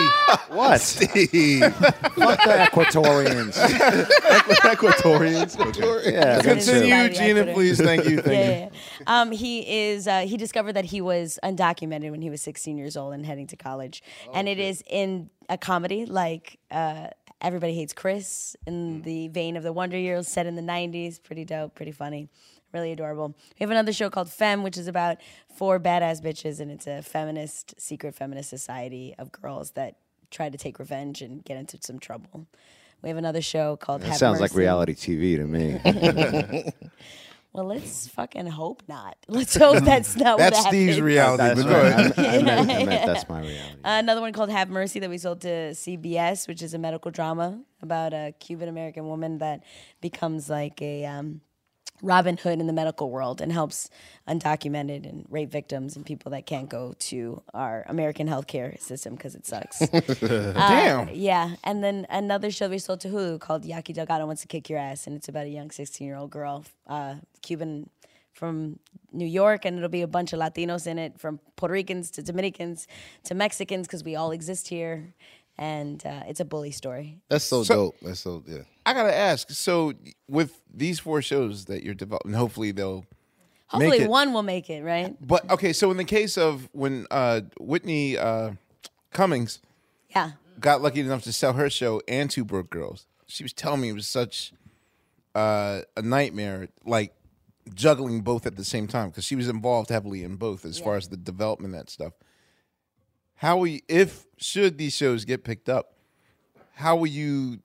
[SPEAKER 10] what? Steve. Fuck the Equatorians. Equatorians. Yeah.
[SPEAKER 1] Continue, Gina, please. Thank you. Thank you.
[SPEAKER 7] yeah, yeah. Um, he is. Uh, he discovered that he was undocumented when he was 16 years old and heading to college.
[SPEAKER 1] Oh,
[SPEAKER 7] and it is in a comedy like uh, Everybody Hates Chris
[SPEAKER 1] Hmm.
[SPEAKER 7] in the vein of the Wonder Years, set in the 90s. Pretty dope. Pretty funny. Really adorable. We have another show called Femme, which is about four badass bitches, and it's a feminist, secret feminist society of girls that try to take revenge and get into some trouble. We have another show called.
[SPEAKER 10] That
[SPEAKER 7] Have
[SPEAKER 10] sounds like
[SPEAKER 7] Mercy.
[SPEAKER 10] reality TV to me.
[SPEAKER 7] Well, let's fucking hope not. Let's hope that's not
[SPEAKER 10] That's
[SPEAKER 7] what
[SPEAKER 10] Steve's
[SPEAKER 7] happens.
[SPEAKER 10] reality, That's but go right. ahead. I meant- I meant that's my reality.
[SPEAKER 7] Another one called Have Mercy that we sold to CBS, which is a medical drama about a Cuban American woman that becomes like a um, Robin Hood in the medical world and helps undocumented and rape victims and people that can't go to our American healthcare system because it sucks. Uh,
[SPEAKER 6] Damn.
[SPEAKER 7] yeah. And then another show we sold to Hulu called Yaki Delgado Wants to Kick Your Ass, and it's about a young 16 year old girl, uh, Cuban from New York, and it'll be a bunch of Latinos in it, from Puerto Ricans to Dominicans to Mexicans, because we all exist here. And uh, it's a bully story.
[SPEAKER 9] That's so,
[SPEAKER 1] So-
[SPEAKER 9] dope. That's so yeah.
[SPEAKER 1] I gotta ask. So, with these four shows that you're developing, hopefully they'll
[SPEAKER 7] Hopefully,
[SPEAKER 1] it.
[SPEAKER 7] one will make it, right?
[SPEAKER 1] But okay, so in the case of when uh, Whitney uh, Cummings
[SPEAKER 7] Yeah.
[SPEAKER 1] got lucky enough to sell her show and Two Broke Girls, she was telling me it was such uh, a nightmare, like juggling both at the same time because she was involved heavily in both as far as the development of that stuff. How will you, if should these shows get picked up? How will you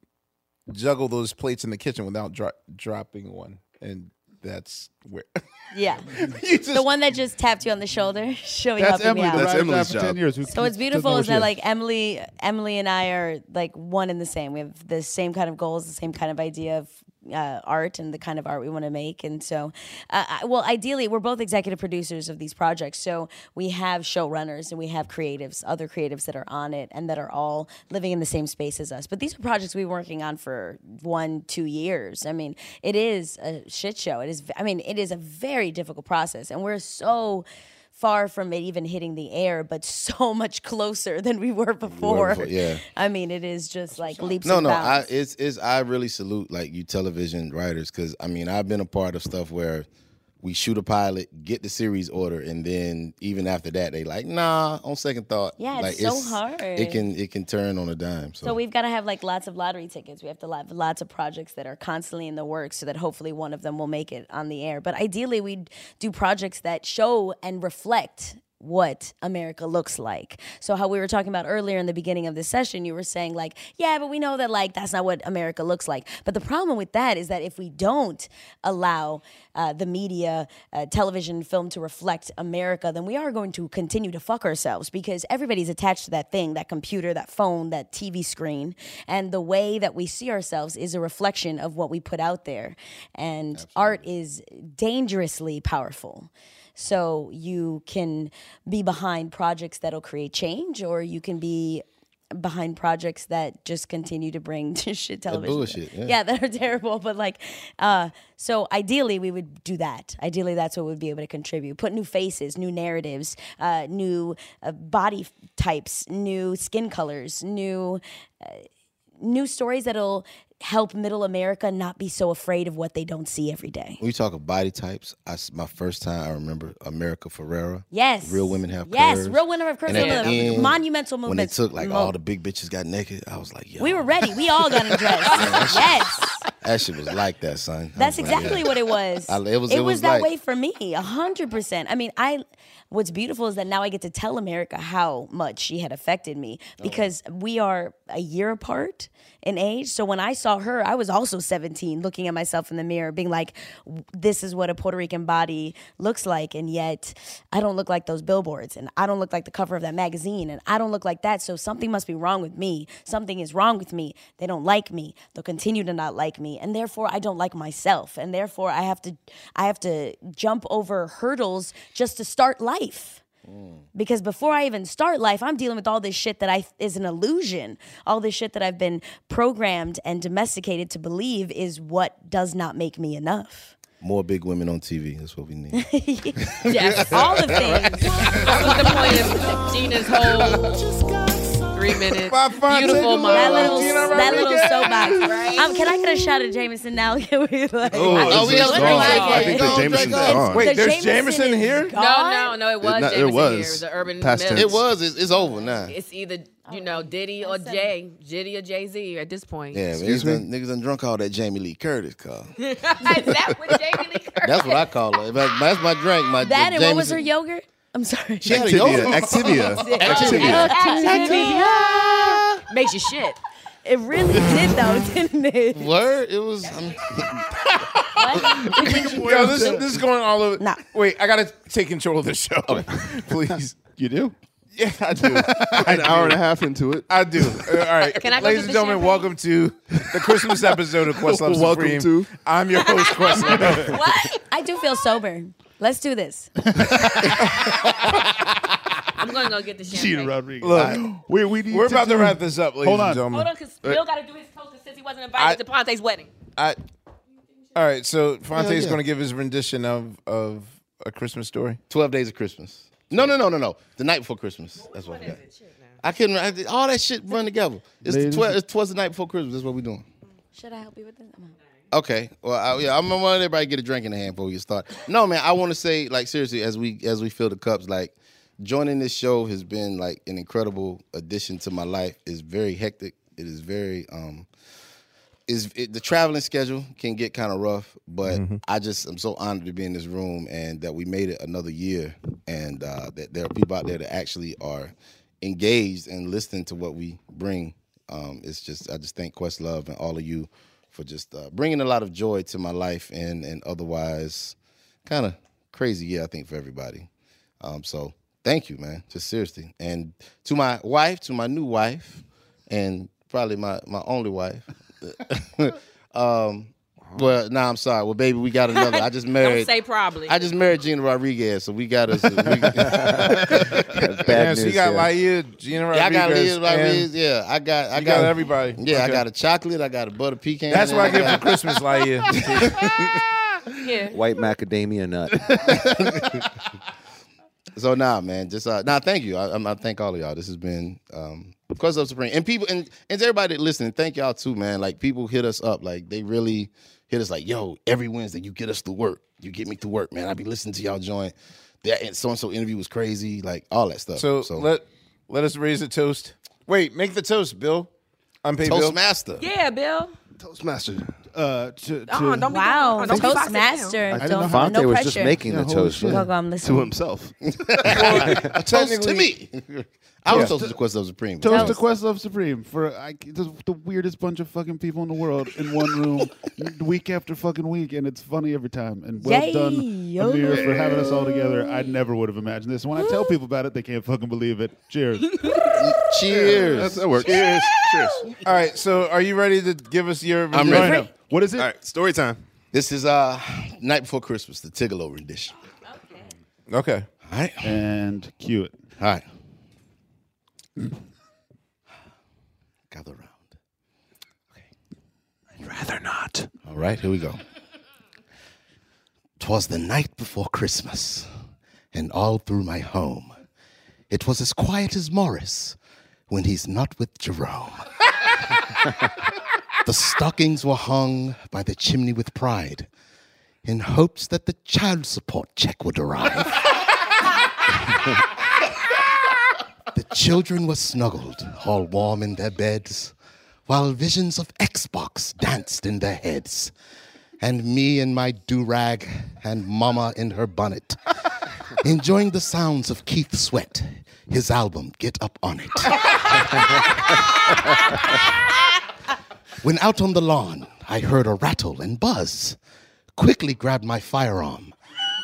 [SPEAKER 1] juggle those plates in the kitchen without dro- dropping one? And that's where
[SPEAKER 7] Yeah. the one that just tapped you on the shoulder, showing
[SPEAKER 1] That's
[SPEAKER 7] up.
[SPEAKER 1] Emily,
[SPEAKER 7] out.
[SPEAKER 1] the That's ride Emily's after job. 10 years, who
[SPEAKER 7] So what's
[SPEAKER 1] doesn't
[SPEAKER 7] beautiful
[SPEAKER 1] know
[SPEAKER 7] is
[SPEAKER 1] what
[SPEAKER 7] that
[SPEAKER 1] she
[SPEAKER 7] like
[SPEAKER 1] is.
[SPEAKER 7] Emily, Emily and I are like one and the same. We have the same kind of goals, the same kind of idea of uh, art and the kind of art we want to make. And so, uh, I- well, ideally, we're both executive producers of these projects. So we have showrunners and we have creatives, other creatives that are on it and that are all living in the same space as us. But these are projects we've been working on for one, two years. I mean, it is a shit show. It is. I mean, it is a very difficult process, and we're so far from it even hitting the air, but so much closer than we were before.
[SPEAKER 9] before, yeah.
[SPEAKER 7] I mean, it is just like leaps
[SPEAKER 9] no
[SPEAKER 7] and
[SPEAKER 9] no
[SPEAKER 7] bounds.
[SPEAKER 9] I, it's, it's i really salute like you television writers because i mean i've been a part of stuff where we shoot a pilot get the series order and then even after that they like nah on second thought
[SPEAKER 7] Yeah, it's
[SPEAKER 9] like,
[SPEAKER 7] so hard.
[SPEAKER 9] it can it can turn on a dime so,
[SPEAKER 7] So we've got to have like lots of lottery tickets. We have to have lots of projects that are constantly in the works so that hopefully one of them will make it on the air. But ideally, we do projects that show and reflect what America looks like. So how we were talking about earlier in the beginning of this session, you were saying like, yeah, but we know that like that's not what America looks like. But the problem with that is that if we don't allow uh, the media, uh, television, film to reflect America, then we are going to continue to fuck ourselves because everybody's attached to that thing, that computer, that phone, that TV screen. And the way that we see ourselves is a reflection of what we put out there. And art is dangerously powerful. So you can be behind projects that'll create change, or you can be behind projects that just continue to bring to shit television.
[SPEAKER 9] bullshit, yeah.
[SPEAKER 7] that are terrible. But like, uh, so ideally we would do that. Ideally, that's what we'd be able to contribute. Put new faces, new narratives, uh, new uh, body f- types, new skin colors, new uh, new stories that'll help middle America not be so afraid of what they don't see every day.
[SPEAKER 9] we talk of body types I s my first time i remember america ferrera
[SPEAKER 7] Yes.
[SPEAKER 9] real women have
[SPEAKER 7] Yes,
[SPEAKER 9] curves.
[SPEAKER 7] Real Women Have Curves,
[SPEAKER 9] And at
[SPEAKER 7] one of
[SPEAKER 9] the
[SPEAKER 7] the
[SPEAKER 9] end,
[SPEAKER 7] monumental
[SPEAKER 9] when they
[SPEAKER 7] movements.
[SPEAKER 9] took like
[SPEAKER 7] Mo-
[SPEAKER 9] all the big bitches got naked i was like yo
[SPEAKER 7] We were ready. We all got undressed. yes.
[SPEAKER 9] that shit was like that son I
[SPEAKER 7] That's
[SPEAKER 9] was like, yeah.
[SPEAKER 7] exactly what it was.
[SPEAKER 9] I- it was- it was
[SPEAKER 7] that
[SPEAKER 9] like-
[SPEAKER 7] way for me, a hundred percent. I mean, I. What's beautiful is that now I get to tell America how much she had affected me
[SPEAKER 9] Oh.
[SPEAKER 7] because we are a year apart in age. So when I saw her, I was also seventeen, looking at myself in the mirror, being like, "This is what a Puerto Rican body looks like," and yet I don't look like those billboards, and I don't look like the cover of that magazine, and I don't look like that. So something must be wrong with me. Something is wrong with me. They don't like me. They'll continue to not like me, and therefore I don't like myself, and therefore I have to, I have to jump over hurdles just to start life. Because before I even start life, I'm dealing with all this shit that I is an illusion. All this shit that I've been programmed and domesticated to believe is what does not make me enough.
[SPEAKER 9] more big women on tv that's what we need
[SPEAKER 7] Yes, all the things.
[SPEAKER 3] That was the point of Gina's whole three minutes. Beautiful
[SPEAKER 7] that little,
[SPEAKER 3] monologue.
[SPEAKER 7] that little soapbox. Um, can I get a shot of Jameson now? Can we like?
[SPEAKER 3] Oh,
[SPEAKER 7] I
[SPEAKER 3] oh, we
[SPEAKER 7] think
[SPEAKER 3] have
[SPEAKER 7] it's
[SPEAKER 3] a
[SPEAKER 7] gone.
[SPEAKER 3] drink like
[SPEAKER 7] I
[SPEAKER 3] it.
[SPEAKER 7] think the
[SPEAKER 3] Don't drink
[SPEAKER 7] Jameson's
[SPEAKER 3] up.
[SPEAKER 7] gone.
[SPEAKER 3] Wait,
[SPEAKER 7] The
[SPEAKER 3] there's
[SPEAKER 7] Jameson
[SPEAKER 3] Jameson
[SPEAKER 7] is
[SPEAKER 3] here? No,
[SPEAKER 7] gone?
[SPEAKER 3] no, no, it was
[SPEAKER 9] not-
[SPEAKER 3] Jameson here. It was an urban
[SPEAKER 9] Past
[SPEAKER 3] myth.
[SPEAKER 9] tense. It was. It's, it's over now.
[SPEAKER 3] It's either you know Diddy or Jay, Diddy or Jay Z at this point.
[SPEAKER 9] yeah, man, niggas, done, niggas done drunk all that Jamie Lee Curtis call.
[SPEAKER 3] Is that what Jamie Lee Curtis?
[SPEAKER 9] That's what I call her. If I- That's my drink. My
[SPEAKER 7] That and what was
[SPEAKER 9] Jameson.
[SPEAKER 7] her yogurt? I'm sorry.
[SPEAKER 9] She had a Activia, yogurt. Activia. Activia.
[SPEAKER 7] Activia. Makes you shit. It really did though, didn't it?
[SPEAKER 9] Word. It was.
[SPEAKER 1] Yo, this, this is going all over. Wait, I gotta take control of the show, please.
[SPEAKER 4] You do?
[SPEAKER 1] Yeah, I do. An
[SPEAKER 15] hour and a half into it,
[SPEAKER 1] I do. Uh, All right,
[SPEAKER 15] Can I go
[SPEAKER 1] ladies
[SPEAKER 15] get
[SPEAKER 1] and
[SPEAKER 15] the
[SPEAKER 1] gentlemen,
[SPEAKER 15] champagne?
[SPEAKER 1] welcome to the Christmas episode of Questlove Supreme.
[SPEAKER 15] Welcome to-
[SPEAKER 1] I'm your host, Questlove.
[SPEAKER 7] What? I do feel sober. Let's do this.
[SPEAKER 3] I'm gonna go get the champagne.
[SPEAKER 4] Gina Rodriguez.
[SPEAKER 1] Look,
[SPEAKER 4] we, we need
[SPEAKER 1] We're
[SPEAKER 4] to
[SPEAKER 1] about to
[SPEAKER 4] do-
[SPEAKER 1] wrap this up, ladies
[SPEAKER 4] Hold on.
[SPEAKER 1] and gentlemen.
[SPEAKER 3] Hold on, because
[SPEAKER 8] Uh,
[SPEAKER 3] Bill got to do his toast since he wasn't invited to Ponte's wedding.
[SPEAKER 1] I, all right, so Fonte's
[SPEAKER 9] yeah.
[SPEAKER 1] going to give his rendition of of a Christmas story.
[SPEAKER 9] Twelve Days of Christmas. No, no, no, no, no. The night before Christmas. That's what I got. I couldn't. I, did- all that shit run together. It's the
[SPEAKER 4] Ladies-
[SPEAKER 9] twelve. It's twas the night before Christmas. That's what we doing.
[SPEAKER 7] Should I help you with this?
[SPEAKER 2] Okay. Well, I, yeah, I'm gonna let everybody get a drink in the hand before we get started. No, man, I want to say like seriously, as we as we fill the cups, like joining this show has been like an incredible addition to my life. It's very hectic. It is very um, is it, the traveling schedule can get kind of rough, but I just am so honored to be in this room and that we made it another year, and uh, that there are people out there that actually are engaged and listening to what we bring. Um, it's just I just thank Questlove and all of you for just uh, bringing a lot of joy to my life and and otherwise kind of crazy year I think for everybody. Um, so thank you, man. Just seriously, and to my wife, to my new wife, and probably my my only wife. um, well, nah, I'm sorry. Well, baby, we got another. I just married.
[SPEAKER 8] say probably.
[SPEAKER 2] I just married Gina Rodriguez, so we got us. bad
[SPEAKER 1] Yeah, so you got Laia, Gina
[SPEAKER 2] yeah, I got
[SPEAKER 1] Rodriguez,
[SPEAKER 2] Leah Rodriguez.
[SPEAKER 1] and-
[SPEAKER 2] Yeah, I got. I
[SPEAKER 1] You got everybody.
[SPEAKER 2] Yeah, I
[SPEAKER 1] Okay.
[SPEAKER 2] got a chocolate. I got a butter pecan.
[SPEAKER 1] That's what I get for
[SPEAKER 9] Christmas,
[SPEAKER 8] Yeah.
[SPEAKER 9] White macadamia nut.
[SPEAKER 2] So nah, man, just uh, nah. Thank you. I, I, I thank all of y'all. This has been um, of course up supreme and people and and to everybody that listening. Thank y'all too, man. Like people hit us up. Like they really hit us. Like yo, every Wednesday you get us to work. You get me to work, man. I be listening to y'all joint. That and so and so interview was crazy. Like all that stuff.
[SPEAKER 1] So, let let us raise a toast. Wait, make the toast, Bill. Unpaid Bill.
[SPEAKER 2] Toastmaster.
[SPEAKER 8] Yeah, Bill.
[SPEAKER 18] Toastmaster.
[SPEAKER 4] Uh, to, to,
[SPEAKER 8] Uh-uh, Uh-huh, don't be- Wow, uh-uh, don't be boxing down. Toastmaster,
[SPEAKER 9] I didn't know Fonte
[SPEAKER 8] no
[SPEAKER 9] was just
[SPEAKER 8] pressure.
[SPEAKER 9] making
[SPEAKER 8] Yeah,
[SPEAKER 9] the
[SPEAKER 8] holy
[SPEAKER 9] toast.
[SPEAKER 8] shit. Look, I'm listening.
[SPEAKER 18] To himself.
[SPEAKER 2] a toast to me. I was
[SPEAKER 4] Yeah.
[SPEAKER 2] toasted to Quest of Supreme.
[SPEAKER 4] Toast to Questlove Supreme for I, the, the weirdest bunch of fucking people in the world in one room, week after fucking week, and it's funny every time. And well
[SPEAKER 6] Yay,
[SPEAKER 4] done,
[SPEAKER 6] yo.
[SPEAKER 4] Amir, for having us all together. I never would have imagined this. When I tell people about it, they can't fucking believe it. Cheers.
[SPEAKER 2] Cheers.
[SPEAKER 4] That's- that works.
[SPEAKER 1] Cheers. Cheers. All right. So, are you ready to give us your?
[SPEAKER 2] I'm
[SPEAKER 1] review?
[SPEAKER 2] ready.
[SPEAKER 1] Right now.
[SPEAKER 4] What is it?
[SPEAKER 2] All right, story time. This is uh night before Christmas, the Tigolo rendition.
[SPEAKER 1] Okay.
[SPEAKER 2] All right.
[SPEAKER 4] And cue it.
[SPEAKER 2] All right. Gather around. Okay. Rather not. All right, here we go. Twas the night before Christmas, and all through my home, it was as quiet as Morris when he's not with Jerome. the stockings were hung by the chimney with pride, in hopes that the child support check would arrive. the children were snuggled, all warm in their beds, while visions of Xbox danced in their heads. And me in my do rag, and Mama in her bonnet, enjoying the sounds of Keith Sweat, his album Get Up On It. when out on the lawn, I heard a rattle and buzz. Quickly grabbed my firearm.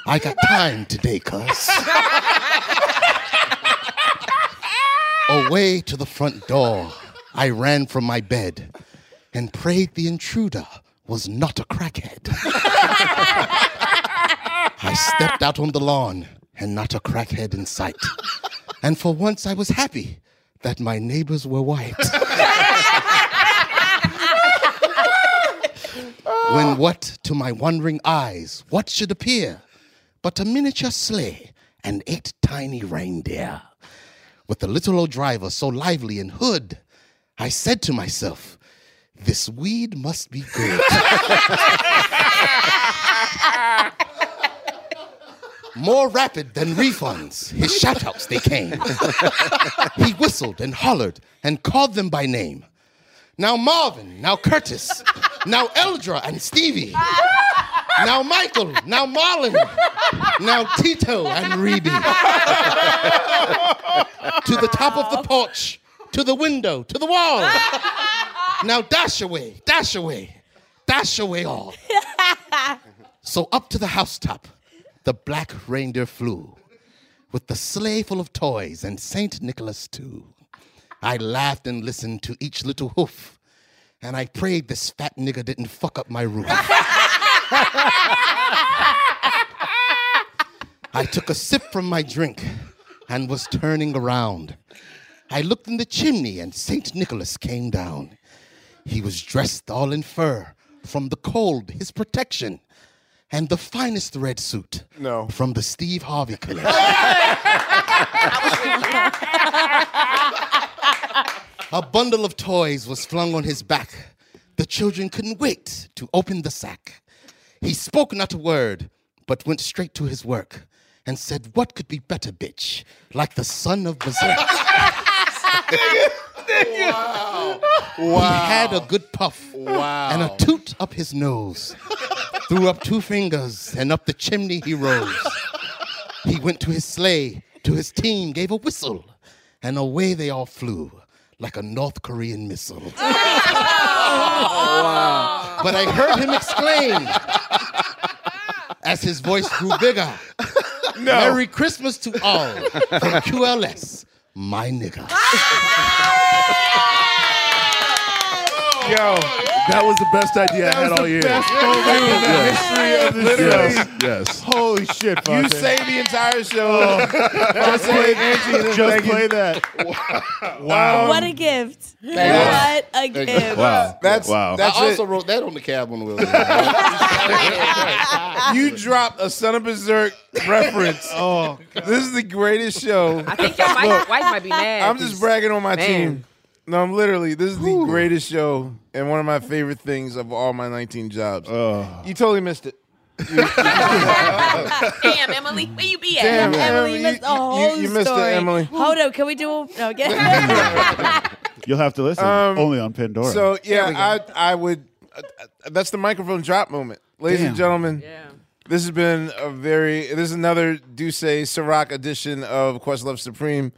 [SPEAKER 2] I got time today, cuz. Away to the front door, I ran from my bed and prayed the intruder was not a crackhead. I stepped out on the lawn and not a crackhead in sight. And for once I was happy that my neighbors were white. when what to my wandering eyes, what should appear but a miniature sleigh and eight tiny reindeer? with the little old driver so lively and hood, I said to myself, this weed must be good. More rapid than refunds, his shoutouts they came. he whistled and hollered and called them by name. Now Marvin, now Curtis, now Eldra and Stevie, now Michael, now Marlon, now Tito and Reby to the top of the porch, to the window, to the wall. now dash away, dash away, dash away all. so up to the housetop, the black reindeer flew with the sleigh full of toys and St. Nicholas too. I laughed and listened to each little hoof, and I prayed this fat nigga didn't fuck up my roof. I took a sip from my drink and was turning around. I looked in the chimney and St. Nicholas came down. He was dressed all in fur, from the cold, his protection, and the finest red suit no. from the Steve Harvey collection. a bundle of toys was flung on his back,
[SPEAKER 9] The children couldn't wait to open the sack. He spoke not a word, but went straight to his work and said, What could be better, bitch? Like the son of Berserk.
[SPEAKER 6] Wow.
[SPEAKER 9] He had a good puff
[SPEAKER 6] Wow.
[SPEAKER 9] and a toot up his nose. Threw up two fingers and up the chimney he rose. He went to his sleigh, to his team, gave a whistle, and away they all flew like a North Korean missile. But I heard him exclaim as his voice grew bigger. Merry Christmas to all from QLS, my nigga.
[SPEAKER 6] Yo,
[SPEAKER 15] that was the best idea
[SPEAKER 6] I had
[SPEAKER 1] Oh,
[SPEAKER 6] all year. Yes. Yes.
[SPEAKER 15] Yes.
[SPEAKER 1] Holy shit, You
[SPEAKER 6] Fonte.
[SPEAKER 1] saved the entire show.
[SPEAKER 6] Oh.
[SPEAKER 1] Just play, Angie, um,
[SPEAKER 6] Just
[SPEAKER 1] thank you.
[SPEAKER 6] play
[SPEAKER 1] that.
[SPEAKER 6] Wow.
[SPEAKER 7] what a gift.
[SPEAKER 9] Thank
[SPEAKER 7] What a
[SPEAKER 9] Thank
[SPEAKER 7] gift.
[SPEAKER 9] you. Wow.
[SPEAKER 1] That's- that's
[SPEAKER 9] I
[SPEAKER 1] it.
[SPEAKER 9] also wrote that on the cab on the wheel.
[SPEAKER 1] you dropped a Son of Berserk reference. oh, this is the greatest show.
[SPEAKER 8] I think your wife,
[SPEAKER 1] Look,
[SPEAKER 8] wife might be mad.
[SPEAKER 1] I'm just bragging on my
[SPEAKER 8] Man.
[SPEAKER 1] team. No, I'm literally. This is the greatest show and one of my favorite things of all my 19 jobs. You totally missed it.
[SPEAKER 7] Damn, Emily, where you be
[SPEAKER 1] at? Damn, Emily,
[SPEAKER 7] Emily
[SPEAKER 1] you-
[SPEAKER 7] missed the whole
[SPEAKER 1] you missed it,
[SPEAKER 7] story.
[SPEAKER 1] Emily.
[SPEAKER 7] Hold on, can we do a, no, get,
[SPEAKER 4] You'll have to listen
[SPEAKER 1] Um,
[SPEAKER 4] only on Pandora.
[SPEAKER 1] So yeah, I I would. Uh, uh, that's the microphone drop moment, ladies and
[SPEAKER 4] Damn.
[SPEAKER 1] gentlemen. This has been a very. This is another Duce Sirac edition of Questlove Supreme.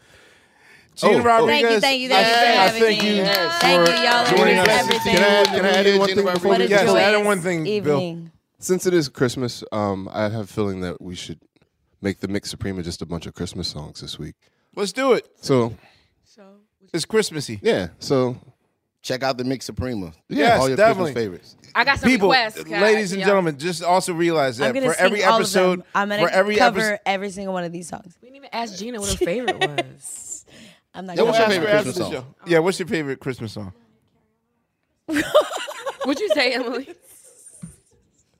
[SPEAKER 1] Gene
[SPEAKER 15] Oh, oh.
[SPEAKER 1] Rodriguez.
[SPEAKER 15] Thank you, thank you, thank you
[SPEAKER 1] I thank-
[SPEAKER 15] for having
[SPEAKER 1] I thank
[SPEAKER 15] me.
[SPEAKER 1] you
[SPEAKER 15] Yes.
[SPEAKER 1] for
[SPEAKER 15] Thank you, y'all. It
[SPEAKER 1] joining
[SPEAKER 15] means
[SPEAKER 1] us.
[SPEAKER 15] everything.
[SPEAKER 1] Can I add, can I add in one thing
[SPEAKER 15] What
[SPEAKER 1] before
[SPEAKER 15] a
[SPEAKER 1] we Yes,
[SPEAKER 15] joyous
[SPEAKER 1] add in one thing, Bill.
[SPEAKER 7] evening.
[SPEAKER 15] Since it is Christmas, um, I have a feeling that we should make the Mix Suprema just a bunch of Christmas songs this week.
[SPEAKER 1] Let's do it.
[SPEAKER 15] So
[SPEAKER 1] it's Christmassy.
[SPEAKER 15] Yeah. So
[SPEAKER 9] check out the Mix Suprema.
[SPEAKER 1] Yes,
[SPEAKER 9] all your
[SPEAKER 1] definitely.
[SPEAKER 9] Christmas favorites.
[SPEAKER 3] I got some
[SPEAKER 1] People,
[SPEAKER 3] requests, guys.
[SPEAKER 1] ladies and
[SPEAKER 3] Yeah.
[SPEAKER 1] gentlemen, just also realize that
[SPEAKER 7] I'm gonna
[SPEAKER 1] for
[SPEAKER 7] sing
[SPEAKER 1] every
[SPEAKER 7] all
[SPEAKER 1] episode,
[SPEAKER 7] of them. I'm gonna
[SPEAKER 1] for every
[SPEAKER 7] cover
[SPEAKER 1] episode,
[SPEAKER 7] every single one of these songs.
[SPEAKER 8] We didn't even ask Gina what her favorite was.
[SPEAKER 7] I'm not.
[SPEAKER 1] Yeah,
[SPEAKER 7] gonna
[SPEAKER 1] what's your
[SPEAKER 7] lie.
[SPEAKER 1] favorite Christmas song? Yeah, what's your favorite Christmas song?
[SPEAKER 8] What'd you say, Emily?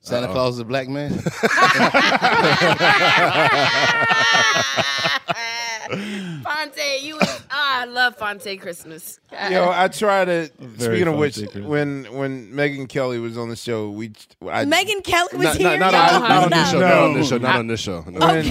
[SPEAKER 9] Santa
[SPEAKER 1] Uh-oh.
[SPEAKER 9] Claus is a black man.
[SPEAKER 3] Fonte, you is, ah, I love Fonte Christmas. God.
[SPEAKER 1] Yo, I try to.
[SPEAKER 3] Very
[SPEAKER 1] speaking of
[SPEAKER 3] fun
[SPEAKER 1] which,
[SPEAKER 3] secret.
[SPEAKER 1] when when Megan Kelly was on the show, we I,
[SPEAKER 7] Megan Kelly was
[SPEAKER 15] Not-
[SPEAKER 7] here.
[SPEAKER 15] not- not
[SPEAKER 7] y'all?
[SPEAKER 15] on- not on this show,
[SPEAKER 7] No.
[SPEAKER 15] not on this show, not on this show. No.
[SPEAKER 7] Okay,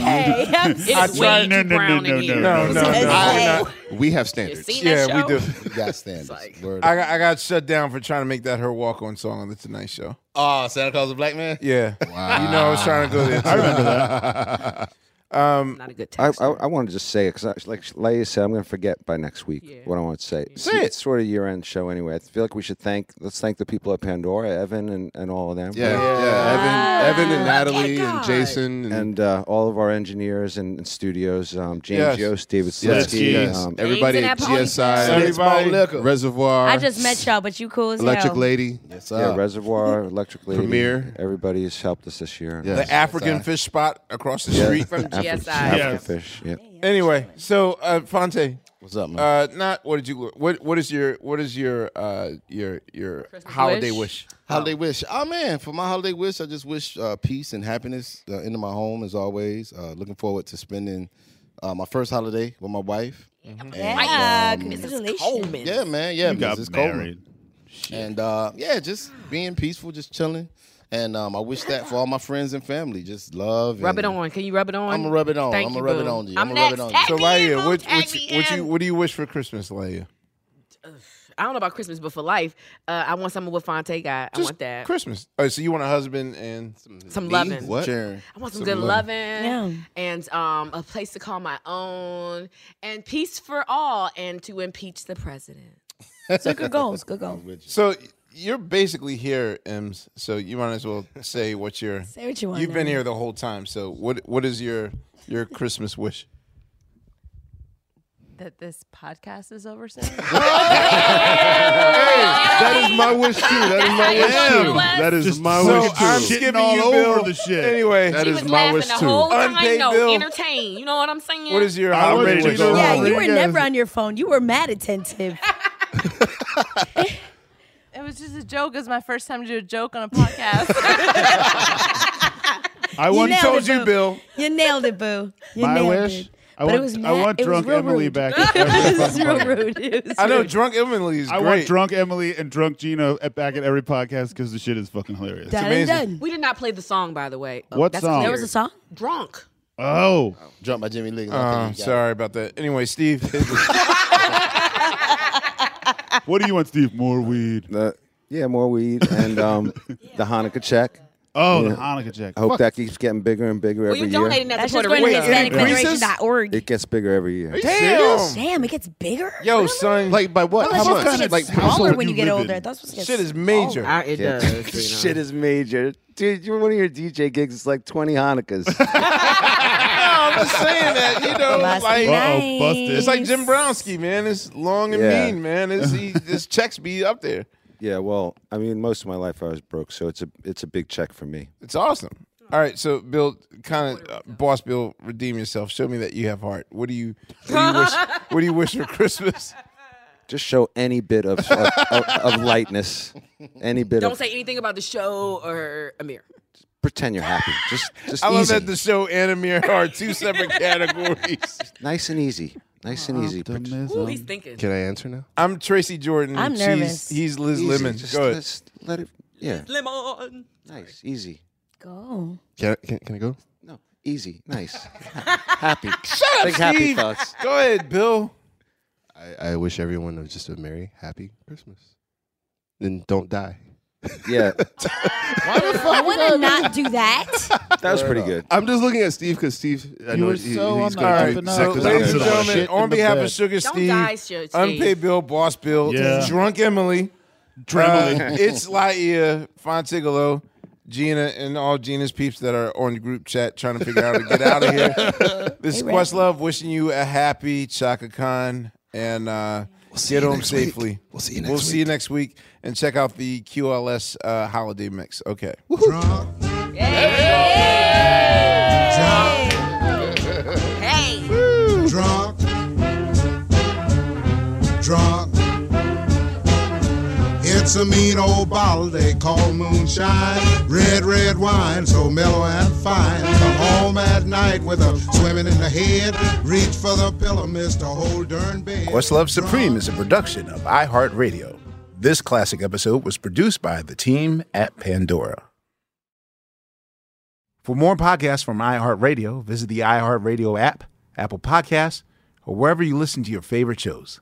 [SPEAKER 7] I'm
[SPEAKER 1] I tried-
[SPEAKER 15] no, no, no, no, no,
[SPEAKER 1] No, no, no.
[SPEAKER 15] I- we have
[SPEAKER 1] standards.
[SPEAKER 15] standards.
[SPEAKER 1] yeah, we do.
[SPEAKER 9] You got standards. Word
[SPEAKER 1] I
[SPEAKER 9] up.
[SPEAKER 1] got, I got shut down for trying to make that her walk on song on the Tonight Show.
[SPEAKER 9] Oh, Santa Claus is a black man.
[SPEAKER 1] Yeah,
[SPEAKER 9] Wow.
[SPEAKER 1] you know I was trying to go there.
[SPEAKER 9] I remember
[SPEAKER 1] that. um,
[SPEAKER 8] not a good
[SPEAKER 10] I, I, I want to just say it because, like Leia said, I'm going to forget by next week what I want to say.
[SPEAKER 1] Say
[SPEAKER 10] it's,
[SPEAKER 1] it.
[SPEAKER 10] It's sort of year end show anyway. I feel like we should thank let's thank the people at Pandora, Evan and, and all of them.
[SPEAKER 15] Yeah, Yeah. yeah.
[SPEAKER 7] Oh,
[SPEAKER 15] Evan- Evan and Natalie and Jason
[SPEAKER 10] and, uh, all of our engineers and, and studios. Um, James
[SPEAKER 15] Yes.
[SPEAKER 10] Yost, David
[SPEAKER 15] Yes.
[SPEAKER 10] Slitsky,
[SPEAKER 15] Yes.
[SPEAKER 10] um,
[SPEAKER 15] Everybody at
[SPEAKER 7] oh,
[SPEAKER 15] GSI, Everybody. Reservoir,
[SPEAKER 7] I just met y'all, but you cool as
[SPEAKER 10] Electric
[SPEAKER 7] hell.
[SPEAKER 15] Lady. Yes,
[SPEAKER 10] yeah, Reservoir, Electric Lady,
[SPEAKER 15] Premiere.
[SPEAKER 10] Everybody has helped us this year.
[SPEAKER 1] the African fish spot across the
[SPEAKER 10] Yeah.
[SPEAKER 1] street from
[SPEAKER 10] African-
[SPEAKER 1] GSI.
[SPEAKER 10] African fish. Yep.
[SPEAKER 1] Anyway, so uh, Fonte,
[SPEAKER 9] what's up, man?
[SPEAKER 1] Uh, not what did you what What is your what is your uh your your holiday wish?
[SPEAKER 9] Holiday wish. Oh man, for my holiday wish, I just wish uh, peace and happiness uh, into my home as always. Uh, looking forward to spending uh, my first holiday with my wife.
[SPEAKER 7] Yeah,
[SPEAKER 9] um,
[SPEAKER 7] congratulations.
[SPEAKER 9] Yeah, man. Yeah,
[SPEAKER 7] You
[SPEAKER 9] Mrs.
[SPEAKER 7] got
[SPEAKER 9] Coleman. And uh, yeah, just being peaceful, just chilling. And um, I wish that for all my friends and family. Just love.
[SPEAKER 8] Rub it
[SPEAKER 9] and-
[SPEAKER 8] on. Can you rub it on?
[SPEAKER 9] I'ma rub it on.
[SPEAKER 8] Thank
[SPEAKER 9] I'ma
[SPEAKER 8] you,
[SPEAKER 9] rub it
[SPEAKER 8] boo.
[SPEAKER 9] on you.
[SPEAKER 8] I'm
[SPEAKER 9] I'ma rub
[SPEAKER 8] next.
[SPEAKER 9] it on you.
[SPEAKER 8] Tag
[SPEAKER 1] So
[SPEAKER 8] me
[SPEAKER 1] Laia,
[SPEAKER 8] in, boo.
[SPEAKER 1] what
[SPEAKER 8] Tag
[SPEAKER 1] what,
[SPEAKER 8] me
[SPEAKER 1] you, what you
[SPEAKER 8] in.
[SPEAKER 1] what do you wish for Christmas, Laia?
[SPEAKER 8] I don't know about Christmas, but for life, uh, I want something with Fonte got. I want that.
[SPEAKER 1] Christmas. Oh, so you want a husband and some,
[SPEAKER 8] Uh, Some loving.
[SPEAKER 1] What?
[SPEAKER 8] I want some, good loving and um, a place to call my own and peace for all and to impeach the president.
[SPEAKER 7] So good goals, good goals.
[SPEAKER 1] So you're basically here, Ems. So you might as well say what your
[SPEAKER 7] Say what you want
[SPEAKER 1] You've been
[SPEAKER 7] now.
[SPEAKER 1] here the whole time. So what what is your your Christmas wish?
[SPEAKER 13] that this podcast is over soon.
[SPEAKER 15] that is my wish too. That is my wish too. That is my
[SPEAKER 6] so
[SPEAKER 15] wish too.
[SPEAKER 6] I'm skipping Shitting all you, over Bill. the shit.
[SPEAKER 1] Anyway,
[SPEAKER 15] that
[SPEAKER 8] she
[SPEAKER 15] is
[SPEAKER 8] was
[SPEAKER 15] my
[SPEAKER 8] laughing
[SPEAKER 15] wish
[SPEAKER 8] the
[SPEAKER 15] too.
[SPEAKER 8] whole time,
[SPEAKER 1] Unpaid
[SPEAKER 8] though.
[SPEAKER 1] bill.
[SPEAKER 8] Entertain. You know what I'm saying?
[SPEAKER 1] What is your
[SPEAKER 15] I'm
[SPEAKER 1] holiday
[SPEAKER 15] ready to
[SPEAKER 1] wish?
[SPEAKER 15] go
[SPEAKER 7] Yeah, you were never on your phone. You were mad attentive.
[SPEAKER 13] It was just a joke. It was my first time to do a joke on a podcast.
[SPEAKER 4] I
[SPEAKER 7] You
[SPEAKER 4] want
[SPEAKER 7] nailed it, boo.
[SPEAKER 1] Bill.
[SPEAKER 7] You nailed it, boo. You
[SPEAKER 4] My
[SPEAKER 7] nailed
[SPEAKER 4] wish
[SPEAKER 7] It. but
[SPEAKER 4] I want,
[SPEAKER 7] it was
[SPEAKER 4] I
[SPEAKER 7] mad-
[SPEAKER 4] want
[SPEAKER 7] it was
[SPEAKER 4] drunk
[SPEAKER 7] real
[SPEAKER 4] Emily
[SPEAKER 7] rude.
[SPEAKER 4] back.
[SPEAKER 7] it was real rude. It was
[SPEAKER 1] I know
[SPEAKER 7] rude.
[SPEAKER 1] drunk Emily is
[SPEAKER 4] I
[SPEAKER 1] great.
[SPEAKER 4] want drunk Emily and drunk Gino at, back at every podcast because the shit is fucking hilarious.
[SPEAKER 8] We did not play the song, by the way.
[SPEAKER 4] What song? There was a
[SPEAKER 7] song?
[SPEAKER 8] Drunk.
[SPEAKER 4] Oh,
[SPEAKER 6] drunk by Jimmy Lee.
[SPEAKER 1] Um, sorry about that. Anyway, Steve,
[SPEAKER 4] what do you want, Steve? More weed.
[SPEAKER 10] yeah, more weed and um, the Hanukkah check.
[SPEAKER 4] Oh, the
[SPEAKER 10] Yeah.
[SPEAKER 4] Hanukkah check.
[SPEAKER 10] I hope
[SPEAKER 4] Fuck.
[SPEAKER 10] that keeps getting bigger and bigger every year.
[SPEAKER 7] That's
[SPEAKER 8] Puerto
[SPEAKER 7] just going
[SPEAKER 8] Rico.
[SPEAKER 7] to
[SPEAKER 10] Wait, it increases?
[SPEAKER 7] HispanicFederationNetwork.
[SPEAKER 10] It gets bigger every year.
[SPEAKER 7] Damn. Damn, it gets bigger. Oh,
[SPEAKER 1] Yo, son.
[SPEAKER 6] Like by
[SPEAKER 7] what? How much? Like, household when you get older. That's what's
[SPEAKER 1] shit is major.
[SPEAKER 8] Oh, I, it
[SPEAKER 10] Yeah.
[SPEAKER 8] does. you know.
[SPEAKER 10] Shit is major. Dude, you're one of your DJ gigs. It's like 20 Hanukkahs.
[SPEAKER 1] I'm just saying that, you know,
[SPEAKER 10] Must be
[SPEAKER 1] like
[SPEAKER 10] Uh-oh, busted.
[SPEAKER 1] it's like Jim Brownski, man. It's long and
[SPEAKER 10] Yeah.
[SPEAKER 1] mean, man. It's he, his checks be up there.
[SPEAKER 10] yeah, well, I mean, most of my life I was broke, so it's a it's a big check for me.
[SPEAKER 1] It's awesome. All right, so Bill, kind of uh, boss Bill, redeem yourself. Show me that you have heart. What do you, what do you wish? What do you wish for Christmas?
[SPEAKER 10] Just show any bit of of, of, of lightness, any bit
[SPEAKER 8] Don't
[SPEAKER 10] of
[SPEAKER 8] say anything about the show or Amir.
[SPEAKER 10] pretend you're happy. Just just
[SPEAKER 1] I love
[SPEAKER 10] easy.
[SPEAKER 1] that the show and Amir are two separate categories.
[SPEAKER 10] Nice and easy. Nice and easy.
[SPEAKER 8] Ooh, he's thinking.
[SPEAKER 6] Can I answer now?
[SPEAKER 1] I'm Tracy Jordan.
[SPEAKER 8] I'm
[SPEAKER 1] Mm, She's-
[SPEAKER 8] nervous.
[SPEAKER 1] He's Liz
[SPEAKER 10] Easy.
[SPEAKER 1] Lemon.
[SPEAKER 10] Just-
[SPEAKER 1] Go ahead.
[SPEAKER 10] just let it. Yeah.
[SPEAKER 8] Lemon.
[SPEAKER 10] Nice. Easy.
[SPEAKER 7] Go.
[SPEAKER 6] Can I, can, can I go?
[SPEAKER 10] No. Easy. Nice. happy.
[SPEAKER 1] Shut up,
[SPEAKER 10] Big happy
[SPEAKER 1] Steve.
[SPEAKER 10] thoughts.
[SPEAKER 1] Go ahead, Bill.
[SPEAKER 6] I, I wish everyone was just a merry, happy Christmas. Then don't die.
[SPEAKER 10] Yeah.
[SPEAKER 7] I want to not do that.
[SPEAKER 10] That was pretty good.
[SPEAKER 6] I'm just looking at Steve because Steve. I
[SPEAKER 4] You
[SPEAKER 6] know
[SPEAKER 4] were
[SPEAKER 6] he-
[SPEAKER 4] so
[SPEAKER 6] he's
[SPEAKER 4] on
[SPEAKER 6] gonna
[SPEAKER 4] the
[SPEAKER 6] do
[SPEAKER 4] up and up.
[SPEAKER 6] exactly the
[SPEAKER 1] Ladies and
[SPEAKER 6] opposite.
[SPEAKER 1] gentlemen, on
[SPEAKER 4] in the
[SPEAKER 1] behalf of
[SPEAKER 4] bed.
[SPEAKER 1] Sugar
[SPEAKER 8] Don't
[SPEAKER 1] Steve,
[SPEAKER 8] die, Sugar Steve.
[SPEAKER 1] Unpaid Bill, Boss Bill,
[SPEAKER 4] Yeah.
[SPEAKER 1] Drunk Emily,
[SPEAKER 4] Dremel.
[SPEAKER 1] uh, it's Laia, Fontigolo, Gina, and all Gina's peeps that are on the group chat trying to figure out how to get out of here. This is
[SPEAKER 4] Hey, Ray.
[SPEAKER 1] Questlove wishing you a happy Chaka Khan and uh,
[SPEAKER 6] see
[SPEAKER 1] get
[SPEAKER 6] you
[SPEAKER 1] home
[SPEAKER 6] next week.
[SPEAKER 1] safely.
[SPEAKER 6] We'll see you next
[SPEAKER 1] We'll see you next week and check out the QLS uh, holiday mix. Okay.
[SPEAKER 19] Hey. Drunk. Drunk. It's a mean old bottle they call moonshine. Red, red wine, so mellow and fine. Come home at night with a swimming in the head. Reach for the pillow, miss the whole darn bed.
[SPEAKER 20] Questlove Supreme is a production of iHeartRadio. This classic episode was produced by the team at Pandora. For more podcasts from iHeartRadio, visit the iHeartRadio app, Apple Podcasts, or wherever you listen to your favorite shows.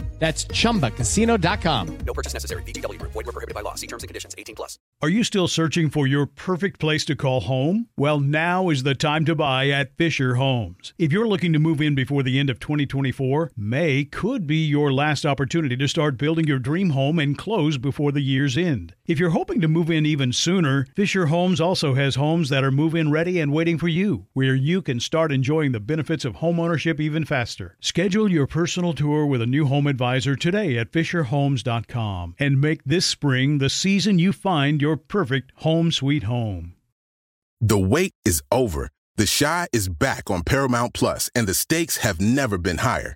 [SPEAKER 21] That's chumbacasino.com.
[SPEAKER 16] No purchase necessary. VGW Group. Void were prohibited by law. See terms and conditions. 18 plus.
[SPEAKER 22] Are you still searching for your perfect place to call home? Well, now is the time to buy at Fisher Homes. If you're looking to move in before the end of 2024, May could be your last opportunity to start building your dream home and close before the year's end. If you're hoping to move in even sooner, Fisher Homes also has homes that are move in ready and waiting for you, where you can start enjoying the benefits of homeownership even faster. Schedule your personal tour with a new home advisor today at FisherHomes.com and make this spring the season you find your perfect home sweet home.
[SPEAKER 9] The wait is over. The Shy is back on Paramount Plus, and the stakes have never been higher.